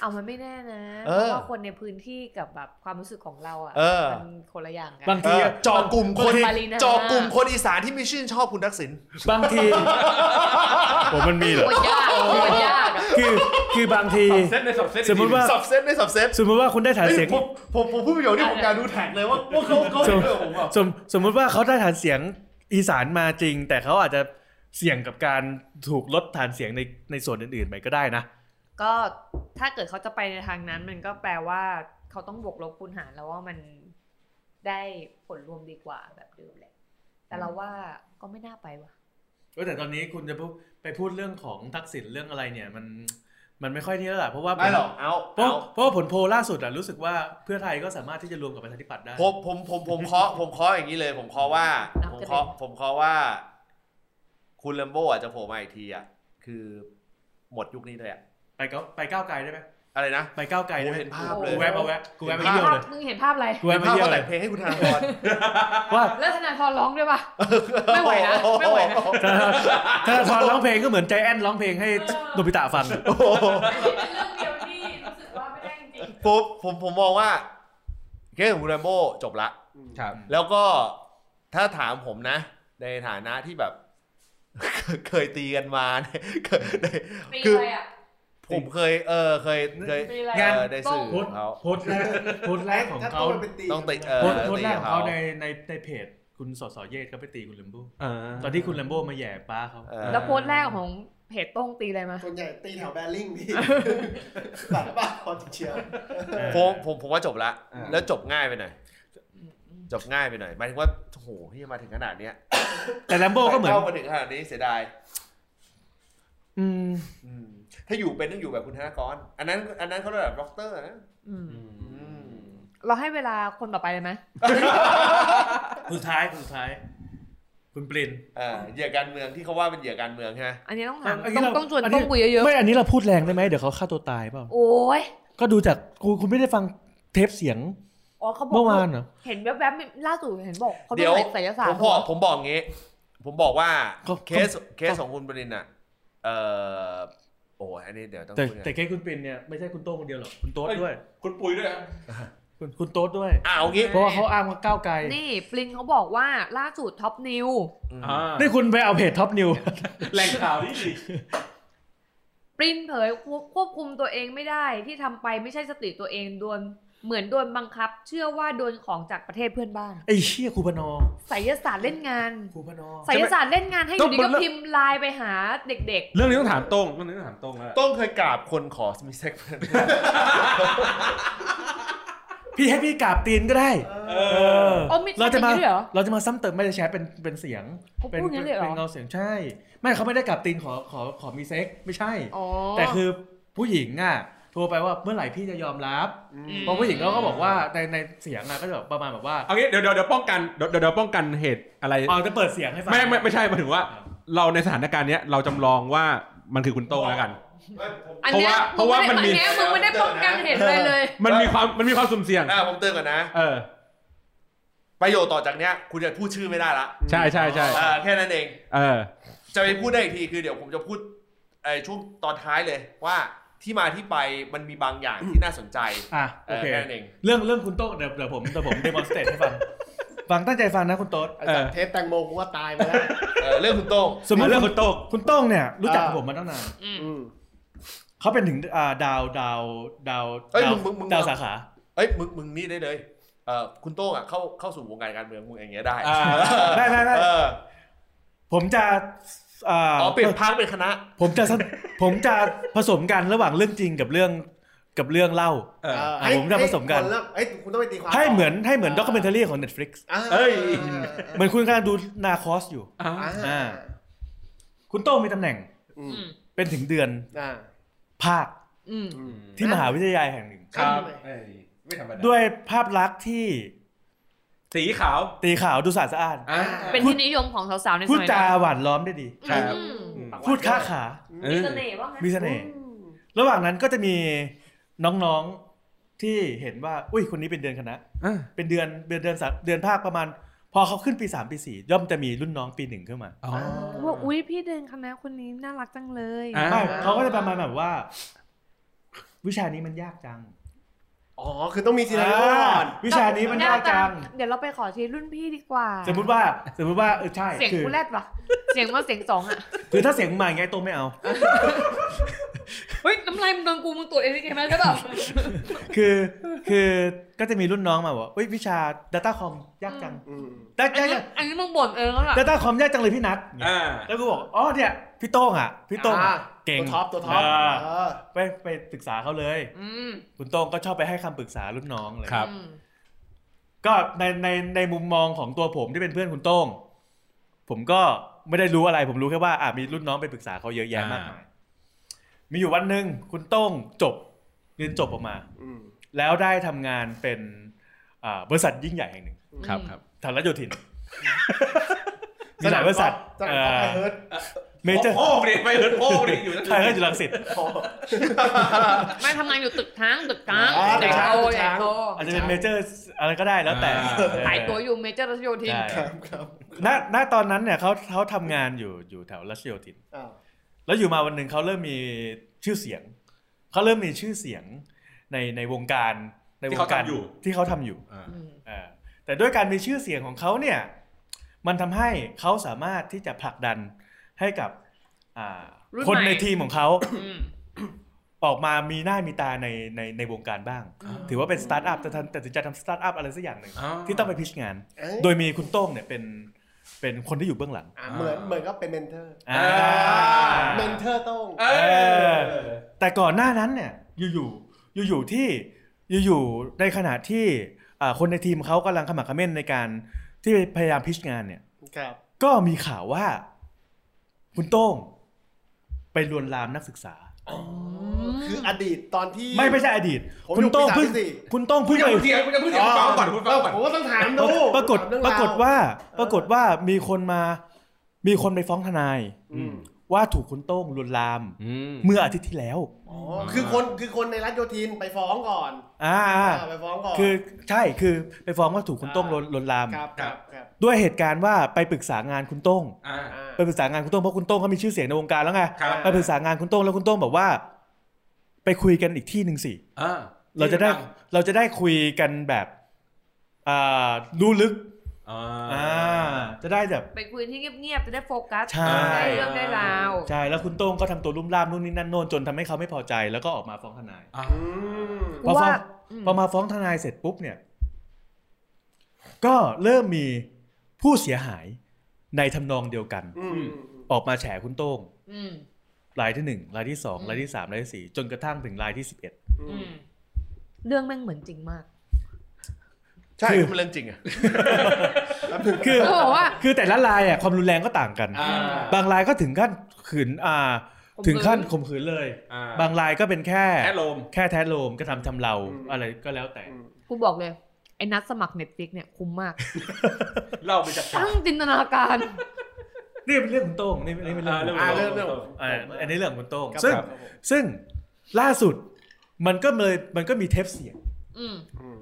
เอามันไม่แน่นะ เออเพราะว่าคนในพื้นที่กับแบบความรู้สึกของเราอ่ะ เออ มันคนละอย่างกัน บาง เอ ที อเจาะกลุ่มคน คนปารีนา เจาะกลุ่มคนอีสานที่ไม่ชื่นชอบคุณทักษิณ บาง ทีผมมันมีเหรอ คนยากคนยากอะ คือคือบางที เซตในสับเซต สมมุติว่า สับเซตไม่สับเซต สมมติว่าคุณได้ฐาน เฮ้ย เสียง ผมผมผมพูดประโยคนี้ผมอยากดูแท็กเลยว่าว่าเขาเขาเห็นด้วยกับผมเปล่า สมสมมติว่าเขาได้ฐานเสียงอีสานมาจริง แต่เขาอาจจะเสี่ยงกับการถูกลดฐานเสียงในในส่วนอื่นๆไปก็ได้นะ ก็ถ้าเกิดเขาจะไปในทางนั้น มันก็แปลว่าเขาต้องบวกลบคูณหารแล้วว่ามันได้ผลรวมดีกว่าแบบเดิมแหละแต่เราว่าก็ไม่น่าไปว่ะ ก็แต่ตอนนี้คุณจะพูดไปพูดเรื่องของทักษิณเรื่องอะไรเนี่ยมันมันไม่ค่อยนี่แล้วแหละเพราะว่า ไม่หรอกเอา เพ เอา ราะเพราะว่าผลโพลล่าสุดอะรู้สึกว่าเพื่อไทยก็สามารถที่จะรวมกับประชาธิปัตย์ได้ ผมผมผมผมเคาะผมเคาะอย่างนี้เลย ผมเคาะว่า นับ ผม กันเลย เคาะผมเคาะว่า คุณเลมโบอาจจะโผล่มาอีกทีอ่ะคือหมดยุคนี้เลยอ่ะ ไปเก้าไปก้าวไกลได้ไหม อะไรนะ ไปก้าวไกลได้ไหม โอ้เห็นภาพเลย กูแวะมาแวะกูแวะมา เที่ เยี่ยว เลย มึงเห็นภาพอะไร กู เป็นแวะมา ภาพ เยี่ยว เขา เล แต่งยเพลงให้คุณธนาธร ว่า แล้วธนาธรร้องด้วยป่ะ ไม่ไหวนะไม่ไหวนะ ถ้าตอนร้องเพลงก็เหมือนใจแอนร้องเพลงให้โนบิตะฟัง โอ้โห เป็นเรื่องเดียวที่รู้สึกว่าไม่ได้จริง ผมผมผมมองว่าเคสของคุณเลมโบจบละ ครับ แล้วก็ถ้าถามผมนะ ในฐานะที่แบบ เคยตีกันมา เนี่ยเคย ๆปี คือ เลยอ่ะ ผมเคย เออเคยเคย ตีอะไร เออในสื่อ โพส ของต์เขา โพสต์แรกโพสต์แรกของเขา ต้องตีเออ โพสต์โพสต์ ตี แรกของเขา เขา ในในในเพจคุณสสเยศก็ไปตีคุณเลมโบต ต อ อน น ที่ ที่คุณเลมโบมาแหย่ป้าเขา เออ แล้วโพสต์แรกของเพจโต้งตีอะไรมา ส่วนใหญ่ตีแถวแบริ่ง พี่ตัดบ้าพอจะเชียว เออ ผมผมผมว่าจบละ อ่า แล้วจบง่ายไปหน่อยจบง่ายไปหน่อยหมายถึงว่าโอ้โหที่มาถึงขนาดเนี้ย แต่แลมโบก็เหมือน ข้ามาถึงขนาดนี้เสียดาย อืม อืมถ้าอยู่เป็นต้องอยู่แบบคุณธนากร อันนั้นอันนั้นเขาเรียกแบบด็อกเตอร์นะ อืม อืม เราให้เวลาคนต่อไปเลยไหม คุณท้ายคุณท้าย คุณปริน อ่าเหยื่อการเมืองที่เขาว่าเป็นเหยื่อการเมืองใช่ไหม อันนี้ต้องถาม อันนี้เราต้องต้องชวน อันนี้ ต้องคุยเยอะ ไม่อันนี้เราพูดแรงได้ไหมเดี๋ยวเขาฆ่าตัวตายเปล่า ๆ โอ้ย ก็ดูจากกูคุณไม่ได้ฟังเทปเสียง อ๋อเขาบอก เมื่อวานเหรอ เห็นแวบๆล่าสุดเห็นบอกเขาโด เดี๋ยวน ศิลศาสต ผม ร์ บอกผมบอกงี้ ผมบอกว่า ก็ เคสเคสของคุณปรินอ่ะเออโอ้ยอันนี้เดี๋ยวต้อง แต่ คุยกัน แต่เคสคุณปรินเนี่ยไม่ใช่คุณโต้งคนเดียวหรอกคุณโต๊ดด้วย คุณปุ๋ยด้วยเหรอ คุณคุณโต๊ดด้วย อ่าเอางี้ เพราะว่าเขาอ้างว่าก้าวไกล นี่ปรินเขาบอกว่าล่าสุดท็อปนิว อืม อ่า นี่คุณไปเอาเพจท็อปนิว แหล่งข่าวนี่สิ ปรินเผยควบคุมตัวเองไม่ได้ที่ทำไปไม่ใช่สติตัวเองโดนเหมือนโดนบังคับ เชื่อว่าโดนของจากประเทศเพื่อนบ้าน ไอ้เชี่ยครูพนอ ศิลศาสตร์เล่นงาน ครูพนอ ศิลศาสตร์เล่นงานให้อยู่ดีก็พิมพ์ไลน์ไปหาเด็ก เรื่องนี้ต้องถามโต้งเรื่องนี้ต้องถามโต้งแล้ว ต้องเคยกราบคนขอมีเซ็ก เพื่อน พี่ให้พี่กราบตีนก็ได้ เอ เออ โอ้มี เราจะมา เป็นอย่างนี้ด้วยเหรอ เราจะมาซ้ำเติมไม่ได้แชร์เป็นเป็นเสียง เขาพูดอย่างนี้เลยเหรอ นเงาเสียงใช่ ไม่เขาไม่ได้กราบตีนขอขอขอมีเซ็กไม่ใช่ ๆอ๋อ แต่คือผู้หญิงอ่ะโทรไปว่าเมื่อไหร่พี่จะยอมรับ อืม เพราะผู้หญิงเขาก็บอกว่าในในเสียงอ่ะก็จะแบบประมาณแบบว่า เอางี้เดี๋ยวเดี๋ยวเดี๋ยวป้องกันเดี๋ยวเดี๋ยวเดี๋ยวป้องกันเหตุอะไร อ๋อจะเปิดเสียงให้ฟัง ไม่ไม่ไม่ใช่หมายถึงว่า เราในสถานการณ์เนี้ยเราจำลองว่ามันคือคุณโต้งแล้วกัน อันเนี้ย เพราะว่าเพราะว่ามันมี อัเยมึงไม่ได้ป้องกันเหตุอะไรเลย มันมีความมันมีความสุ่มเสี่ยง อ่าผมเตือนก่อนนะ เออ ประโยชน์ต่อจากเนี้ย คุณจะพูดชื่อไม่ได้ละ ใช่ใช่ใช่ อ่าแค่นั้นเอง เออ จะไปพูดได้อีกทีคือเดี๋ยวผมจะพูดไอ้ช่วงตอนท้ายเลยว่าที่มาที่ไปมันมีบางอย่างที่น่าสนใจ อ่ะ เอ โอ อ เค แค่นั้นเอง เรื่องเรื่องคุณโต๊ะเดี๋ยวเดี๋ยวผมเดี๋ยวผมเดโมสเตทให้ฟัง ฟังตั้งใจฟังนะคุณโต๊ะ ไอ้สัตว์เทปแตงโมกูว่าตายมาแล้ว เออเรื่องคุณโต้ง สมมติ เรื่อง คุ คุณ ณโต้ง คุณโต้งเนี่ยรู้จัก อ่า กับผมมาตั้งนาน อืม เขาเป็นถึงอ่าดาวดาวดาว เอ้ย ดาว มึงมึงมึง ดาวสาขา เอ้ยมึงมึงนี่ได้เลยเออคุณโต้งอ่ะเข้าเข้าสู่วงการการเมืองมึงอย่างเงี้ยได้ อ่า เออ ได้ได้ได้ เออ ผมจะเอ่อ อ๋อเปลี่ยนพักเป็นคณะ ผมจะผมจะผสมกันระหว่างเรื่องจริงกับเรื่องกับเรื่องเล่า เออ อ่ะผมจะผสมกัน ให้คเริ่ให้คุณต้องไปตีความ ให้เหมือนให้เหมือนด็อกเมนทารีของ Netflix อ่า เอ้ย เหมือนคุณกำลังดูนาคอสอยู่ อ่ะ อ่า อ่า คุณโต้งมีตำแหน่ง อืม อืม เป็นถึงเดือน อ่า ภาค อืม อืม ที่มหาวิทยาลัยแห่งหนึ่ง คครับรับ เอ้ยไม่ธรรมดา ด้วยภาพลักษณ์ที่ สีขาว ตีขาวดูสะอาดสะอ้าน อ่ะ เป็นที่นิยมของสาวๆในส พูด มัย จา นั้น หวานล้อมได้ดี ครับ อืม อืม พูดค้าขา เอ มี อ เสน่ห์ว่างน มีเสน่ห์ อืม ระหว่างนั้นก็จะมีน้องๆที่เห็นว่า อุ้ยคนนี้เป็นเดือนคณะ อ่ะ เป็นเดือนเดือนเดือนสามเดือนภาคประมาณ พอเขาขึ้นปีสามปีสี่ย่อมจะมีรุ่นน้องปีหนึ่งขึ้นมา อ๋อ ว่าอุ้ยพี่เดินคณะคนนี้น่ารักจังเลย อ่ะ ไม่เขาก็จะประมาณแบบว่า วิชานี้มันยากจัง อ๋อ คือต้องมีซีนาริโอก่อน วิชานี้มันยากจัง เดี๋ยวเราไปขอทีรุ่นพี่ดีกว่า สมมติว่าสมมติว่าเออใช่ เสียง คือ กูแรดปะเสียงว่าเสียงสองอ่ะ คือถ้าเสียงมาอย่างไงโตไม่เอา เฮ้ยน้ำลายมึงโดนกูมึงตรวจเอทีเคมาใช่ป่ะ คือคือก็จะมีรุ่นน้องมาบอกว่าเอ้ยวิชา Data คอมยากจัง อืม ได้ อัน ได้ นี้อันนี้มึงบ่นเองแล้วล่ะ ดัตต้าคอมยากจังเลยพี่นัท อ่า แล้วก็บอกอ๋อเนี่ยพี่โต้งอ่ะพี่โต้ง อ่า อ่ะเก่ง ตัวท็อป ตัวท็อป า เออ ไปไปปรึกษาเขาเลย อืม คุณโต้งก็ชอบไปให้คำปรึกษารุ่นน้องเลย ครับ อืม ก็ในในในมุมมองของตัวผมที่เป็นเพื่อนคุณโต้งผมก็ไม่ได้รู้อะไร ผมรู้แค่ว่าอ่ะมีรุ่นน้องไปปรึกษาเขาเยอะแยะมากมายมีอยู่วันหนึ่งคุณโต้งจบเรียนจบออกมา อืม แล้วได้ทำงานเป็นอ่าบริษัทยิ่งใหญ่แห่งหนึ่ง ครับครับ ทางรัชโย ธิน มีหลายบริษัท สนามกอล์ฟไทยเฮิร์ต เมเจอร์ โอ้โหดิไปเหินโอ้โหดิอยู่นั่น ไทยเฮิร์ตอยู่รังสิต ไม่ทำงานอยู่ตึกช้างตึกช้าง อ๋อตึกช้าง โต ตึกช้าง ใหญ่โต อาจจะเป็นเมเจอร์อะไรก็ได้แล้วแต่ ขายตัวอยู่เมเจอร์รัชโยธิน ใช่ ครับครับ ณณตอนนั้นเนี่ยเขาเขาทำงานอยู่อยู่แถวรัชโยธิน อ่า แล้วอยู่มาวันหนึ่งเขาเริ่มมีชื่อเสียง เขาเริ่มมีชื่อเสียงในในวงการในวงการที่เขาทำอยู่ อ่า อืม เออแต่ด้วยการมีชื่อเสียงของเขาเนี่ยมันทำให้เขาสามารถที่จะผลักดันให้กับอ่าคนในทีมของเขา อืม ออกมามีหน้ามีตาในในในวงการบ้าง ถือว่าเป็นสตาร์ทอัพแต่ทันแต่ถึงจะทำสตาร์ทอัพอะไรสักอย่างหนึ่ง อ๋อ ที่ต้องไปพิชงาน เอ้ย โดยมีคุณโต้งเนี่ยเป็นเป็นคนที่อยู่เบื้องหลัง อ่ะเหมือนเหมือนก็เป็นเมนเทอร์ อ่า เมนเทอร์ต้อง เออ แต่ก่อนหน้านั้นเนี่ยอยู่ๆอยู่ๆที่อยู่ๆในขณะที่อ่าคนในทีมเขากำลังขมักเขม้นในการที่พยายามพิชงานเนี่ย ครับ ก็มีข่าวว่า คุณโต้ง ไปลวนลามนักศึกษา คืออดีตตอนที่ ไม่ไม่ใช่อดีต ผม คุณโต้ง อยู่ปี เพิ่ง สามสิบสี่ คุณโต้ง คุณ เพิ่ง จะ ไป พูดเสียงคุณจะพูดเสียงคุณฟังก่อนคุณฟังก่อน ผมก็ต้องถามดู ปรากฏ ถมเอง ป ว รากฏว่า ปรากฏว่ามีคนมา มีคนไปฟ้องทนาย อืม ว่าถูกคุณโต้งลวนลาม อืม เมื่ออาทิตย์ที่แล้ว อ๋อคือคนคือคนในรัฐโยธินไปฟ้องก่อน อ่าอ่า อ่าไปฟ้องก่อน คือใช่คือไปฟ้องว่าถูกคุณโต้งลวน อ่า ลวนลาม ครับครับครับ ด้วยเหตุการณ์ว่าไปปรึกษางานคุณโต้ง อ่า อ่า ไปปรึกษางานคุณโต้งเพราะคุณโต้งก็มีชื่อเสียงในวงการแล้วไง ครับ ไปปรึกษางานคุณโต้งแล้วคุณโต้งบอกว่า ไปคุยกันอีกที่หนึ่งสิ อ่า เราจะได้ ที่ดัง เราจะได้คุยกันแบบอ่ารู้ลึก อ่ อ่า า จะได้แบบ ไปคุยที่เงียบๆ จะได้โฟกัส ใช่ ได้เรื่องได้ราว ใช่แล้วคุณโต้งก็ทำตัวลุ่มล่ามนู่นนี่นั่นโน่นจนทำให้เขาไม่พอใจแล้วก็ออกมาฟ้องทนาย อ่า อืม พอฟ้อง ว่าอืม พอมาฟ้องทนายเสร็จปุ๊บเนี่ย ก็เริ่มมีผู้เสียหายในทำนองเดียวกัน อืม ออกมาแฉคุณโต้ง อืม รายที่หนึ่งรายที่สอง อืม รายที่สามรายที่สี่จนกระทั่งถึงรายที่สิบเอ็ด อื อื ม มเรื่องแม่งเหมือนจริงมาก ใช่ คือ มันเรื่องจริงอะ คือ เขาบอกว่า คือแต่ละรายอ่ะความรุนแรงก็ต่างกัน อ่า บางรายก็ถึงขั้นขืนอ่า ข่มขืน ถึงขั้นข่มขืนเลย อ่า บางรายก็เป็นแค่ แค่ลม แค่แท้โลมกระทำชำเราอะไรก็แล้วแต่ อืม กูบอกเลย ไอ้นัดสมัครเน็ตฟิกเนี่ยคุ้มมาก เล่าไปจากปาก ตั้งจินตนาการ นี่เป็นเรื่องคุณโต้งนี่นี่เป็นเรื่องของ อ่า อ่า คุณโต้ง เริ่มเริ่ม อ่าอันนี้เรื่องคุณโต้ง ครับ ซึ่ง ครับผม ซึ่งล่าสุดมันก็เลยมันก็มีเทปเสียง อืม อืม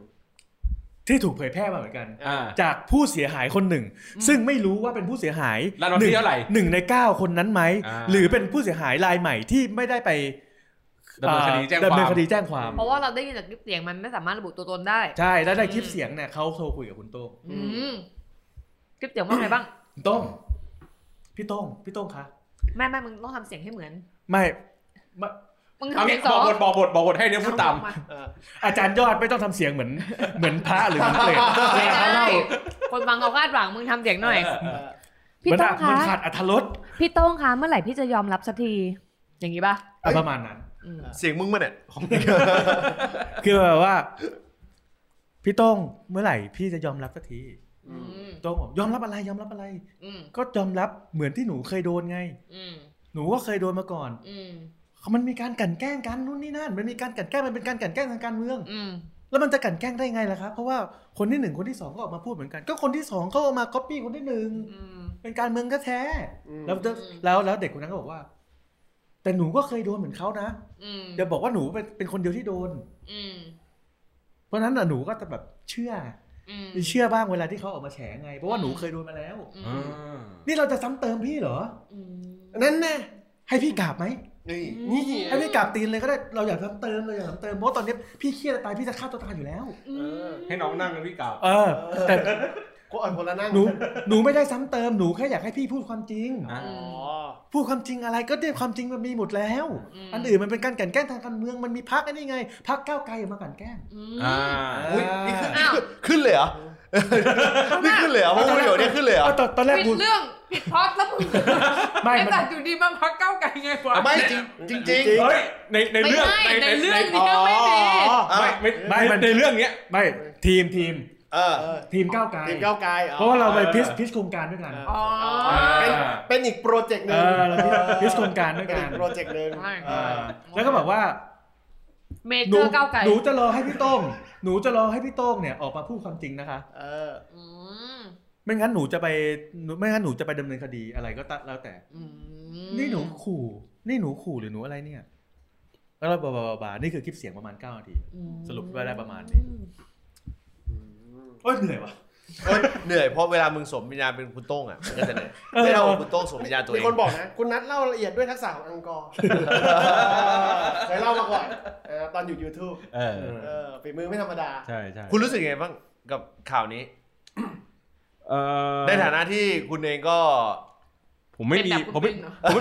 ที่ถูกเผยแพร่มาเหมือนกัน อ่า จากผู้เสียหายคนหนึ่ง ซึ่งไม่รู้ว่าเป็นผู้เสียหาย รายวันที่ ง เท่าไหร่ หนึ่งในเก้าคนนั้นไหม อ่า หรือเป็นผู้เสียหายรายใหม่ที่ไม่ได้ไป ดำเนินคดีแจ้ง อ่าดำ ค เนิ วาน ม คดีแจ้งความ เพราะว่าเราได้ยินจากคลิปเสียงมันไม่สามารถระบุตัวตนได้ ใช่แล้วในคลิปเสียงเนี่ยเขาโทรคุยกับคุณโต้ง อืมคลิปเสียงว่าไงบ้าง คุณโต้งพี่โต้งพี่โต้งคะ แม่แม่มึงต้องทำเสียงให้เหมือน ไม่ มึง เอา ทำเสี งี้ ยงส บ อ อกบงทบอกบทบอกบทให้เนี่ยพูดตาม อาจารย์ยอดไม่ต้องทำเสียงเหมือน เหมือนพระหรือเหมือนเปรตเว ไม่ ลาเขา ได้ เล่า คนฟังเขาคาดหวังมึงทำเสียงหน่อย เออ พี่ มัน โต้ อะ ง มั คะ นขาดอัธรส พี่โต้งคะเมื่อไหร่พี่จะยอมรับสักที อย่างนี้ป่ะ อะประมาณนั้น อืม เสียงมึงมาเนี่ยของจริง คือแบบว่า พี่โต้งเมื่อไหร่พี่จะยอมรับสักที อื โต้งบอกยอมรับอะไรยอมรับอะไร อืม ก็ยอมรับเหมือนที่หนูเคยโดนไง อืม หนูก็เคยโดนมาก่อน อืม มันมีการกลันแกล้งกันนู่นนี่นั่น มันมีการกลันแกล้งมันเป็นการกลันแกล้งทางการเมือง อืม แล้วมันจะกลันแกล้งได้ไงล่ะครับเพราะว่าคนที่หนึ่งคนที่สองก็ออกมาพูดเหมือนกัน ก็คนที่สองก็เอามาก๊อปปี้คนที่หนึ่ง อืม เป็นการเมืองก็แท้ อืม แล้วแล้วแล้วแล้วเด็กคนนั้นก็บอกว่า แต่หนูก็เคยโดนเหมือนเขานะ อืม อย่าบอกว่าหนูเป็นเป็นคนเดียวที่โดน อืม เพราะฉะนั้นน่ะหนูก็จะแบบเชื่อ อืม เชื่อบ้างเวลาที่เขาออกมาแฉไง เพราะว่าหนู อืม เคยโดนมาแล้ว อื อ่ มา นี่เราจะซ้ำเติมพี่เหรอ อืม นั่นแน่ให้พี่กราบไหม นี่ นี่ให้พี่กราบตีนเลยก็ได้เราอยากซ้ำเติมเราอยากซ้ำเติมเพราะว่าตอนนี้พี่เครียดจะตายพี่จะฆ่าตัวตายอยู่แล้ว ให้น้องนั่งนะพี่กาว เออ แต่ ก็อ่อนคนละนั่ง หนูหนูไม่ได้ซ้ำเติมหนูแค่อยากให้พี่พูดความจริง อ่ะ อื อ๋อ ม พูดความจริงอะไรก็เนี่ยความจริงมันมีหมดแล้ว อืม อันอื่นมันเป็นการกลันแกล้งทางการเมืองมันมีพักอันนี้ไงพักก้าวไกลมากลันแกล้ง อืม อ่า อุ้ยนี่ขึ้น อ้าว ขึ้นเลยเหรอ นี่ขึ้นเลยเหรอเพราะประโยคเนี้ยขึ้นเลยเหรอ เอาตอนตอนแรก ผิด กู เรื่องผิดพล็อดแล้วมึง ไม่ ไอ้ มัน แต่อยู่ดีมาพักเก้าวไกลไงวะ ไม่จริงจริง เฮ้ยในในเรื่อง ไม่ได้ในเรื่อง อ๋ออ๋อ อ่ะ ไม่ไม่ ไม่ ไม่ มัน ในเรื่องเนี้ย ไม่ทีมทีม เออ ทีมก้าวไกล ทีมก้าวไกลอ๋อ เพราะว่าเราไปพิช เออ พิชโครงการด้วยกัน อ๋อ เป็นเป็นอีกโปรเจกต์ห เอ นึ่ง อเราพิชพิชโครงการด้วย เป็น กั อี น กโปรเจกต์หนึ่ง ใช่ เอ เอ อ อแล้วก็บอกว่า เม ห เจ นู อร์เก้าวไกล หนูจะรอให้พี่โต้งหนูจะรอให้พี่โต้งเนี่ยออกมาพูดความจริงนะคะ เออ อืม ไม่งั้นหนูจะไปหนูไม่งั้นหนูจะไปดำเนินคดีอะไรก็ตะแล้วแต่ อืม นี่หนูขู่ นี่หนูขู่หรือหนูอะไรเนี่ย แล้วเราบาบาบาบานี่คือคลิปเสียงประมาณ9นาที อืม สรุปว่าได้ประมาณนี้ อื โอ้ยเหนื่อยว่ะ เอ้ยเหนื่อยเพราะเวลามึงสวมวิญญาณเป็นคุณโต้งอ่ะมันก็จะเหนื่อยไม่เอาคุณโต้งสวมวิญญาณตัวเอ มี ง คนบอกนะ คุณนัทเล่าละเอียดด้วยทักษะของอังกอร์เคยเล่ามาก่อนเออตอนอยู่ YouTube เออ เออฝีมือไม่ธรรมดา ใช่ใช่ คุณรู้สึกยังไงบ้างกับข่าวนี้ เออ ในฐานะที่คุณเองก็ ผมไม่มี เป็นแบบ ผมไม่ คุณบินเหรอ ผม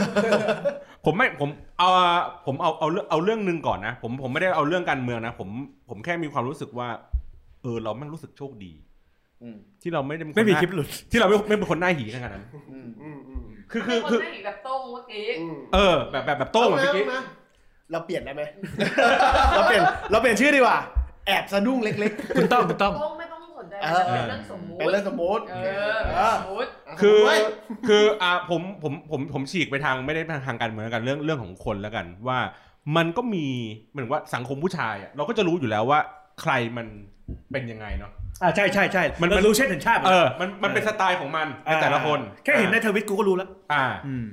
ผมไม่ ผมเอาผมเอาเอาเรื่องเอาเรื่องหนึ่งก่อนนะผมผมไม่ได้เอาเรื่องการเมืองนะผมผมแค่มีความรู้สึกว่า เออเราแม่งรู้สึกโชคดี อืม ที่เราไม่ได้เป็นน ไม่มี หน้า คลิปหลุด ที่เราไม่ไม่เป็นคนหน้าหีขนาดนั้น อืมอืมอืม คือคือคือ เป็นนให้แบบโต้งเมื่อกี้ อืม เออ แบบแบบแบบโต้งเหมือนเมื่อกี้ าาเราเปลี่ยนได้ไหม เราเปลี่ยน เราเปลี่ยนชื่อดีกว่า แอบสะดุ้งเล็ก คุณต้องคุณต้อง โต้งไม่ต้องสนใจมันจะเป็นเรื่องสมๆมุติ เป็นเรื่องสมมติ เออ เอ ส อ มมติ คือ เาสมมุติไว้ คืออ่าผมผมผมผมฉีกไปทางไม่ได้ทางทางการเมืองแล้วกันเรื่องเรื่องของคนแล้วกัน ว่ามันก็มีเหมือนว่าสังคมผู้ชายอะเราก็จะรู้อยู่แล้วว่าใครมันเป็นยังไงเนาะ อ่าใช่ใช่ใช่ มัน เรารู้เช่นเห็นชาติ เออมันมันเป็นสไตล์ของมันในแต่ละคน แค่เห็นในทวิตกูก็รู้แล้ว อ่า อืม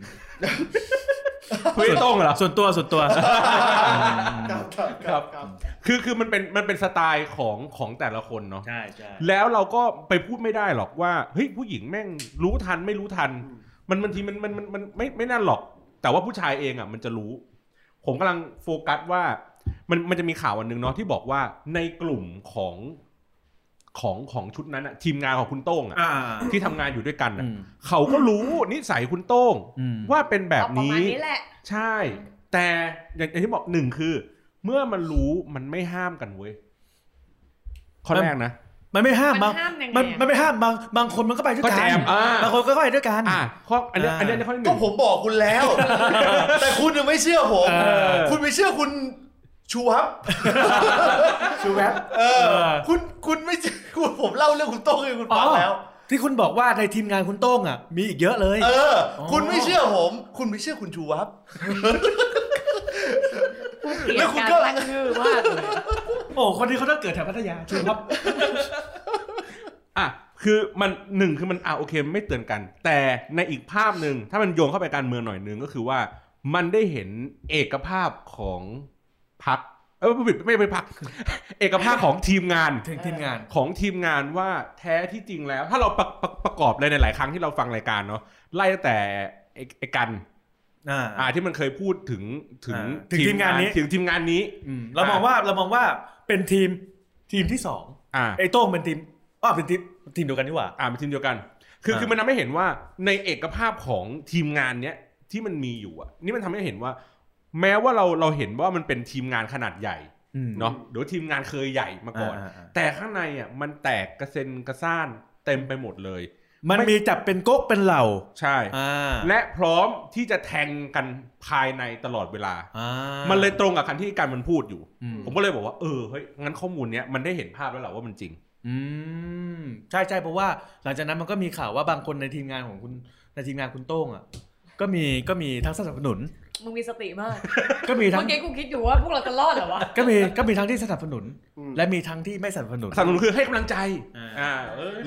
เฮ้ยโต้งเหรอ ส่วนตัวส่วนตัว ครับครับครับครับ คือคือมันเป็นมันเป็นสไตล์ของของแต่ละคนเนาะ ใช่ใช่ แล้วเราก็ไปพูดไม่ได้หรอกว่าเฮ้ยผู้หญิงแม่งรู้ทันไม่รู้ทัน อืม มันบางทีมันมันมันมันไม่ไม่นั่นหรอก แต่ว่าผู้ชายเองอ่ะมันจะรู้ ผมกำลังโฟกัสว่า มันมันจะมีข่าวอันหนึ่งเนาะที่บอกว่าในกลุ่มของของของชุดนั้นอะทีมงานของคุณโต้งอะ อ่า ที่ทำงานอยู่ด้วยกันอะ อืม เขาก็รู้นิสัยคุณโต้ง อืม ว่าเป็นแบบ เอาประ นี้ มาณนี้แหละ ใช่ แต่อย่างอย่างที่บอกหนึ่งคือ เมื่อมันรู้มันไม่ห้ามกันเว้ยข้อแรกนะ มันไม่ห้าม มั บาน ง ห้ามยังไง มัน อะ มันไม่ห้ามบางบางคนมันก็ไปด้วย ก็ กั แจมอ่า บางคนก็ไปด้วยกัน อ่ะข้ออันเนี้ยอันเนี้ยข้อที่ก็หนึ่ง ผมบอกคุณแล้ว แต่คุณยังไม่เชื่อผม เออ คุณไม่เชื่อคุณชูครับ ชูแวบ เออ เออ คุณคุณไม่เชื่อคุณผมเล่าเรื่องคุณโต้งให้คุณฟังแล้ว ที่คุณบอกว่าในทีมงานคุณโต้งอ่ะมีอีกเยอะเลย เออ อ๋อ คุณไม่เชื่อผม คุณไม่เชื่อคุณชูครับ พูดเกลีย แล้ ด วคุณ การ ก็ ตั้งชื่อมากเลย โอ้คนที่เขาต้องเกิดแถวพัทยาชูครับ อ่ะคือมันหนึ่งคือมันอ่ะโอเคไม่เตือนกัน แต่ในอีกภาพหนึ่งถ้ามันโยงเข้าไปการเมืองหน่อยหนึ่งก็คือว่า มันได้เห็นเอกภาพของพักเออไม่ไม่ไม่พัก เอกภาพของทีมงาน ถึงทีมงาน ของทีมงานว่าแท้ที่จริงแล้ว ถ้าเราประประประกอบเลยในหลายครั้งที่เราฟังรายการเนาะไล่ตั้งแต่ไอ้ไอ้กัน อ่า อ่าที่มันเคยพูดถึงถึง อ่าถึงทีมงานนี้ ถึงทีมงานนี้ อืมเรามองว่าเรามองว่าเป็นทีมทีมที่สอง อ่า ไอ้โต้งเป็นทีมอ๋อเป็นทีมทีมเดียวกันนี่หว่า อ่าเป็นทีมเดียวกัน คือ อ่า คือมันทำให้เห็นว่าในเอกภาพของทีมงานเนี้ยที่มันมีอยู่อ่ะ นี่มันทำให้เห็นว่า แม้ว่าเราเราเห็นว่ามันเป็นทีมงานขนาดใหญ่ อืม เนาะหรือว่าทีมงานเคยใหญ่มาก่อน าาา แต่ข้างในอ่ะมันแตกกระเซ็นกระซ่านเต็มไปหมดเลย มันมีจับเป็นก๊กเป็นเหล่า ใช่ อ่า และพร้อมที่จะแทงกันภายในตลอดเวลา อ่ามั มันเลยตรงกับคันที่การมันพูดอยู่ อืม ผมก็เลยบอกว่าเออเฮ้ยงั้นข้อมูลเนี้ยมันได้เห็นภาพแล้วแหละว่ามันจริง อืมใช่ใช่เพราะว่า หลังจากนั้นมันก็มีข่าวว่าบางคนในทีมงานของคุณในทีมงานคุณโต้งอ่ะก็มีก็มีทั้งสนับสนุน มึงมีสติมาก ก็มีทั้ง เมื่อกี้กูคิดอยู่ว่าพวกเราจะรอดเหรอวะ ก็มีก็มีทั้งที่สนับสนุน อืม และมีทั้งที่ไม่สนับสนุน สนับสนุนคือให้กำลังใจ อ่า อ่า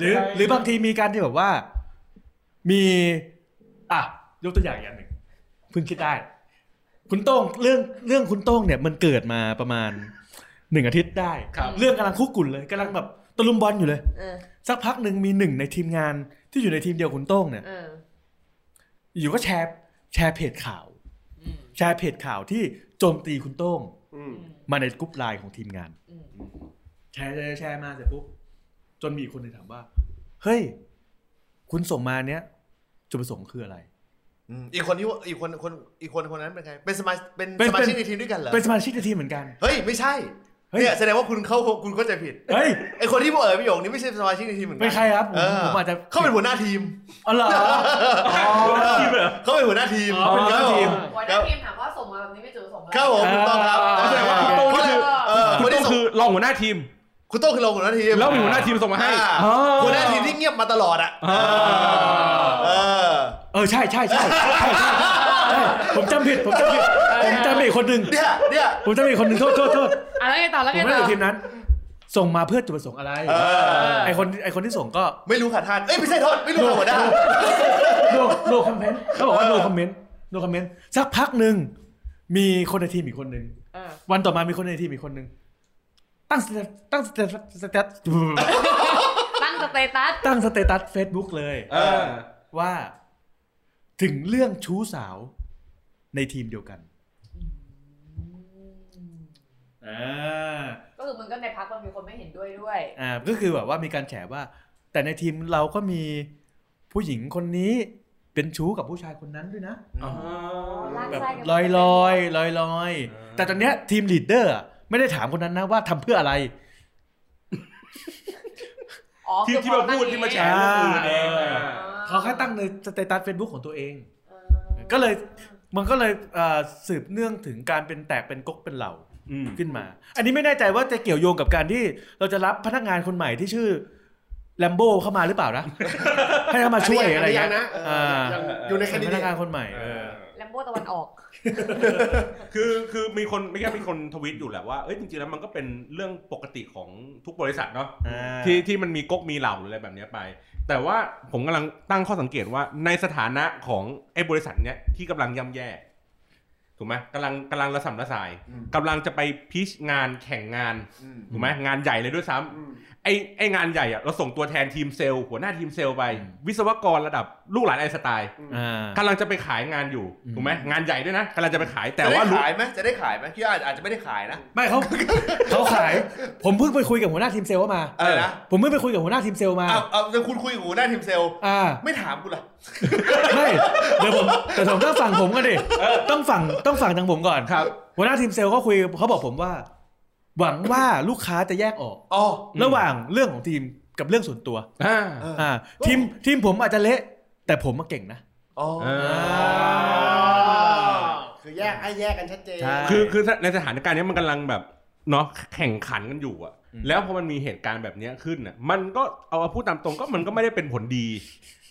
เย หรือ ใช่ หรือบางทีมีการที่แบบว่า มี อ่ะยกตัวอย่างอีกอันหนึ่งเพิ่งคิดได้ คุณโต้งเรื่องเรื่องคุณโต้งเนี่ย มันเกิดมาประมาณหนึ่งอาทิตย์ได้ ครับ เรื่องกำลังคุกกุ่นเลยกำลังแบบตะลุมบอลอยู่เลย เออ สักพักหนึ่งมีหนึ่งในทีมงานที่อยู่ในทีมเดียวคุณโต้งเนี่ย เออ อยู่ก็แชร์แชร์เพจข่าว อืม แชร์เพจข่าวที่โจมตีคุณโต้ง อื อื ม ม มาในกลุ่มไลน์ของทีมงาน อืม แชร์แชร์แชร์มาเสร็จปุ๊บจนมีอีกคนหนึ่งถามว่า เฮ้ย คุณส่งมาเนี้ยจุดประสงค์คืออะไร อืมอีกคนที่ว่าอีกคนคนอีกคนคนนั้นเป็นใครเป็นสมาชิกเป็น เป็น สมาชิกในทีมด้วยกันเหรอ เป็นสมาชิกในทีมเหมือนกัน เฮ้ยไม่ใช่ เฮ้ย เนี่ยแสดงว่าคุณเข้าคุณเข้าใจผิด เฮ้ย ไอคนที่พูดเอ่ยประโยคนี้ไม่ใช่สมาชิกในทีมเหมือนกั เป็นใครครับผม เ ผมอาจจะ เขาเป็นหัวหน้าทีม อ๋อเหรอ เขาเป็นหัวหน้าทีม อ๋อเป็นหัวหน้าทีม ครับผ วัครับนนี้ทีมถามว่าส่งมาแบบนี้ไม่จุดประสงค์อะไร ครับผมถูกต้องครับ อ่า แสดงว่าคุณโต้งนี่คือเออ คุ ค ณ นที่ต้อง ส่ง คือรองหัวหน้าทีม คุณโต้งคือรองหัวหน้าทีม แล้วมีหัวหน้าทีมส่งมาให้ อ่ อ๋อ หัวหน้าทีมที่เงียบมาตลอดอ่ะ อ่า เออ เออใช่ใช่ใช่ใช่ใช่ใช่ผมจำผิดผมจำผิดผมจำผิดคนหนึ่ง เนี่ยเนี่ย ผมจำผิดคนหนึ่งโทษโทษโทษ อ่ะแล้วไงต่อแล้ว ผม ไง ไม่ได้อต่อ ยู่ทีมนั้น ส่งมาเพื่อจุดประสงค์อะไร เออ ไอคนไอคนที่ส่งก็ ไม่รู้ค่ะท่าน เอ้ยไม่ใช่โทษไม่รู้ค่ะหัวหน้า โนโนคอมเมนต์เขาบอกว่าโนคอมเมนต์โนคอมเมนต์สักพักหนึ่งมีคนในทีมอีกคนหนึ่ง เออ วันต่อมามีคนในทีมอีกคนนึง ตั้งสเตตตั้งสเตตสเตต ตั้งสเตตัส ตั้งสเตตัสเฟซบุ๊กเลย เออ ว่า ถึงเรื่องชู้สาวในทีมเดียวกันอ่า ก็คือมันก็ในพักมันมีคนไม่เห็นด้วยด้วย อ่าก็คือแบบว่ามีการแฉว่า แต่ในทีมเราก็มีผู้หญิงคนนี้เป็นชู้กับผู้ชายคนนั้นด้วยนะแบบลอยลอยลอยลอยๆ อ่า แต่ตอนเนี้ยทีมลีดเดอร์อะไม่ได้ถามคนนั้นนะว่าทำเพื่ออะไร อ๋อ ที่ที่มาพูดที่มาแชร์ อ่า เรื่องอื่นเองอ่า เขาแค่ตั้งในสเตตัสเฟซบุ๊กของตัวเอง ก็เลยมันก็เลยเอ่อสืบเนื่องถึงการเป็นแตกเป็นก๊กเป็นเหล่า อืม ขึ้นมา อันนี้ไม่แน่ใจว่าจะเกี่ยวโยงกับการที่เราจะรับพนักงานคนใหม่ที่ชื่อแลมโบเข้ามาหรือเปล่า นะ ให้เข้ามาช่วยอะไร นนี้ อย่าง ง เงี้ย นะเออ อ่า ยังอยู่ในแค เป็น น ดิ พ เด นักงาน ต คนใหม่เออ แลมโบตะวันออก คือคือมีคนไม่ใช่มีคนทวิตอยู่แหละว่าเอ้ยจริงๆแล้วมันก็เป็นเรื่องปกติของทุกบริษัทเนาะ อ่า ที่ที่มันมีก๊กมีเหล่าหรืออะไรแบบเนี้ยไป แต่ว่าผมกำลังตั้งข้อสังเกตว่าในสถานะของไอ้บริษัทเนี้ยที่กำลังย่ำแย่ถูกไหมกำลังกำลังระสำระสาย อืม กำลังจะไปพิชงานแข่งงานถูกไหมงานใหญ่เลยด้วยซ้ำ อืม ไอ้ไองานใหญ่อะเราส่งตัวแทนทีมเซลล์หัวหน้าทีมเซลล์ไป อืม วิศวกรระดับลูกหลานไอน์สไตล์ อ่า กำลังจะไปขายงานอยู่ อืม ถูกไหมงานใหญ่ด้วยนะกำลังจะไปขายแต่ แต่ว่า ว่ารู้ ขายไหมจะได้ขายไหมพี่อาจอาจจะไม่ได้ขายนะ ไม่เขา เขาขาย ผมเพิ่งไปคุยกับหัวหน้าทีมเซลล์เข้ามา อะไรนะ ผมเพิ่งไปคุยกับหัวหน้าทีมเซลล์มา เอาเอาแต่คุณคุยกับหัวหน้าทีมเซลล์ อ่า ไม่ถามคุณเหรอ ไม่เดี๋ยวผมแต่ผมต้องฟังผมก่อนดิต้องฟังต้องฟังทางผมก่อน ครับ หัวหน้าทีมเซลล์ก็คุยเขาบอกผมว่า หวังว่าลูกค้าจะแยกออก อ๋อ อืม ระหว่างเรื่องของทีมกับเรื่องส่วนตัว อ่า เออ อ่าทีมทีมผมอาจจะเละ แต่ผมมาเก่งนะ อ๋อ เออ คือแยกให้แยกกันชัดเจน ใช่ คือคือในสถานการณ์เนี้ยมันกำลังแบบเนาะแข่งขันกันอยู่อะ อืม แล้วพอมันมีเหตุการณ์แบบเนี้ยขึ้นอะมันก็เอาพูดตามตรงก็มันก็ไม่ได้เป็นผลดี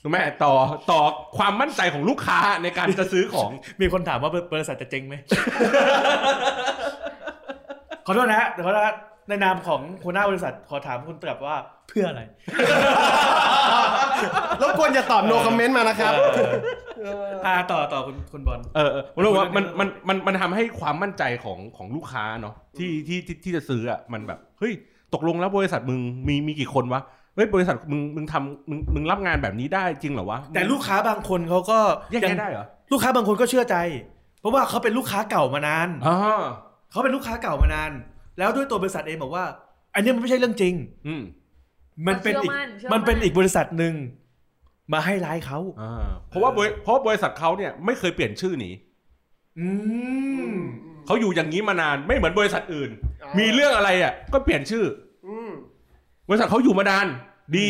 ถูกไหมต่อต่อความมั่นใจของลูกค้าในการจะซื้อของ มีคนถามว่าบริษัทจะเจ๊งไหม ขอโทษนะฮะเดี๋ยวขอโทษนะฮะในนามของหัวหน้าบริษัทขอถามคุณกลับว่าเพื่อ อะไร รบกวนอย่าตอบโนคอมเมนต์มานะครับ เอออ่าต่อต่อคุณคุณบอล เออเออผมรู้ว่ามันมันมันมันทำให้ความมั่นใจของของลูกค้าเนาะที่ที่ที่ที่จะซื้ออ่ะมันแบบเฮ้ยตกลงแล้วบริษัทมึงมีมีกี่คนวะเฮ้ยบริษัทมึงมึงทำมึงมึงรับงานแบบนี้ได้จริงเหรอวะ แต่ลูกค้าบางคนเขาก็ แยก ยัง แยะได้เหรอ ลูกค้าบางคนก็เชื่อใจ เพราะว่าเขาเป็นลูกค้าเก่ามานาน อ๋อ เขาเป็นลูกค้าเก่ามานาน แล้วด้วยตัวบริษัทเองบอกว่า อันเนี้ยมันไม่ใช่เรื่องจริง อืม มันเป็นอีก เชื่อมั่นเชื่อมั่น มันเป็นอีกบริษัทหนึ่งมาให้ร้ายเขา อ่าเพราะว่าบริเพราะว่าบริษัทเขาเนี่ยไม่เคยเปลี่ยนชื่อหนี อืม เขาอยู่อย่างนี้มานานไม่เหมือนบริษัทอื่น อ๋อ มีเรื่องอะไรอ่ะก็เปลี่ยนชื่อ อืม บริษัทเขาอยู่มานานดี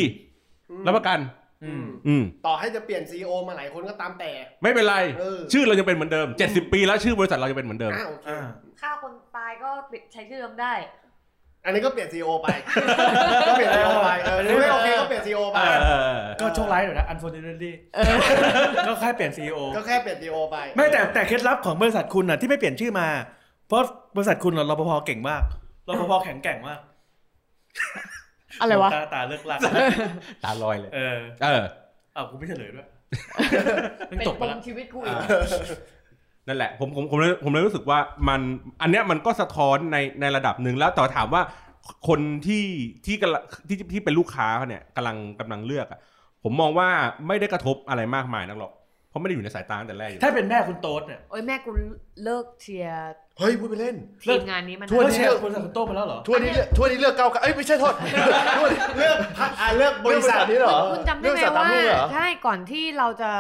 รับประกัน อืม อืม ต่อให้จะเปลี่ยนซีอมาหลายคนก็ตามแต่ ไม่เป็นไร เออ ชื่อเรายังเป็นเหมือนเดิม 70 ปีแล้วชื่อบริษัทเรายังเป็นเหมือนเดิม อ้าวโอเค อ่า ฆ่าคนตายก็ใช้ชื่อเดิมได้ อันนี้ก็เปลี่ยนซีอไป ก็เปลี่ยนซีอไปเออไม่โอเคก็เปลี่ยนซีอไป เออ ก็โชคร้ายหน่อยนะ unfortunately ก็แค่เปลี่ยน CEO ก็แค่เปลี่ยนซีอไป ไม่แต่แต่เคล็ดลับของบริษัทคุณน่ะที่ไม่เปลี่ยนชื่อมา เพราะบริษัทคุณน่ะรปภเก่งมากรปภแข็งแกร่งมาก อะไรวะ ตาตาเลิกลัก ตาลอยเลย เออ เออ เอากูไม่เฉลยด้วย มัน เป็น จบ ป ไป ม แล้ว ชีวิตกูอีก นั่นแหละผมผมผมเลยผมเลยรู้สึกว่ามันอันเนี้ยมันก็สะท้อนในในระดับหนึ่งแล้วแต่ถามว่าคนที่ที่กำลังที่ที่เป็นลูกค้าเขาเนี่ยกำลังกำลังเลือกอะผมมองว่าไม่ได้กระทบอะไรมากมายนักหรอก เพราะไม่ได้อยู่ในสายตาตั้งแต่แรกอยู่แล้ว ถ้าเป็นแม่คุณโต๊ดเนี่ย โอ้ยแม่กูเลิกเชียร์ เฮ้ยพูดไปเล่น ทีมงานนี้มัน ทั่ว ก็ นี้ เชื่อคุณสักคุณโต๊ดไปแล้วเหรอ ทั่วนี้เลือกทั่วนี้เลือกเก้าวไกลเอ้ยไม่ใช่โทษ ทั่วนี้ เลือกพักอ่าเลือกบริษัท นี้เหรอ คุณจำได้ เรื่อไหมงสัตว์ตาม ว่า รูปเหรอ ใช่ก่อนที่เราจะ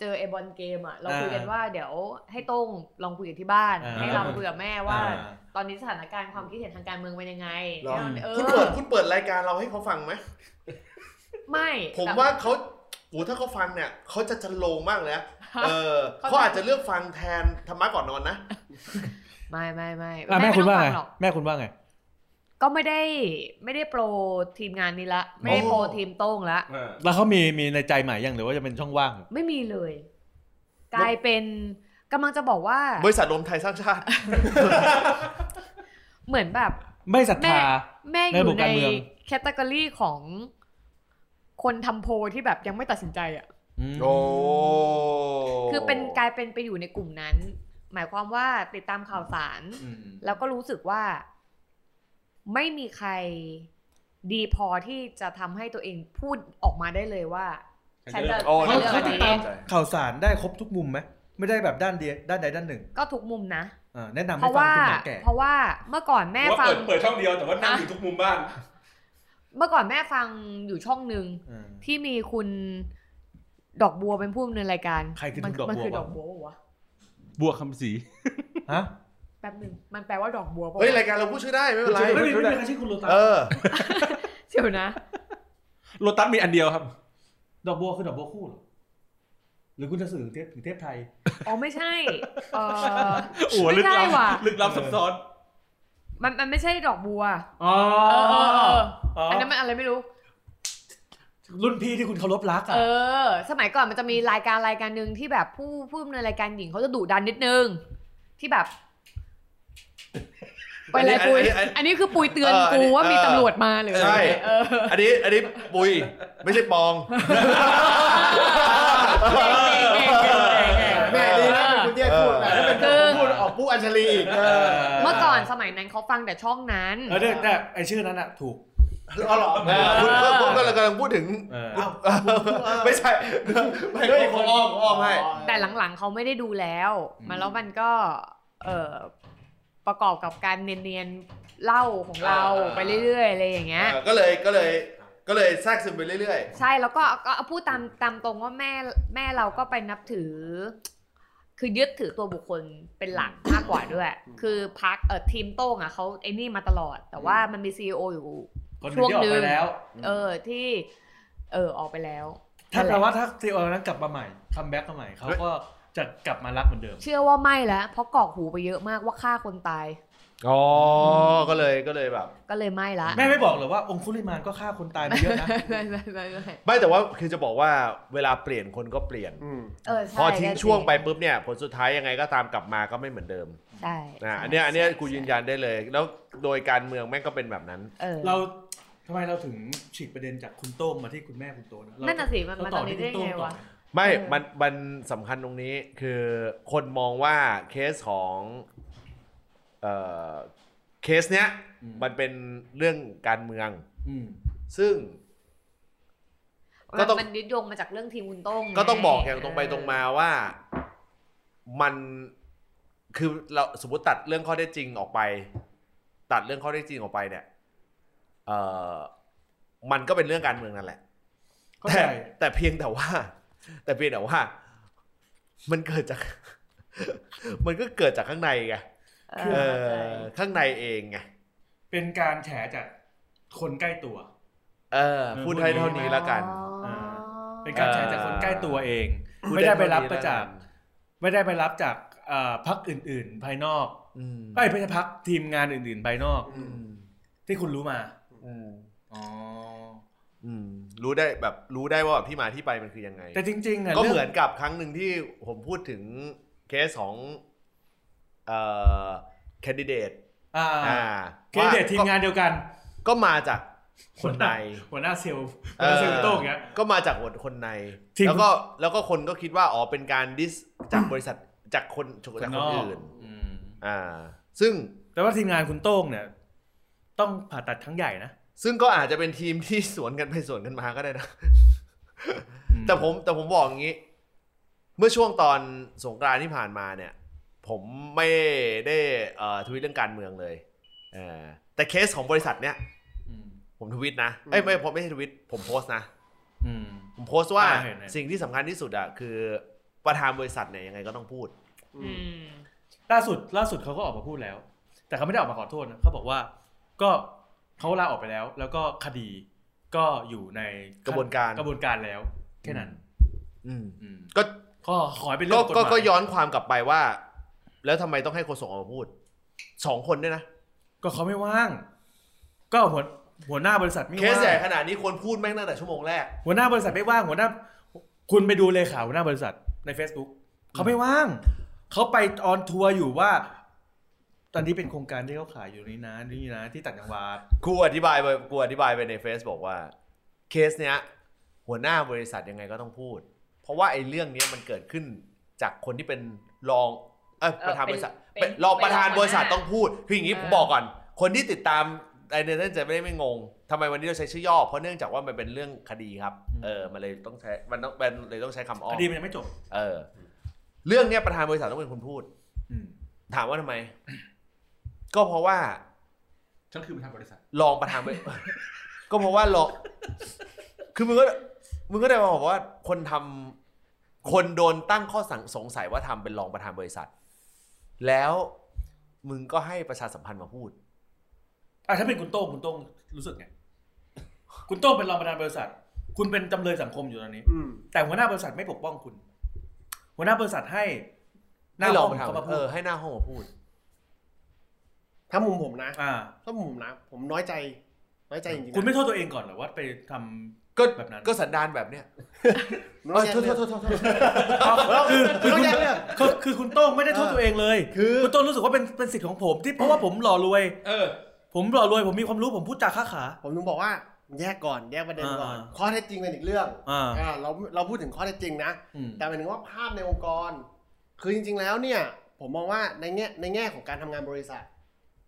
เจอเอบอลเกมอ่ะเราคุยกัน อ่า ว่าเดี๋ยวให้โต้งลองคุยกับที่บ้าน อ่า ให้เราคุยกับแม่ว่า อ่ ตอนนี้สถานการณ์ความคิดเห็นทางการเมืองเป็นยังไง หรอ เอ คุณ อ เปิดคุณเปิดรายการเราให้เขาฟังไหม ไม่ ผม แต่ ว่าเขาโอ้ถ้าเขาฟังเนี่ยเขาจะจันโลงมากเลยนะเออ เขา เขาอาจจะเลือกฟังแทนธรรมะก่อนนอนนะ ไม่ไม่ไม่ อ่ะแม่คุณ ไต้ ว่า อง ไง ฟัหรอก แม่คุณว่าไง ก็ไม่ได้ไม่ได้โปรทีมงานนี้ละ ไม่ได้โปร โอ้ ทีมโต้งละ เออ แล้วเขามีมีในใจใหม่ยังหรือว่าจะเป็นช่องว่าง ไม่มีเลย กลายเป็นกำลังจะบอกว่า บริษัทรวมไทยสร้างชาติ เหมือนแบบ ไม่ศรัทธา แม่อ ในหมู่ ยู่ใน การเมือง แคตตากรีของคนทำโพลที่แบบยังไม่ตัดสินใจอ่ะ อืม โอ้ คือเป็นกลายเป็นไปอยู่ในกลุ่มนั้น หมายความว่าติดตามข่าวสาร อืม แล้วก็รู้สึกว่า ไม่มีใครดีพอที่จะทำให้ตัวเองพูดออกมาได้เลยว่าฉันเลือก โอ้ ฉันเลือก เขา อัน ติดตา นี้ ม ข่าวสารได้ครบทุกมุมไหมไม่ได้แบบด้านเดียด้านใดด้านหนึ่ง ก็ทุกมุมนะ อ่าแนะนำ เพ ให้ ราะ ฟัง ว่า คุณหมอแก่ เพราะว่าเมื่อก่อนแม่ ว่า ฟัง เปิดเปิดช่องเดียวแต่ว่านั่งอยู่ทุกมุมบ้าน เมื่อก่อนแม่ฟังอยู่ช่องหนึ่ง อืม ที่มีคุณดอกบัวเป็นผู้ดำเนินรายการ ใครคือ มั คุณดอกบัว มันคือดอกบัวปะวะ บัวคำศรี ฮะ แป๊บหนึ่งมันแปลว่าดอกบัวปะวะ เฮ้ยรายการเราพูดชื่อได้ไม่เป็นไร ไม่มีไม่มีใครชื่อคุณโลตัส เออ เดี๋ยวนะ โลตัสมีอันเดียวครับ ดอกบัวคือดอกบัวคู่เหรอหรือคุณจะสื่อถึงเทพถึงเทพไทย อ๋อไม่ใช่เออ โอ้ลึ ไม่ ก ใช่ ลั ว่ะ ลึกลับซับซ้อน มันมันไม่ใช่ดอกบัว อ๋อ เออเออเออ อ๋อ อันนั้นมันอะไรไม่รู้ รุ่นพี่ที่คุณเคารพรักอ่ะ เออ สมัยก่อนมันจะมีรายการรายการหนึ่งที่แบบผู้ผู้ดำเนินรายการหญิงเขาจะดุดันนิดนึง ที่แบบไปอะไรปุย อันนี้อันนี้ อันนี้คือปุยเตือน เอออัน กู นี้ ว่ามี เออ ตำรวจมาหรือ ใช่ เออ อันนี้อันนี้ปุยไม่ใช่ปอง แม่ดีนะเป็นคุณเตี้ยพูดนะถ้าเป็น เออ ผมพูดออกปุ๊อัญชลีอีกเออ เมื่อก่อนสมัยนั้นเขาฟังแต่ช่องนั้น เออเนี่ยเนี่ยไอชื่อนั้นอ่ะถูก เอาหรอ เออคุณเพิ่มพวกกำลังกำลังพูดถึง เออ ไม่ใช่ไม่ใช่ของอ้อมของอ้อมให้ แต่หลังๆเขาไม่ได้ดูแล้ว อืม มันแล้วมันก็ เออประกอบกับการเนียนๆเล่าของเรา เออ ไปเรื่อยๆอะไรอย่างเงี้ย เออก็เลยก็เลยก็เลยแทรกซึมไปเรื่อย ใช่แล้วก็ก็พูดตามตามตรงว่าแม่แม่เราก็ไปนับถือ คือยึดถือตัวบุคคลเป็นหลักมากกว่าด้วย คือพักเออทีมโต้งอ่ะเขาไอ้นี่มาตลอด แต่ว่ามันมีซีออยู่ คนหนึ่งที่ออกไปแล้ว เออที่ เออออกไปแล้ว ถ้าแปลว่าถ้าซีโอนั้นกลับมาใหม่คัมแบ็กมาใหม่เขาก็จะกลับมารักเหมือนเดิม เชื่อว่าไม่แล้วเพราะกรอกหูไปเยอะมากว่าฆ่าคนตาย ๆอ๋อก็เลยก็เลยแบบ ก็เลยไม่ละ แม่ไม่บอกเลยว่าองคุลิมานก็ฆ่าคนตายมาเยอะนะ ไม่ไม่ไม่ไม่ ไม่แต่ว่าคือจะบอกว่าเวลาเปลี่ยนคนก็เปลี่ยน อืม เออใช่ พอทิ้งช่วงไปปุ๊บเนี่ยผลสุดท้ายยังไงก็ตามกลับมาก็ไม่เหมือนเดิม ใช่ นะ ใช่ อันเนี้ยอันเนี้ย ใช่ กูยืนยันได้เลย แล้วโดยการเมืองแม่งก็เป็นแบบนั้น เออ เราทำไมเราถึงฉีกประเด็นจากคุณโต้งมาที่คุณแม่คุณโตนะเรา นั่นน่ะสิมัน เรา มาต ต่ อ อน นี้ ที่คุณได้โต้ง ไง ต่อ วะ ไม่ เออ มัน มันสำคัญตรงนี้คือคนมองว่าเคสของเอ่อเคสเนี้ยมันเป็นเรื่องการเมือง อืม ซึ่ง ก็ ก็ ต้ ต้ อ อง งมันยึดโยงมาจากเรื่องทีมคุณโต้งไ ก็ต้องบอกอย่างตรงไปตรงมาว่ามันคือเราสมมติตัดเรื่องข้อได้จริงออกไป ตัดเรื่องข้อได้จริงออกไปเนี่ยเอ่อมันก็เป็นเรื่องการเมืองนั่นแหละ เข้าใจ แต่แต่เพียงแต่ว่า แต่เพียงแต่ว่า มันเกิดจาก มันก็เกิดจากข้างในไง เอ เอ ออเข้าใจข้างในเองไง เป็นการแฉจากคนใกล้ตัว เออ พูดให้เท่านี้แล้วกัน อ๋อ เป็นการใช้จากคนใกล้ตัวเอง ไม่ได้ไปรับมาจาก ไม่ได้ไปรับจากเอ่อพักอื่น ๆ ภายนอก อืม ไม่ไม่ใช่พักทีมงานอื่น ๆ ภายนอก อืม ที่คุณรู้มา อืม อ๋อ อืมรู้ได้แบบรู้ได้ว่าแบบที่มาที่ไปมันคือยังไง แต่จริงๆอะ ก็ รื่ง เหมือนกับครั้งหนึ่งที่ผมพูดถึงเคสของเอ่อแคนดิเดต อ่า อ่า เคสเดททีมงานเดียวกัน ก็มาจากคนใน หัวหน้าเซลล์หัวหน้าเซลล์โต้งเงี้ย ก็มาจากคนคนใน ทีม แล้วก็แล้วก็คนก็คิดว่าอ๋อเป็นการดิสจากบริษัท จากคนจากคนอื่น อืม อ่า ซึ่ง แต่ว่าทีมงานคุณโต้งเนี่ย ต้องผ่าตัดครั้งใหญ่นะ ซึ่งก็อาจจะเป็นทีมที่สวนกันไปสวนกันมาก็ได้นะ แต่ผมแต่ผมบอกอย่างนี้ เมื่อช่วงตอนสงกรานต์ที่ผ่านมาเนี่ย ผมไม่ได้เอ่อทวิตเรื่องการเมืองเลยเออแต่เคสของบริษัทเนี่ย อืม ผมทวิตนะเอ้ยไม่ผมไม่ใช่ทวิตผมโพสต์นะ อืม ผมโพสต์ว่า อ่าเห็นเห็น สิ่งที่สำคัญที่สุดอะคือประธานบริษัทเนี่ยยังไงก็ต้องพูด อืม ล่าสุดล่าสุดเขาก็ออกมาพูดแล้ว แต่เขาไม่ได้ออกมาขอโทษนะเขาบอกว่าก็เขาลาออกไปแล้ว แล้วก็คดีก็อยู่ใน กระบวนการ กระบวนการแล้ว แค่นั้น อืม อืม ก็ ก็ขอให้เป็นเรื่ ก็ องกฎห ก็ มาย ก็ย้อนความกลับไปว่า แล้วทำไมต้องให้โฆษกออกมาพูดสองคนด้วยนะ ก็เขาไม่ว่าง ก็หัวหัวหน้าบริษัทไม่ เค ว่า สใหญ่ ง ขนาดนี้ควรพูดแม่งตั้งแต่ชั่วโมงแรก หัวหน้าบริษัทไม่ว่างหัวหน้า คุณไปดูเลขาหัวหน้าบริษัทใน Facebook เขาไม่ว่างเขาไปออนทัวร์อยู่ว่า ตอนนี้เป็นโครงการที่เขาขายอยู่นี่นะนี่นะที่ต่างจังหวัด กูอธิบายไปกูอธิบายไปในเฟซบอกว่า เคสเนี้ย หัวหน้าบริษัทยังไงก็ต้องพูด เพราะว่าไอ้เรื่องเนี้ยมันเกิดขึ้นจากคนที่เป็นรองเอยประธานบริษัทเป็นรองประธานบริษัทต้องพูดคืออย่างนี้ผมบอกก่อน คนที่ติดตามไอเนเธอร์จะไม่ได้ไม่งงทำไมวันนี้เราใช้ชื่อย่อ เพราะเนื่องจากว่ามันเป็นเรื่องคดีครับ อืม เออมันเลยต้องใช้มันต้องมันเลยต้องใช้คำอ้อ ค ม ดีมันยังไม่จบ เออ เรื่องเนี้ยประธานบริษัทต้องเป็นคนพูด อืม ถามว่าทำไม ก็เพราะว่า ฉันคือประธานบริษัท ลองประธาน ไป ก็เพราะว่าลองคือมึงก็มึงก็ได้มาบอกว่าคนทำคนโดนตั้งข้อสังสงสัยว่าทำเป็นรองประธานบริษัท แล้วมึงก็ให้ประชาสัมพันธ์มาพูด อ่ะถ้าเป็นคุณโต้งคุณโต้งรู้สึกไง คุณโต้งเป็นรองประธานบริษัท คุณเป็นจำเลยสังคมอยู่ตอนนี้ อืม แต่หัวหน้าบริษัทไม่ปกป้องคุณ หัวหน้าบริษัทให้หน้า ให้ร ห้ อ องปงระธาน เขามาพู เอ ด อให้หน้าห้องมาพูด ถ้ามุมผมนะ อ่า ถ้ามุมผมนะ ผมน้อยใจ น้อยใจจริงๆนะ คุณไม่โทษตัวเองก่อนเหรอว่าไปทำ ก็ แบบนั้น ก็สันดานแบบเนี้ย ผมน้อยใจ เอ้ยโทษโทเรื่อง ษโทษโทษโทษ คือคือคุน้อยณ ใจเรื่อง คือคือคุณโต้งไม่ได้โทษตัวเองเลย คือ คุณโต้งรู้สึกว่าเป็นเป็นสิทธิ์ของผมที่เพราะว่าผมหล่อรวย เออ ผมหล่อรวยผมมีความรู้ผมพูดจาค้าขา ผมถึงบอกว่า แยกก่อนแยกประเด็นก่อน อ่า ข้อเท็จจริงเป็นอีกเรื่อง อ่า อ่าเราเราพูดถึงข้อเท็จจริงนะ อืม แต่หมายถึงว่าภาพในองค์กร คือจริง ๆ แล้วเนี่ย ผมมองว่าในแง่ในแง่ของการทำงานบริษัท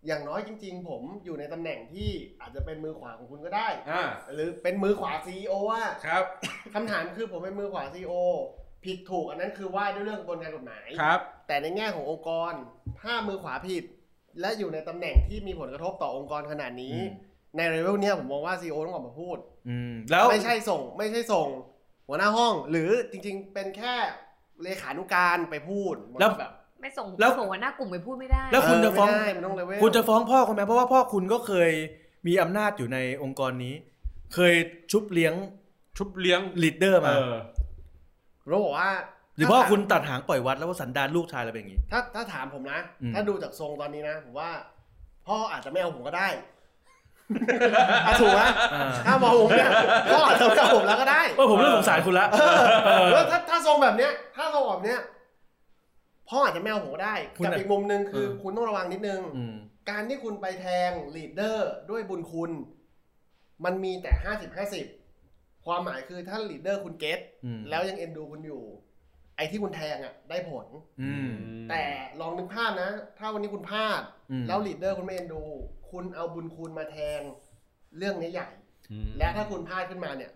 อย่างน้อยจริง ๆ ผมอยู่ในตำแหน่งที่อาจจะเป็นมือขวาของคุณก็ได้ อ่า หรือเป็นมือขวาซีอว่า ครับ คำถามคือผมเป็นมือขวาซีอผิดถูกอันนั้นคือว่าด้วยเรื่องกระบวนการกฎหมาย ครับ แต่ในแง่ขององค์กร ถ้ามือขวาผิด และอยู่ในตำแหน่งที่มีผลกระทบต่อองค์กรขนาดนี้ ในเลเวลเนี้ยผมมองว่าซีอต้องออกมาพูด อืม แล้ว ไม่ใช่ส่งไม่ใช่ส่ง หัวหน้าห้อง หรือจริงๆ เป็นแค่เลขานุการไปพูด แล้ว าแบบ ไม่ส่ง แล้ว ส่งหัวหน้ากลุ่มไปพูดไม่ได้ แล้วคุณจะฟ้อง เไม่ได้มันต้องเลเวล คุณจะฟ้องพ่อคุณไหมเพราะว่าพ่อคุณก็เคยมีอำนาจอยู่ในองค์กรนี้ เคยชุบเลี้ยง ชุบเลี้ยง ลีดเดอร์ เอ มา อ รู้บอกว่า หรือพ่อคุณตัดหางปล่อยวัดแล้วว่าสันดานลูกชายเราเป็นอย่างนี้ ถ้าถ้าถามผมนะ อืม ถ้าดูจากทรงตอนนี้นะผมว่า พ่ออาจจะไม่เอาผมก็ได้ อ่ะถูกไหม อ่า ถ้ามองผมเนี่ยพ่ออาจจะไม่เอาผมแล้วก็ได้ เออผมเริ่มสงสารคุณละเออ แล้วถ้าถ้าทรงแบบเนี้ย ถ้าทรงแบบเนี้ยพ่ออาจจะไม่เอาผมก็ได้ คุณ กับ อะ อีกมุมหนึ่งคืออ ม คุณต้องระวังนิดนึง อืม การที่คุณไปแทงลีดเดอร์ด้วยบุญคุณ มันมีแต่ห้าสิบห้าสิบความหมายคือถ้าลีดเดอร์คุณเก็ต อืม แล้วยังเอ็นดูคุณอยู่ ไอ้ที่คุณแทงอ่ะได้ผล อืม แต่ลองนึกภาพนะ ถ้าวันนี้คุณพลาด อืม แล้วลีดเดอร์คุณไม่เอ็นดู คุณเอาบุญคุณมาแทง เรื่องนี้ใหญ่ และถ้าคุณพลาดขึ้นมาเนี่ย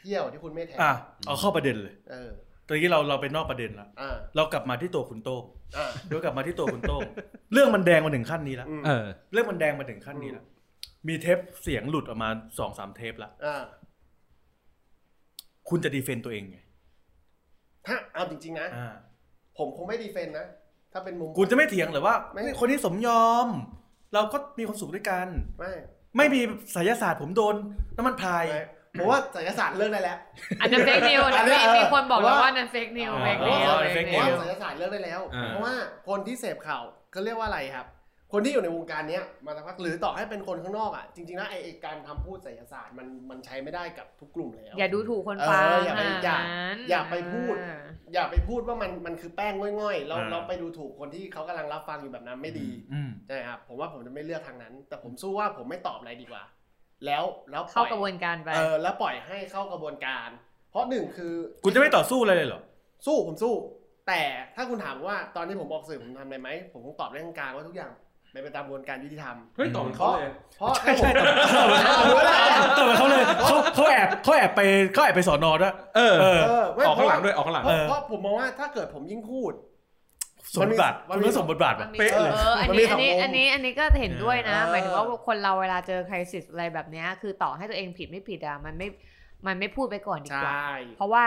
เที่ยวที่คุณไม่แทง อ่ะเอาเข้าประเด็นเลย เออ ตอนนี้เราเราไปนอกประเด็นละ อ่า เรากลับมาที่ตัวคุณโต้ง อ่า เดี๋ยวกลับมาที่ตัวคุณโต้งเรื่องมันแดงมาถึงขั้นนี้แล้ว อืม เออ เรื่องมันแดงมาถึงขั้นนี้แล้วมีเทปเสียงหลุดออกมาสองสามเทปละ อ่า คุณจะดีเฟนต์ตัวเองไง ถ้าเอาจริงๆนะ อ่า ผมคงไม่ดีเฟนต์นะถ้าเป็นมุม กูจะไม่เถียงเลยว่า ไม่ เฮ้ยคนที่สมยอม เราก็มีความสุขด้วยกัน ไม่ ไม่มีไสายศาสตร์ผมโดนน้ำมันพราย ไม่ ผมว่าศัยศาสตร์เลิกได้แล้ว อันนั้นเฟกนิว อันนั้นเออ มีคนบอกแล้ว ว่า ว่านั่นเฟกนิว อ๋อ เฟกนิว อ๋อ ผม fake ว่า news ศัยศาสตร์เลิกได้แล้ว อ่า เพราะว่าคนที่เสพข่าวก็เรียกว่าอะไรครับ คนที่อยู่ในวงการเนี้ยมาสักพักหรือต่อให้เป็นคนข้างนอกอ่ะจริงๆแล้วไอ้ไอ้การทำพูดศิลศาสตร์มันมันใช้ไม่ได้กับทุกกลุ่มแล้ว อย่าดูถูกคนฟัง เอออย่าไปอย่า นั้น อย่าไปพูด อ่า อย่าไปพูดว่ามันมันคือแป้งง่อยๆเรา อ่า เราไปดูถูกคนที่เขากำลังรับฟังอยู่แบบนั้นไม่ดี อืม นะครับผมว่าผมจะไม่เลือกทางนั้น แต่ผมสู้ว่าผมไม่ตอบอะไรดีกว่า แล้วแล้วป เข้า ล่อย กระบวนการไป เออแล้วปล่อยให้เข้ากระบวนการ เพราะหนึ่งคือ คุณจะไม่ต่อสู้อะไรเลยเหรอ สู้ผมสู้ แต่ถ้าคุณถามว่าตอนที่ผมออกสื่อผมทำอะไรไหม ผมคงตอบเรื่องกลางว่าทุกอย่างเป็นไปตามกระบวนการยุติธรรม เฮ้ยต่อมันเขาเลย เพราะถ้าผม แต่ว่าเขาเลยเขาเขาแอบเขาแอบไปเขาแอบไปสอนอด้วย เออ เออ เออไม่ ออกข้างหลัง เพราะ ด้วยออกข้างหลัง เพ อ ราะ อ เพราะผมมองว่าถ้าเกิดผมยิ่งพูด สมบทบาท มัน คุณ มี ก็สมบทบาท มั ปะ นมี เป๊ะเลย อออัน มันมี นี้ ส อั อง นนี้ มุม อันนี้อันนี้ก็เห็นด้วยนะ เออ หมายถึงว่าคนเราเวลาเจอคริสิสอะไรแบบเนี้ยคือต่อให้ตัวเองผิดไม่ผิดอ่ะมันไม่มันไม่พูดไปก่อนดี ใช กว่า ่ เพราะว่า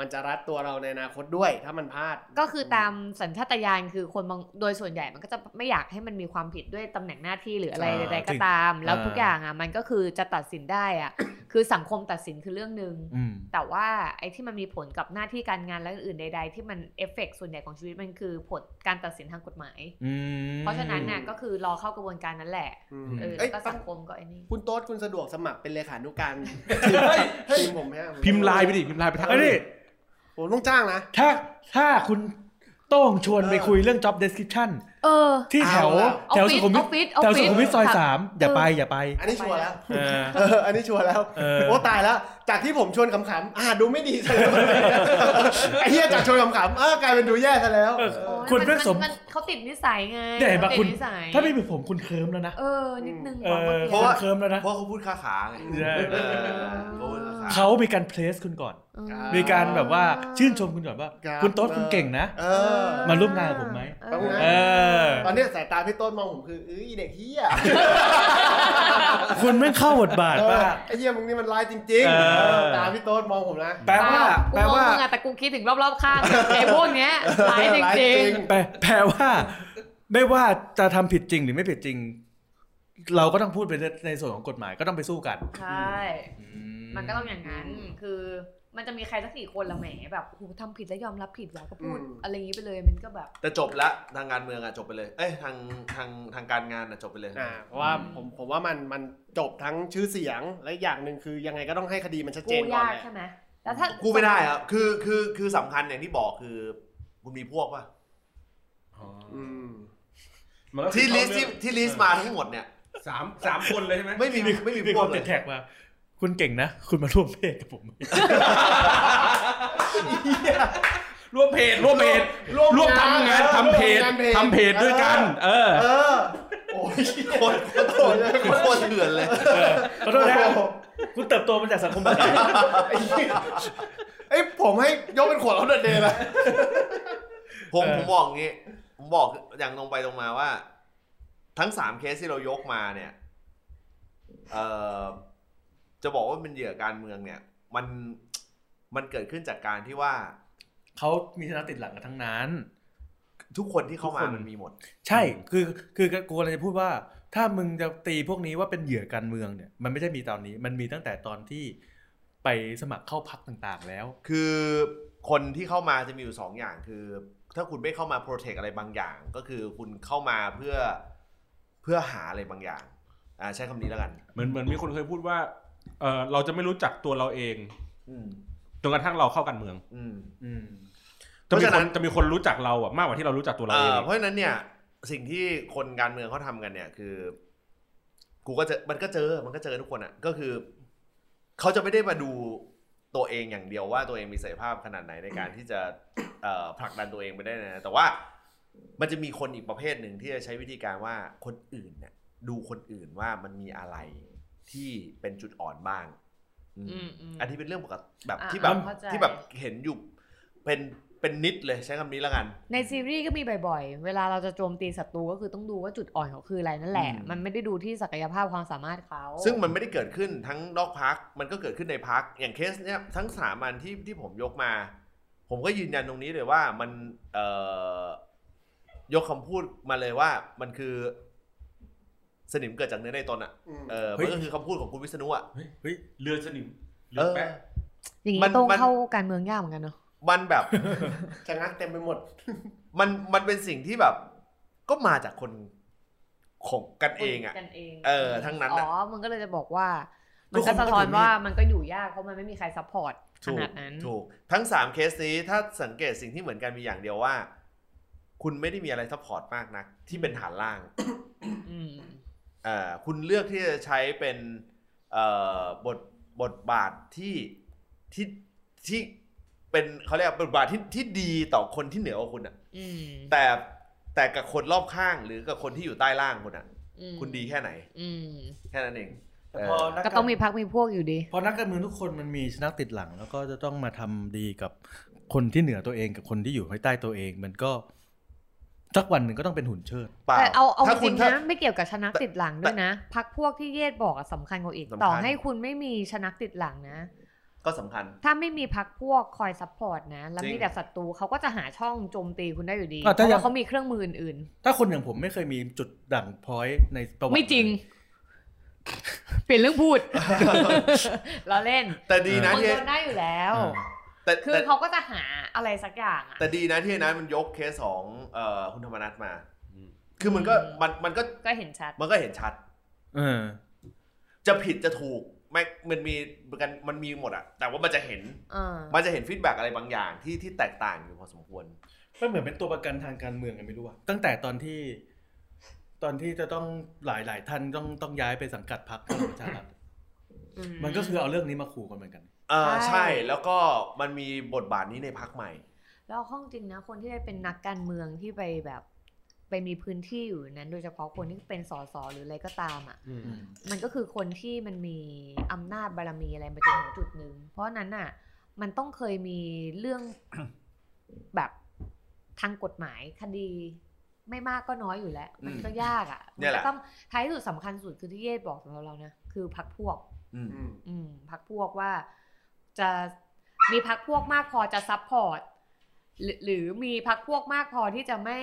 มันจะรัดตัวเราในอนาคตด้วย ถ้ามันพลาด ก็คือตามสัญชาตญาณคือคนบางโดยส่วนใหญ่มันก็จะไม่อยากให้มันมีความผิดด้วยตำแหน่งหน้าที่หรืออะไร ใช่ ใดๆ จ ก็ ริง ตาม แล้ว เออ ทุกอย่างอ่ะมันก็คือจะตัดสินได้อ่ะ คือสังคมตัดสินคือเรื่องหนึ่ง อืม แต่ว่าไอ้ที่มันมีผลกับหน้าที่การงานและอื่นใด ๆ ที่มันเอฟเฟกส่วนใหญ่ของชีวิตมันคือผลการตัดสินทางกฎหมาย อืม เพราะฉะนั้นน่ะก็คือรอเข้ากระบวนการนั้นแหละ อืม เออ เอ้ย แล้วก็สังคมก็ไอ้นี่ คุณโต๊ดคุณสะดวกสมัครเป็นเลขานุการ เฮ้ย ทีมผมไหมฮะ พิมพ์ไลน์ไปดิ พิมพ์ไลน์ไปทัก เอ้ยนี่ ผมต้องจ้างนะ ถ้าถ้าคุณโต้องชวนไป เออ คุยเรื่อง job description เออ ที่แถว เอาละ แถวสุขุมวิท ออฟฟิศ แถว ฟฟิ สุ ศ ขุมวิทซอย ครับ สามอย่าไปอย่าไป อันนี้ชัวร์แล้ว เออ เอออันนี้ชัวร์แล้ว เออ โอ้ตายแล้ว จากที่ผมชวนขำๆอ่าดูไม่ดีซะแล้วไอ้เหี้ยจากชวนขำๆเออกลายเป็นดูแย่ซะแล้ว เออ โอ้ย คุณ มัน เรื่องสม นนเขาติดนิสัยไง เนี่ยเห็นปะ ขาติด คุณ นิสัย ถ้าไม่มีผมคุณเคิร์มแล้วนะ เออนิดนึง เอ ว่ะ อ เมื่อกี้ เพราะเคิร์มแล้วนะ เพราะเขาพูดค่าขาไง ใช่ เออเขาพูดค่าขา เขามีการเพลสคุณก่อน เออ อ่ามี มีการแบบว่าชื่นชมคุณก่อนว่า ครับ คุณโต๊ดคุณเก่งนะ เอ เอ อ อ มาร่วมงานกับผมไหม เออ เออ ตอนเนี้ยสายตาพี่ต้นมองผมคืออื้ออีเด็กเหี้ย คุณไม่เข้าบทบาท เออ ป่ะ ไอ้เหี้ยมึงนี่มันร้ายจริง เออ เออตาพี่ต้นมองผมนะ แปลว่า เป แปล ล่ากูมอง ว่า มึงอะแต่กูคิดถึงรอบๆข้างไอ้พวกเนี้ยหลายจริง แปลแปลว่า ไม่ว่าจะทำผิดจริงหรือไม่ผิดจริง เราก็ต้องพูดไปในในส่วนของกฎหมายก็ต้องไปสู้กัน ๆใช่ มันก็ต้องอย่างนั้น คือ มันจะมีใครสักกี่คนละแหมแบบโหทำผิดแล้วยอมรับผิดวะก็พูด อืม อะไรอย่างนี้ไปเลยมันก็แบบ แต่จบละทางการเมืองอะจบไปเลย เอ้ยทางทางทางการงานอะจบไปเลย อ่าเพราะว่าผมผมว่ามันมันจบทั้งชื่อเสียงและอีกอย่างหนึ่งคือยังไงก็ต้องให้คดีมันชัดเจ กู้ นก่อน ยาแหกละ ใช่ไหมแล้วถ้า กูไม่ได้ครับคือคือคือสำคัญอย่างที่บอกคือคุณมีพวกป่ะ อืม มันก็คือ ที่ลิสต์ เข้า ที่ เรื่อง ที่ลิสต์มาทั้งหมดเนี่ย สามสามคนเลยใช่ไหม ไม่มีไม่มี มี พ คว วาก ม เล ติ ย ดแท็กมาคุณเก่งนะ คุณมาร่วมเพศกับผม ร่วมเพจร่วมเพจร่วมทำงานทำเพจ ร่วมงานเพจ ทำเพจด้วยกัน เออ เออโอ้ย โคตรโคตรโคตรเถื่อนเลย เออขอโทษนะคุณเติบโตมาจากสังคมแบบไหน ไอ้เหี้ยไอ้ผมให้ยกเป็นขวดแล้วเดินเดย์นะ ผมผมบอกงี้ ผมบอกอย่างตรงไปตรงมาว่า ทั้งสามเคสที่เรายกมาเนี่ยเอ่อจะบอกว่าเป็นเหยื่อการเมืองเนี่ย มันมันเกิดขึ้นจากการที่ว่า เขามีชนะติดหลังกันทั้งนั้น ทุกคนที่เข้ามา ทุกคน มันมีหมด ใช่ คือ คือกูเลยจะพูดว่า ถ้ามึงจะตีพวกนี้ว่าเป็นเหยื่อการเมืองเนี่ย มันไม่ใช่มีตอนนี้ มันมีตั้งแต่ตอนที่ไปสมัครเข้าพักต่างๆ แล้ว คือคนที่เข้ามาจะมีอยู่สองอย่างคือ ถ้าคุณไม่เข้ามาโปรเทคอะไรบางอย่าง ก็คือคุณเข้ามาเพื่อเพื่อหาอะไรบางอย่างอ่าใช้คำนี้แล้วกัน เหมือนเหมือนมีคนเคยพูดว่าเออเราจะไม่รู้จักตัวเราเอง อืม จนกระทั่งเราเข้าการเมือง อืม อืม เพ จะ ราะ มี ฉะ ค นั้น น จะมีคนรู้จักเราอะมากกว่าที่เรารู้จักตัวเรา เอ่ เอ อง เพราะฉะนั้นเนี่ยสิ่งที่คนการเมืองเขาทำกันเนี่ยคือ กูก็เจะมันก็เจอมันก็เจอทุกคนอ่ะ ก็คือ เขาจะไม่ได้มาดูตัวเองอย่างเดียวว่าตัวเองมีศักยภาพขนาดไหนในการที่จะเอ่อผลักดันตัวเองไปได้นะแต่ว่ามันจะมีคนอีกประเภทหนึ่งที่จะใช้วิธีการว่าคนอื่นเนี่ยดูคนอื่นว่ามันมีอะไรที่เป็นจุดอ่อนบ้างอืม อืมอืม อันนี้เป็นเรื่องปกติแบบ อ่ะ ที่แบบ อ่ะเข้าใจ ที่แบบเห็นอยู่เป็นเป็นนิดเลยใช้คำนี้แล้วกัน ในซีรีส์ก็มีบ่อยๆ เวลาเราจะโจมตีศัตรูก็คือต้องดูว่าจุดอ่อนเขาคืออะไรนั่นแหละ อืม มันไม่ได้ดูที่ศักยภาพความสามารถเขา ซึ่งมันไม่ได้เกิดขึ้นทั้งนอกพัก มันก็เกิดขึ้นในพัก อย่างเคสเนี้ยทั้งสามอันที่ที่ผมยกมา ผมก็ยืนยันตรงนี้เลยว่ามันเอ่อยกคำพูดมาเลยว่ามันคือสนิมเกิดจากเนื้อในตนอ่ะเออมัเฮ้ย นก็คือคำพูดของคุณวิษณุอ่ะ เรือสนิม หรื เอ อ อ แปะ อย่าง มั นี้ น ต้อง มัน เข้าการเมืองยากเหมือนกันเนอะ มันแบบ ชะงักเต็มไปหมด มันมันเป็นสิ่งที่แบบ ก็มาจากคนของกันเองอ่ะ กันเอง เออทั้งนั้นอะ อ๋อมันก็เลยจะบอกว่า มัน ทุ ก็ กคนก็ สะท้อน ถือมีด ว่ามันก็อยู่ยากเพราะมันไม่มีใครซัพพอร์ตข ถู นาก ดนั้น ถูกทั้ง 3 เคสนี้ถ้าสังเกตสิ่งที่เหมือนกันมีอย่างเดียวว่า คุณไม่ได้มีอะไรซัพพอร์ตมากนะที่เป็นฐานล่าง อืม เอ่อคุณเลือกที่จะใช้เป็นเอ่อบทบทบาทที่ที่ที่เป็นเขาเรียกว่าบทบาทที่ที่ดีต่อคนที่เหนือกว่าคุณอะ อืม แต่แต่กับคนรอบข้างหรือกับคนที่อยู่ใต้ล่างคุณอะ อืม คุณดีแค่ไหน อืม แค่นั้นเอง แต่พอนั ก็ กา ต้อง ร มีพักมีพวกอยู่ดี พอนักการเมืองทุกคนมันมีชนะติดหลัง แล้วก็จะต้องมาทำดีกับคนที่เหนือตัวเองกับคนที่อยู่ภายใต้ตัวเอง มันก็สักวันหนึ่งก็ต้องเป็นหุ่นเชิด เปล่า แต่เอาเอา ถ้า จ คุ ริ ณ ง ถ้า นะไม่เกี่ยวกับชนะติดหลังด้วยนะพักพวกที่เยศบอกอะสำคัญกว่าอีก สำคัญ ต่อให้คุณไม่มีชนะติดหลังนะ ก็สำคัญ ถ้าไม่มีพักพวกคอยซัพพอร์ตนะ แล้ว จริง มีแต่ศัตรูเขาก็จะหาช่องโจมตีคุณได้อยู่ดี เพ อ่ะถ้า ราะ อย่าง ว่าเขามีเครื่องมืออื่น ถ้าคนอย่างผมไม่เคยมีจุดด่างพร้อยในประวั ๆ ติ ไม่จริง เปลี่ยนเรื่องพูด เราเล่น แต่ดี นะ มึง ที่ โดนได้อยู่แล้ว แต่ คือ แต่ เขาก็จะหาอะไรสักอย่างอะ แต่ดีนะที่ไอ้นั้นมันยกเคสของเอ่อคุณธรรมนัฐมา คือมันก็ อืม มันมันก็ ก็เห็นชัด มันก็เห็นชัด เออ จะผิดจะถูกไม่มันมีกันมันมีหมดอะแต่ว่ามันจะเห็น เออ มันจะเห็นฟีดแบ็กอะไรบางอย่างที่ที่แตกต่างอยู่พอสมควร มันเหมือนเป็นตัวประกันทางการเมืองไงไม่รู้อะตั้งแต่ตอนที่ ตอนที่จะต้องหลายหลายท่านต้องต้องย้ายไปสังกัดพรรคพลังประชารัฐมันก็คือเอาเรื่องนี้มาขู่กันเหมือนกัน เออ ใช่ ใช่ แล้วก็มันมีบทบาทนี้ในพักใหม่ แล้วห้องจริงนะ คนที่ได้เป็นนักการเมืองที่ไปแบบไปมีพื้นที่อยู่นั้น โดยเฉพาะคนที่เป็นสสหรืออะไรก็ตามอ่ะ อืม มันก็คือคนที่มันมีอำนาจบารมีอะไรมาจนถึงจุดหนึ่งเพราะฉะนั้นอ่ะ มันต้องเคยมีเรื่อง แบบทางกฎหมายคดี ไม่มากก็น้อยอยู่แล้ว มันก็ยากอ่ะ เนี่ยแหละ มัก็ต้องท้ายที่สุดสำคัญสุดคือที่เยศบอกสำหรับเรานะคือพักพวก อืม อืม อืมพักพวกว่าจะมีพักพวกมากพอจะซัพพอร์ตหรือหรือมีพักพวกมากพอที่จะไม่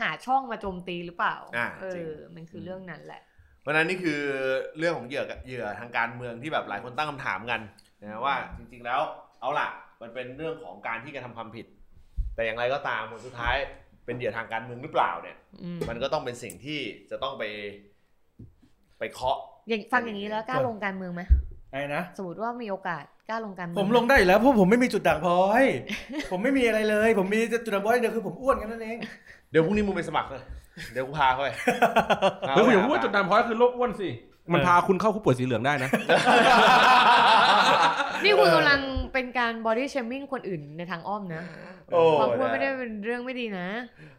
หาช่องมาโจมตีหรือเปล่า อ่า เอ จริง อมันคือเรื่องนั้นแหละ เพราะฉะนั้นนี่คือเรื่องของเหยื่อกับเหยื่อทางการเมืองที่แบบหลายคนตั้งคำถามกันนะว่าจริงๆแล้วเอาล่ะ มันเป็นเรื่องของการที่กระทำความผิด แต่อย่างไรก็ตามผลสุดท้ายเป็นเหยื่อทางการเมืองหรือเปล่าเนี่ย อืม มันก็ต้องเป็นสิ่งที่จะต้องไป ไปเคาะ อย่างฟังอย่างนี้แล้วกล้าลงการเมืองไหม ไอ้นะ สมมติว่ามีโอกาสกล้าลงการเมื ผ อง มลงได้อยู่แล้วเพราะผมไม่มีจุดด่างพร้อย ผมไม่มีอะไรเลย ผมมีจุดด่างพร้อยเดียวคือผมอ้วนแค่นั้นเอง เดี๋ยวพรุ่งนี้มึงไปสมัครเลยเดี๋ยวกูพาเข้าไป เฮ้ยคุณอย่าพูดว่าจุดด่างพร้อยคือโรคอ้วนสิ มันพาคุณเข้าผู้ป่วยสีเหลืองได้นะ นี่คุณกำลังเป็นการบอดี้เชม i ิ่งคนอื่นในทางอ้อมนะ โอ้ ความพูดไม่ได้ นะ เป็นเรื่องไม่ดีนะ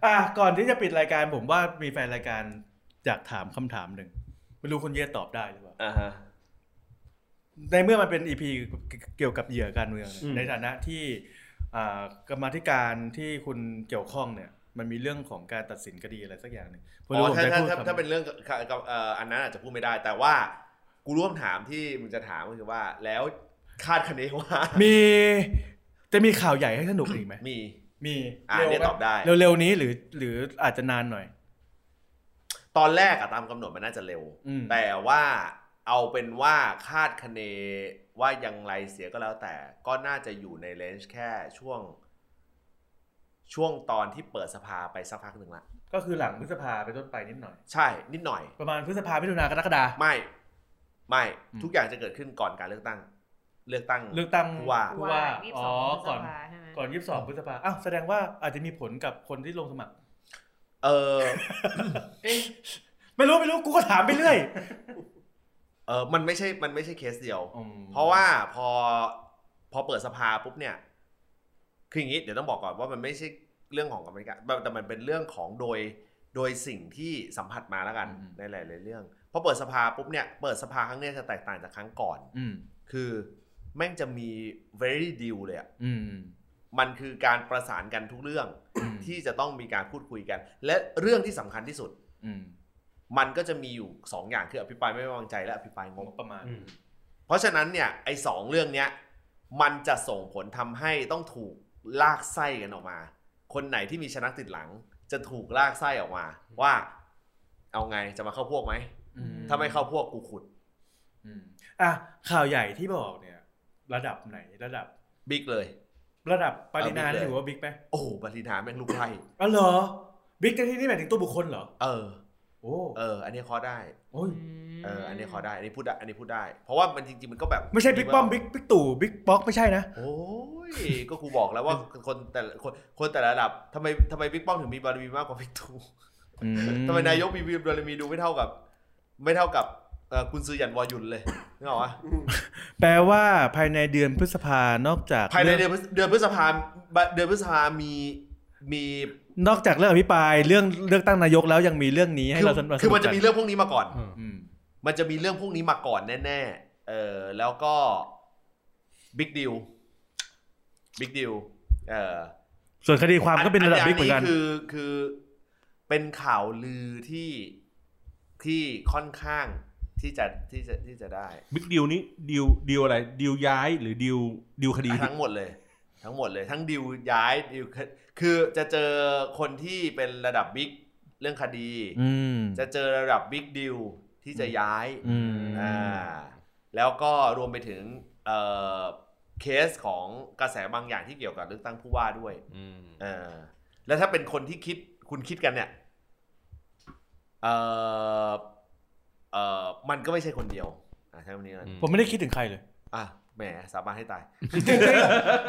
อ่ะก่อนที่จะปิดรายการผมว่ามีแฟนรายการอยากถามคำถามหนึ่งไม่รู้คุณเยตอบได้หรือเปล่า อ่าฮะ ในเมื่อมันเป็นอีพีเกี่ยวกับเหยื่อการเมืองเนี่ย อืม ในฐานะที่อ่ากรรมาธิการที่คุณเกี่ยวข้องเนี่ย มันมีเรื่องของการตัดสินคดีอะไรสักอย่างหนึ่งผม อ๋ รู้ อ ผม ถ้า ได้ ถ้า พูด ถ้า คำ ถ้าเป็นเรื่องกับกับเอ่ออันนั้นอาจจะพูดไม่ได้ แต่ว่ากูร่วมถามที่มึงจะถามก็คือว่า แล้วคาดคะเนว่า มีจะมีข่าวใหญ่ให้สนุกอีกไหม มี มี อ่า เร็ว เนี่ย ไหม ตอบได้ เร็วๆนี้หรือหรืออาจจะนานหน่อย ตอนแรกอะตามกำหนดมันน่าจะเร็ว อืม แต่ว่าเอาเป็นว่าคาดคะเนว่ายังไรเสียก็แล้วแต่ ก็น่าจะอยู่ในเลนจ์แค่ช่วง ช่วงตอนที่เปิดสภาไปสักพักหนึ่งละ ก็คือหลังพฤษภาไปนต้นไปนิดหน่อย ใช่นิดหน่อย ประมาณพฤษภาพิถุนากรกฎา ไม่ ไม่ อืม ทุกอย่างจะเกิดขึ้นก่อนการเลือกตั้ง เลือกตั้ง เลือกตั้ง ผู้ว่า ผู้ว่า ผู้ อ๋อ ว่า22 ก่อน พฤษภาใช่ไหม ก่อนยี่สิบสองพฤษภาอ้าวแสดงว่าอาจจะมีผลกับคนที่ลงสมัคร เออ ไม่รู้ไม่รู้กูก็ถามไปเรื่อย เออมันไม่ใช่ มันไม่ใช่เคสเดียว เพราะว่าพอพอเปิดสภาปุ๊บเนี่ย คืออย่างนี้เดี๋ยวต้องบอกก่อนว่ามันไม่ใช่เรื่องของกรรมธิการแต่แต่มันเป็นเรื่องของโดยโดยสิ่งที่สัมผัสมาแล้วกัน อืม ในหลายๆเรื่องพอเปิดสภาปุ๊บเนี่ยเปิดสภาครั้งเนี้ยจะแตกต่างจากครั้งก่อน อืม คือแม่งจะมี very deal เลยอะ อืม มันคือการประสานกันทุกเรื่อง อืม ที่จะต้องมีการพูดคุยกัน และเรื่องที่สำคัญที่สุด อืม มันก็จะมีอยู่สองอย่างคืออภิปรายไม่ไว้วางใจและอภิปรายงบงบประมาณ อืม เพราะฉะนั้นเนี่ยไอ้สองเรื่องเนี้ยมันจะส่งผลทำให้ต้องถูกลากไส้กันออกมา คนไหนที่มีชนะติดหลัง จะถูกลากไส้ออกมา ว่าเอาไงจะมาเข้าพวกไหม อืม ถ้าไม่เข้าพวกกูขุด อืมอ่ะข่าวใหญ่ที่บอกเนี่ย ระดับไหนระดับ บิ๊กเลย ระดับปรินา เอาบิ๊กเลย ถือว่าบิ๊กไหม โอ้โหบริหารแม่งลูกไพ่ อ๋อเหรอบิ๊กในที่นี่หมายถึงตัวบุคคลเหรอ เออ โอ้ เออ อันนี้ขอได้ โอ้ย เออ อันนี้ขอได้ อันนี้พูดได้ อันนี้พูดได้ เพราะว่ามันจริงๆมันก็แบบ ไม่ใช่บิ๊กป้อมบิ๊กบิ๊กตู่บิ๊กป๊อกไม่ใช่นะ โอ้ย ก็กูบอกแล้วว่าคนแต่ละคนคนแต่ละระดับทำไมทำไมบิ๊กป้อมถึงมีบารมีมากกว่าบิ๊กตู่ทำไมนายกมีบารมีดูไม่เท่ากับ ไม่เท่ากับเอ่อคุณซือหยันวอยุน เลยนึกออกปะ แปลว่าภายในเดือนพฤษภานอกจาก ภายในเดือนพฤษเดือนพฤษภาเดือนพฤษภามีมี นอกจากเรื่องอภิปรายเรื่องเลือกตั้งนายกแล้วยังมีเรื่องนี้ให้ คือ เราสน คือมันจะมีเรื่องพวกนี้มาก่อน อืม อืม มันจะมีเรื่องพวกนี้มาก่อนแน่ๆ เออแล้วก็บิ๊กดิวบิ๊กดิวเออ ส่วนคดีความก็เป็นระดับบิ๊กเหมือนกัน คือคือเป็นข่าวลือที่ที่ค่อนข้างที่จะที่จะที่จะได้ บิ๊กดิวนี้ดิวดิวอะไรดิวย้ายหรือดิวดิวคดี ทั้งหมดเลย ทั้งหมดเลย ทั้งดิวย้ายดิวคือจะเจอคนที่เป็นระดับบิ๊กเรื่องคดี อืม จะเจอระดับบิ๊กดิวที่จะย้าย อืม อ่าแล้วก็รวมไปถึงเอ่อเคสของกระแสบางอย่างที่เกี่ยวกับเลือกตั้งผู้ว่าด้วย อืม เออแล้วถ้าเป็นคนที่คิดคุณคิดกันเนี่ยเอ่อเอ่อมันก็ไม่ใช่คนเดียวอ่ะใช่วันนี้ก่อน ผมไม่ได้คิดถึงใครเลย อ่ะแหมสาบานให้ตาย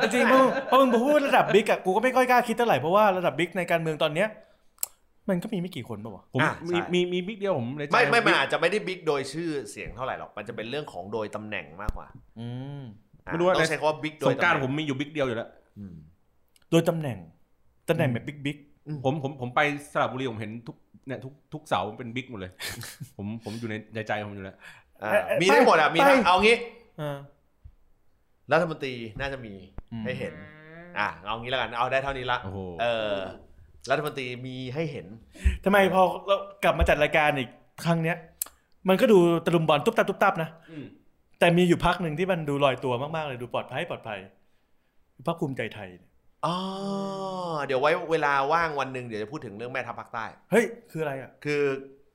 จริงๆมึงพอมึงพูดระดับบิ๊กอะกูก็ไม่ค่อยกล้าคิดเท่าไหร่เพราะว่าระดับบิ๊กในการเมืองตอนเนี้ย มันก็มีไม่กี่คนป่าววะ ผม อ่ะ มี ใช่ มีมีบิ๊กเดียวผมในใจ ไม่ไม่มัน บิ๊ก อาจจะไม่ได้บิ๊กโดยชื่อเสียงเท่าไหร่หรอกมันจะเป็นเรื่องของโดยตำแหน่งมากกว่า อืม อ่ะ ไม่รู้ว่า ต้อในงใช้คำว่าบิ๊กโด ส ย ง ตำแห กราร น่ง ผมมีอยู่บิ๊กเดียวอยู่แล้ว อืม โดยตำแหน่งตำแหน่งแบบบิ๊กบิ๊ก ผมผมผมไปสระบุรีผมเห็นทุกเนี่ยทุกทุกเสาเป็นบิ๊กหมดเลย ผมผมอยู่ในในใจผมอยู่แล้ว อ่ะมีทั้งหมดอ่ะมีทั้งเอางี้ อ่า รัฐมนตรีน่าจะมี อืม ให้เห็น อ่ะเอางี้แล้วกัน เอาได้เท่านี้ละ โอ้โห เออ รัฐมนตรีมีให้เห็น ทำไมพอเรากลับมาจัดรายการอีกครั้งเนี้ย มันก็ดูตะลุมบอลตุ๊บตับตุ๊บตับนะ อืม แต่มีอยู่พักหนึ่งที่มันดูลอยตัวมากๆเลยดูปลอดภัยปลอดภัยพักภูมิใจไทย อ๋อ เดี๋ยวไว้เวลาว่างวันหนึ่งเดี๋ยวจะพูดถึงเรื่องแม่ทัพภาคใต้ เฮ้ย คืออะไรอ่ะ คือ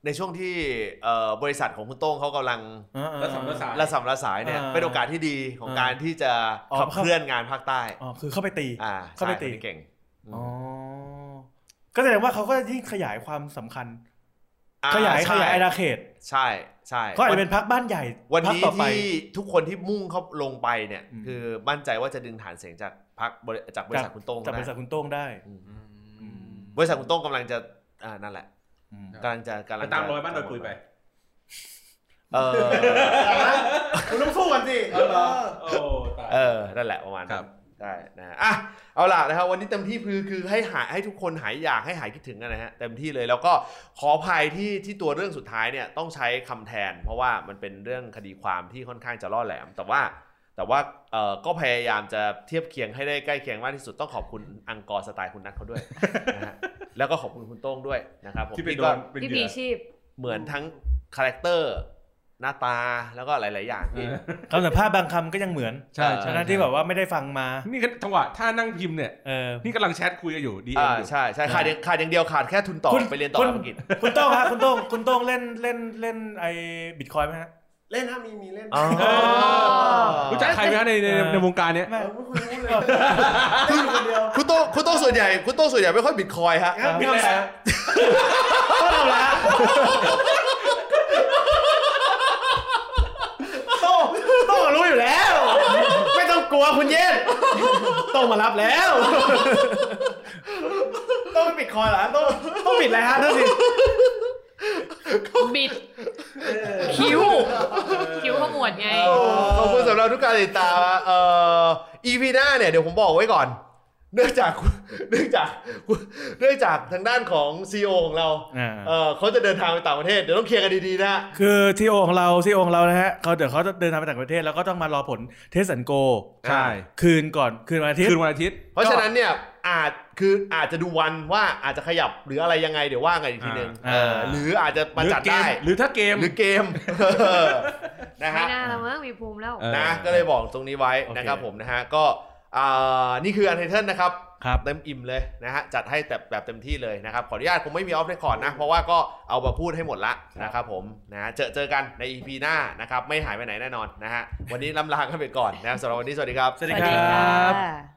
ในช่วงที่เอ่อบริษัทของคุณโต้งเขากำลัง อ่าๆๆ แล้วสำนักสาร ระสำระสายเนี่ย อ่า เป็นโอกาสที่ดีของ อ่า การที่จะ อ๋อ ขับเคลื่อนงานภาคใต้ อ๋อคือเข้าไปตี อ่า เข้าไป ใช่ ตี คนนี้เก่งอืม อ๋อก็แสดงว่าเขาก็ยิ่งขยายความสำคัญ อ่ ขยายข ใช่ ยายอาณาเขต ใช่ใช่ เขาอาจจะเป็นพักบ้านใหญ่ วัน พรรค นี้ ต่อไป ที่ทุกคนที่มุ่งเข้าลงไปเนี่ย อืม คือมั่นใจว่าจะดึงฐานเสียงจากพรรคบริจากบริษัทคุณโต้ง จากบ ได้ ริษัทคุณโต้งได้ บริษัทคุณโต้งกำลังจะอ่านั่นแหละกำลังจะกำลั ไป ง ตามรอยบ้านดอยปุยไป เออ คุณต้องสู้กันสิเออ โอ้ตาย เออนั่นแหละประมาณ ครั นั้น บ ได้นะอ่ะเอาล่ะนะครับวันนี้เต็มที่คือคือให้หายให้ทุกคนหายอยากให้หายคิดถึงกันนะฮะเต็มที่เลยแล้วก็ขออภัยที่ที่ตัวเรื่องสุดท้ายเนี่ยต้องใช้คำแทน เพราะว่ามันเป็นเรื่องคดีความที่ค่อนข้างจะล่อแหลม แต่ว่าแต่ว่าเออก็พยายามจะเทียบเคียงให้ได้ใกล้เคียงมากที่สุดต้องขอบคุณอังกอร์สไตล์คุณนัทเขาด้วยนะฮะแล้วก็ขอบคุณคุณโต้งด้วยนะครับผม ที่เป็นโด ก็ นเป็น พี่ เห พี ยื่อ ชีพ เหมือนทั้งคาแรคเตอร์หน้าตาแล้วก็หลาย ๆ อย่างที่ เออ คำสัมภาษณ์บางคำก็ยังเหมือน ใช่ใช่ ทั้งที่แบบว่าไม่ได้ฟังมา นี่ก็จังหวะถ้านั่งพิมพ์เนี่ย เออ นี่กำลังแชทคุยกันอยู่ดีเอ็ม อ่า อยู่ ใช่ใช่ขาดอย่างขาดอย่างเดียวขาดแค่ทุนต่อ คุณ ไปเรียนต่อ คุณ อังกฤษ คุณโต้งฮะคุณโต้งคุณโต้งเล่นเล่นเล่นไอ้บิตคอยไหมฮะ เล่นนะมีมีเล่น อ๋อ รู้จักใครไหมฮะในใน เออ ในวงการเนี้ย เออไม่คุยไม่พูดเลยเล่นคนเดียว คุณโต้งคุณโต้งส่วนใหญ่ คุณโต้งส่วนใหญ่ไม่ค่อยบิตคอยฮะ งั้นมีอะไรอ่ะ ต้องทำละ โต้โต้รู้อยู่แล้ว ไม่ต้องกลัวคุณเย็นโต้มารับแล้วโต้ไม่ปิดคอยเหรอโต้โต้ปิดอะไรฮะท่านสิ บิด คิ้ว คิ้วขมวดไง โอ้ขอบคุณสำหรับทุกการติดตามฮะเอ่อ EP หน้าเนี่ยเดี๋ยวผมบอกไว้ก่อน เนื่องจากเนื่องจากเนื่องจากทางด้านของ CEO ของเรา อ่า เอ่อเขาจะเดินทางไปต่างประเทศเดี๋ยวต้องเคลียร์กันดี ๆ นะฮะ คือทีโอของเราทีโอของเรานะฮะเขาเดี๋ยวเขาจะเดินทางไปต่างประเทศแล้วก็ต้องมารอผลเทสสันโก ใช่ คืนก่อนคืนวันอาทิตย์ คืนวันอาทิตย์ เพราะฉะนั้นเนี่ยอาจคืออาจจะดูวันว่าอาจจะขยับหรืออะไรยังไงเดี๋ยวว่ากันอีกทีหนึ่ง อ่า หรืออาจจะมาจัด หรือเกม ได้ หรือถ้าเกม หรือเกมเออนะ ไม่ ฮะ น่าละมั้งมีภูมิแล้ว เออ นะก็เลยบอกตรงนี้ไว้นะครับ โอเค ผมนะฮะก็อ่านี่คืออันเทนนะครับ ครับ เต็มอิ่มเลยนะฮะจัดให้แบบแบบเต็มที่เลยนะครับ ขออนุญาตผมไม่มีออฟเรคคอร์ดนะ เพราะว่าก็เอามาพูดให้หมดละนะครับผมนะเจอเจอกันใน EP หน้านะครับ ไม่หายไปไหนแน่นอนนะฮะวันนี้ลำลากันไปก่อนนะครับสำหรับวันนี้สวัสดีครับ สวัสดีครับ ค่ะ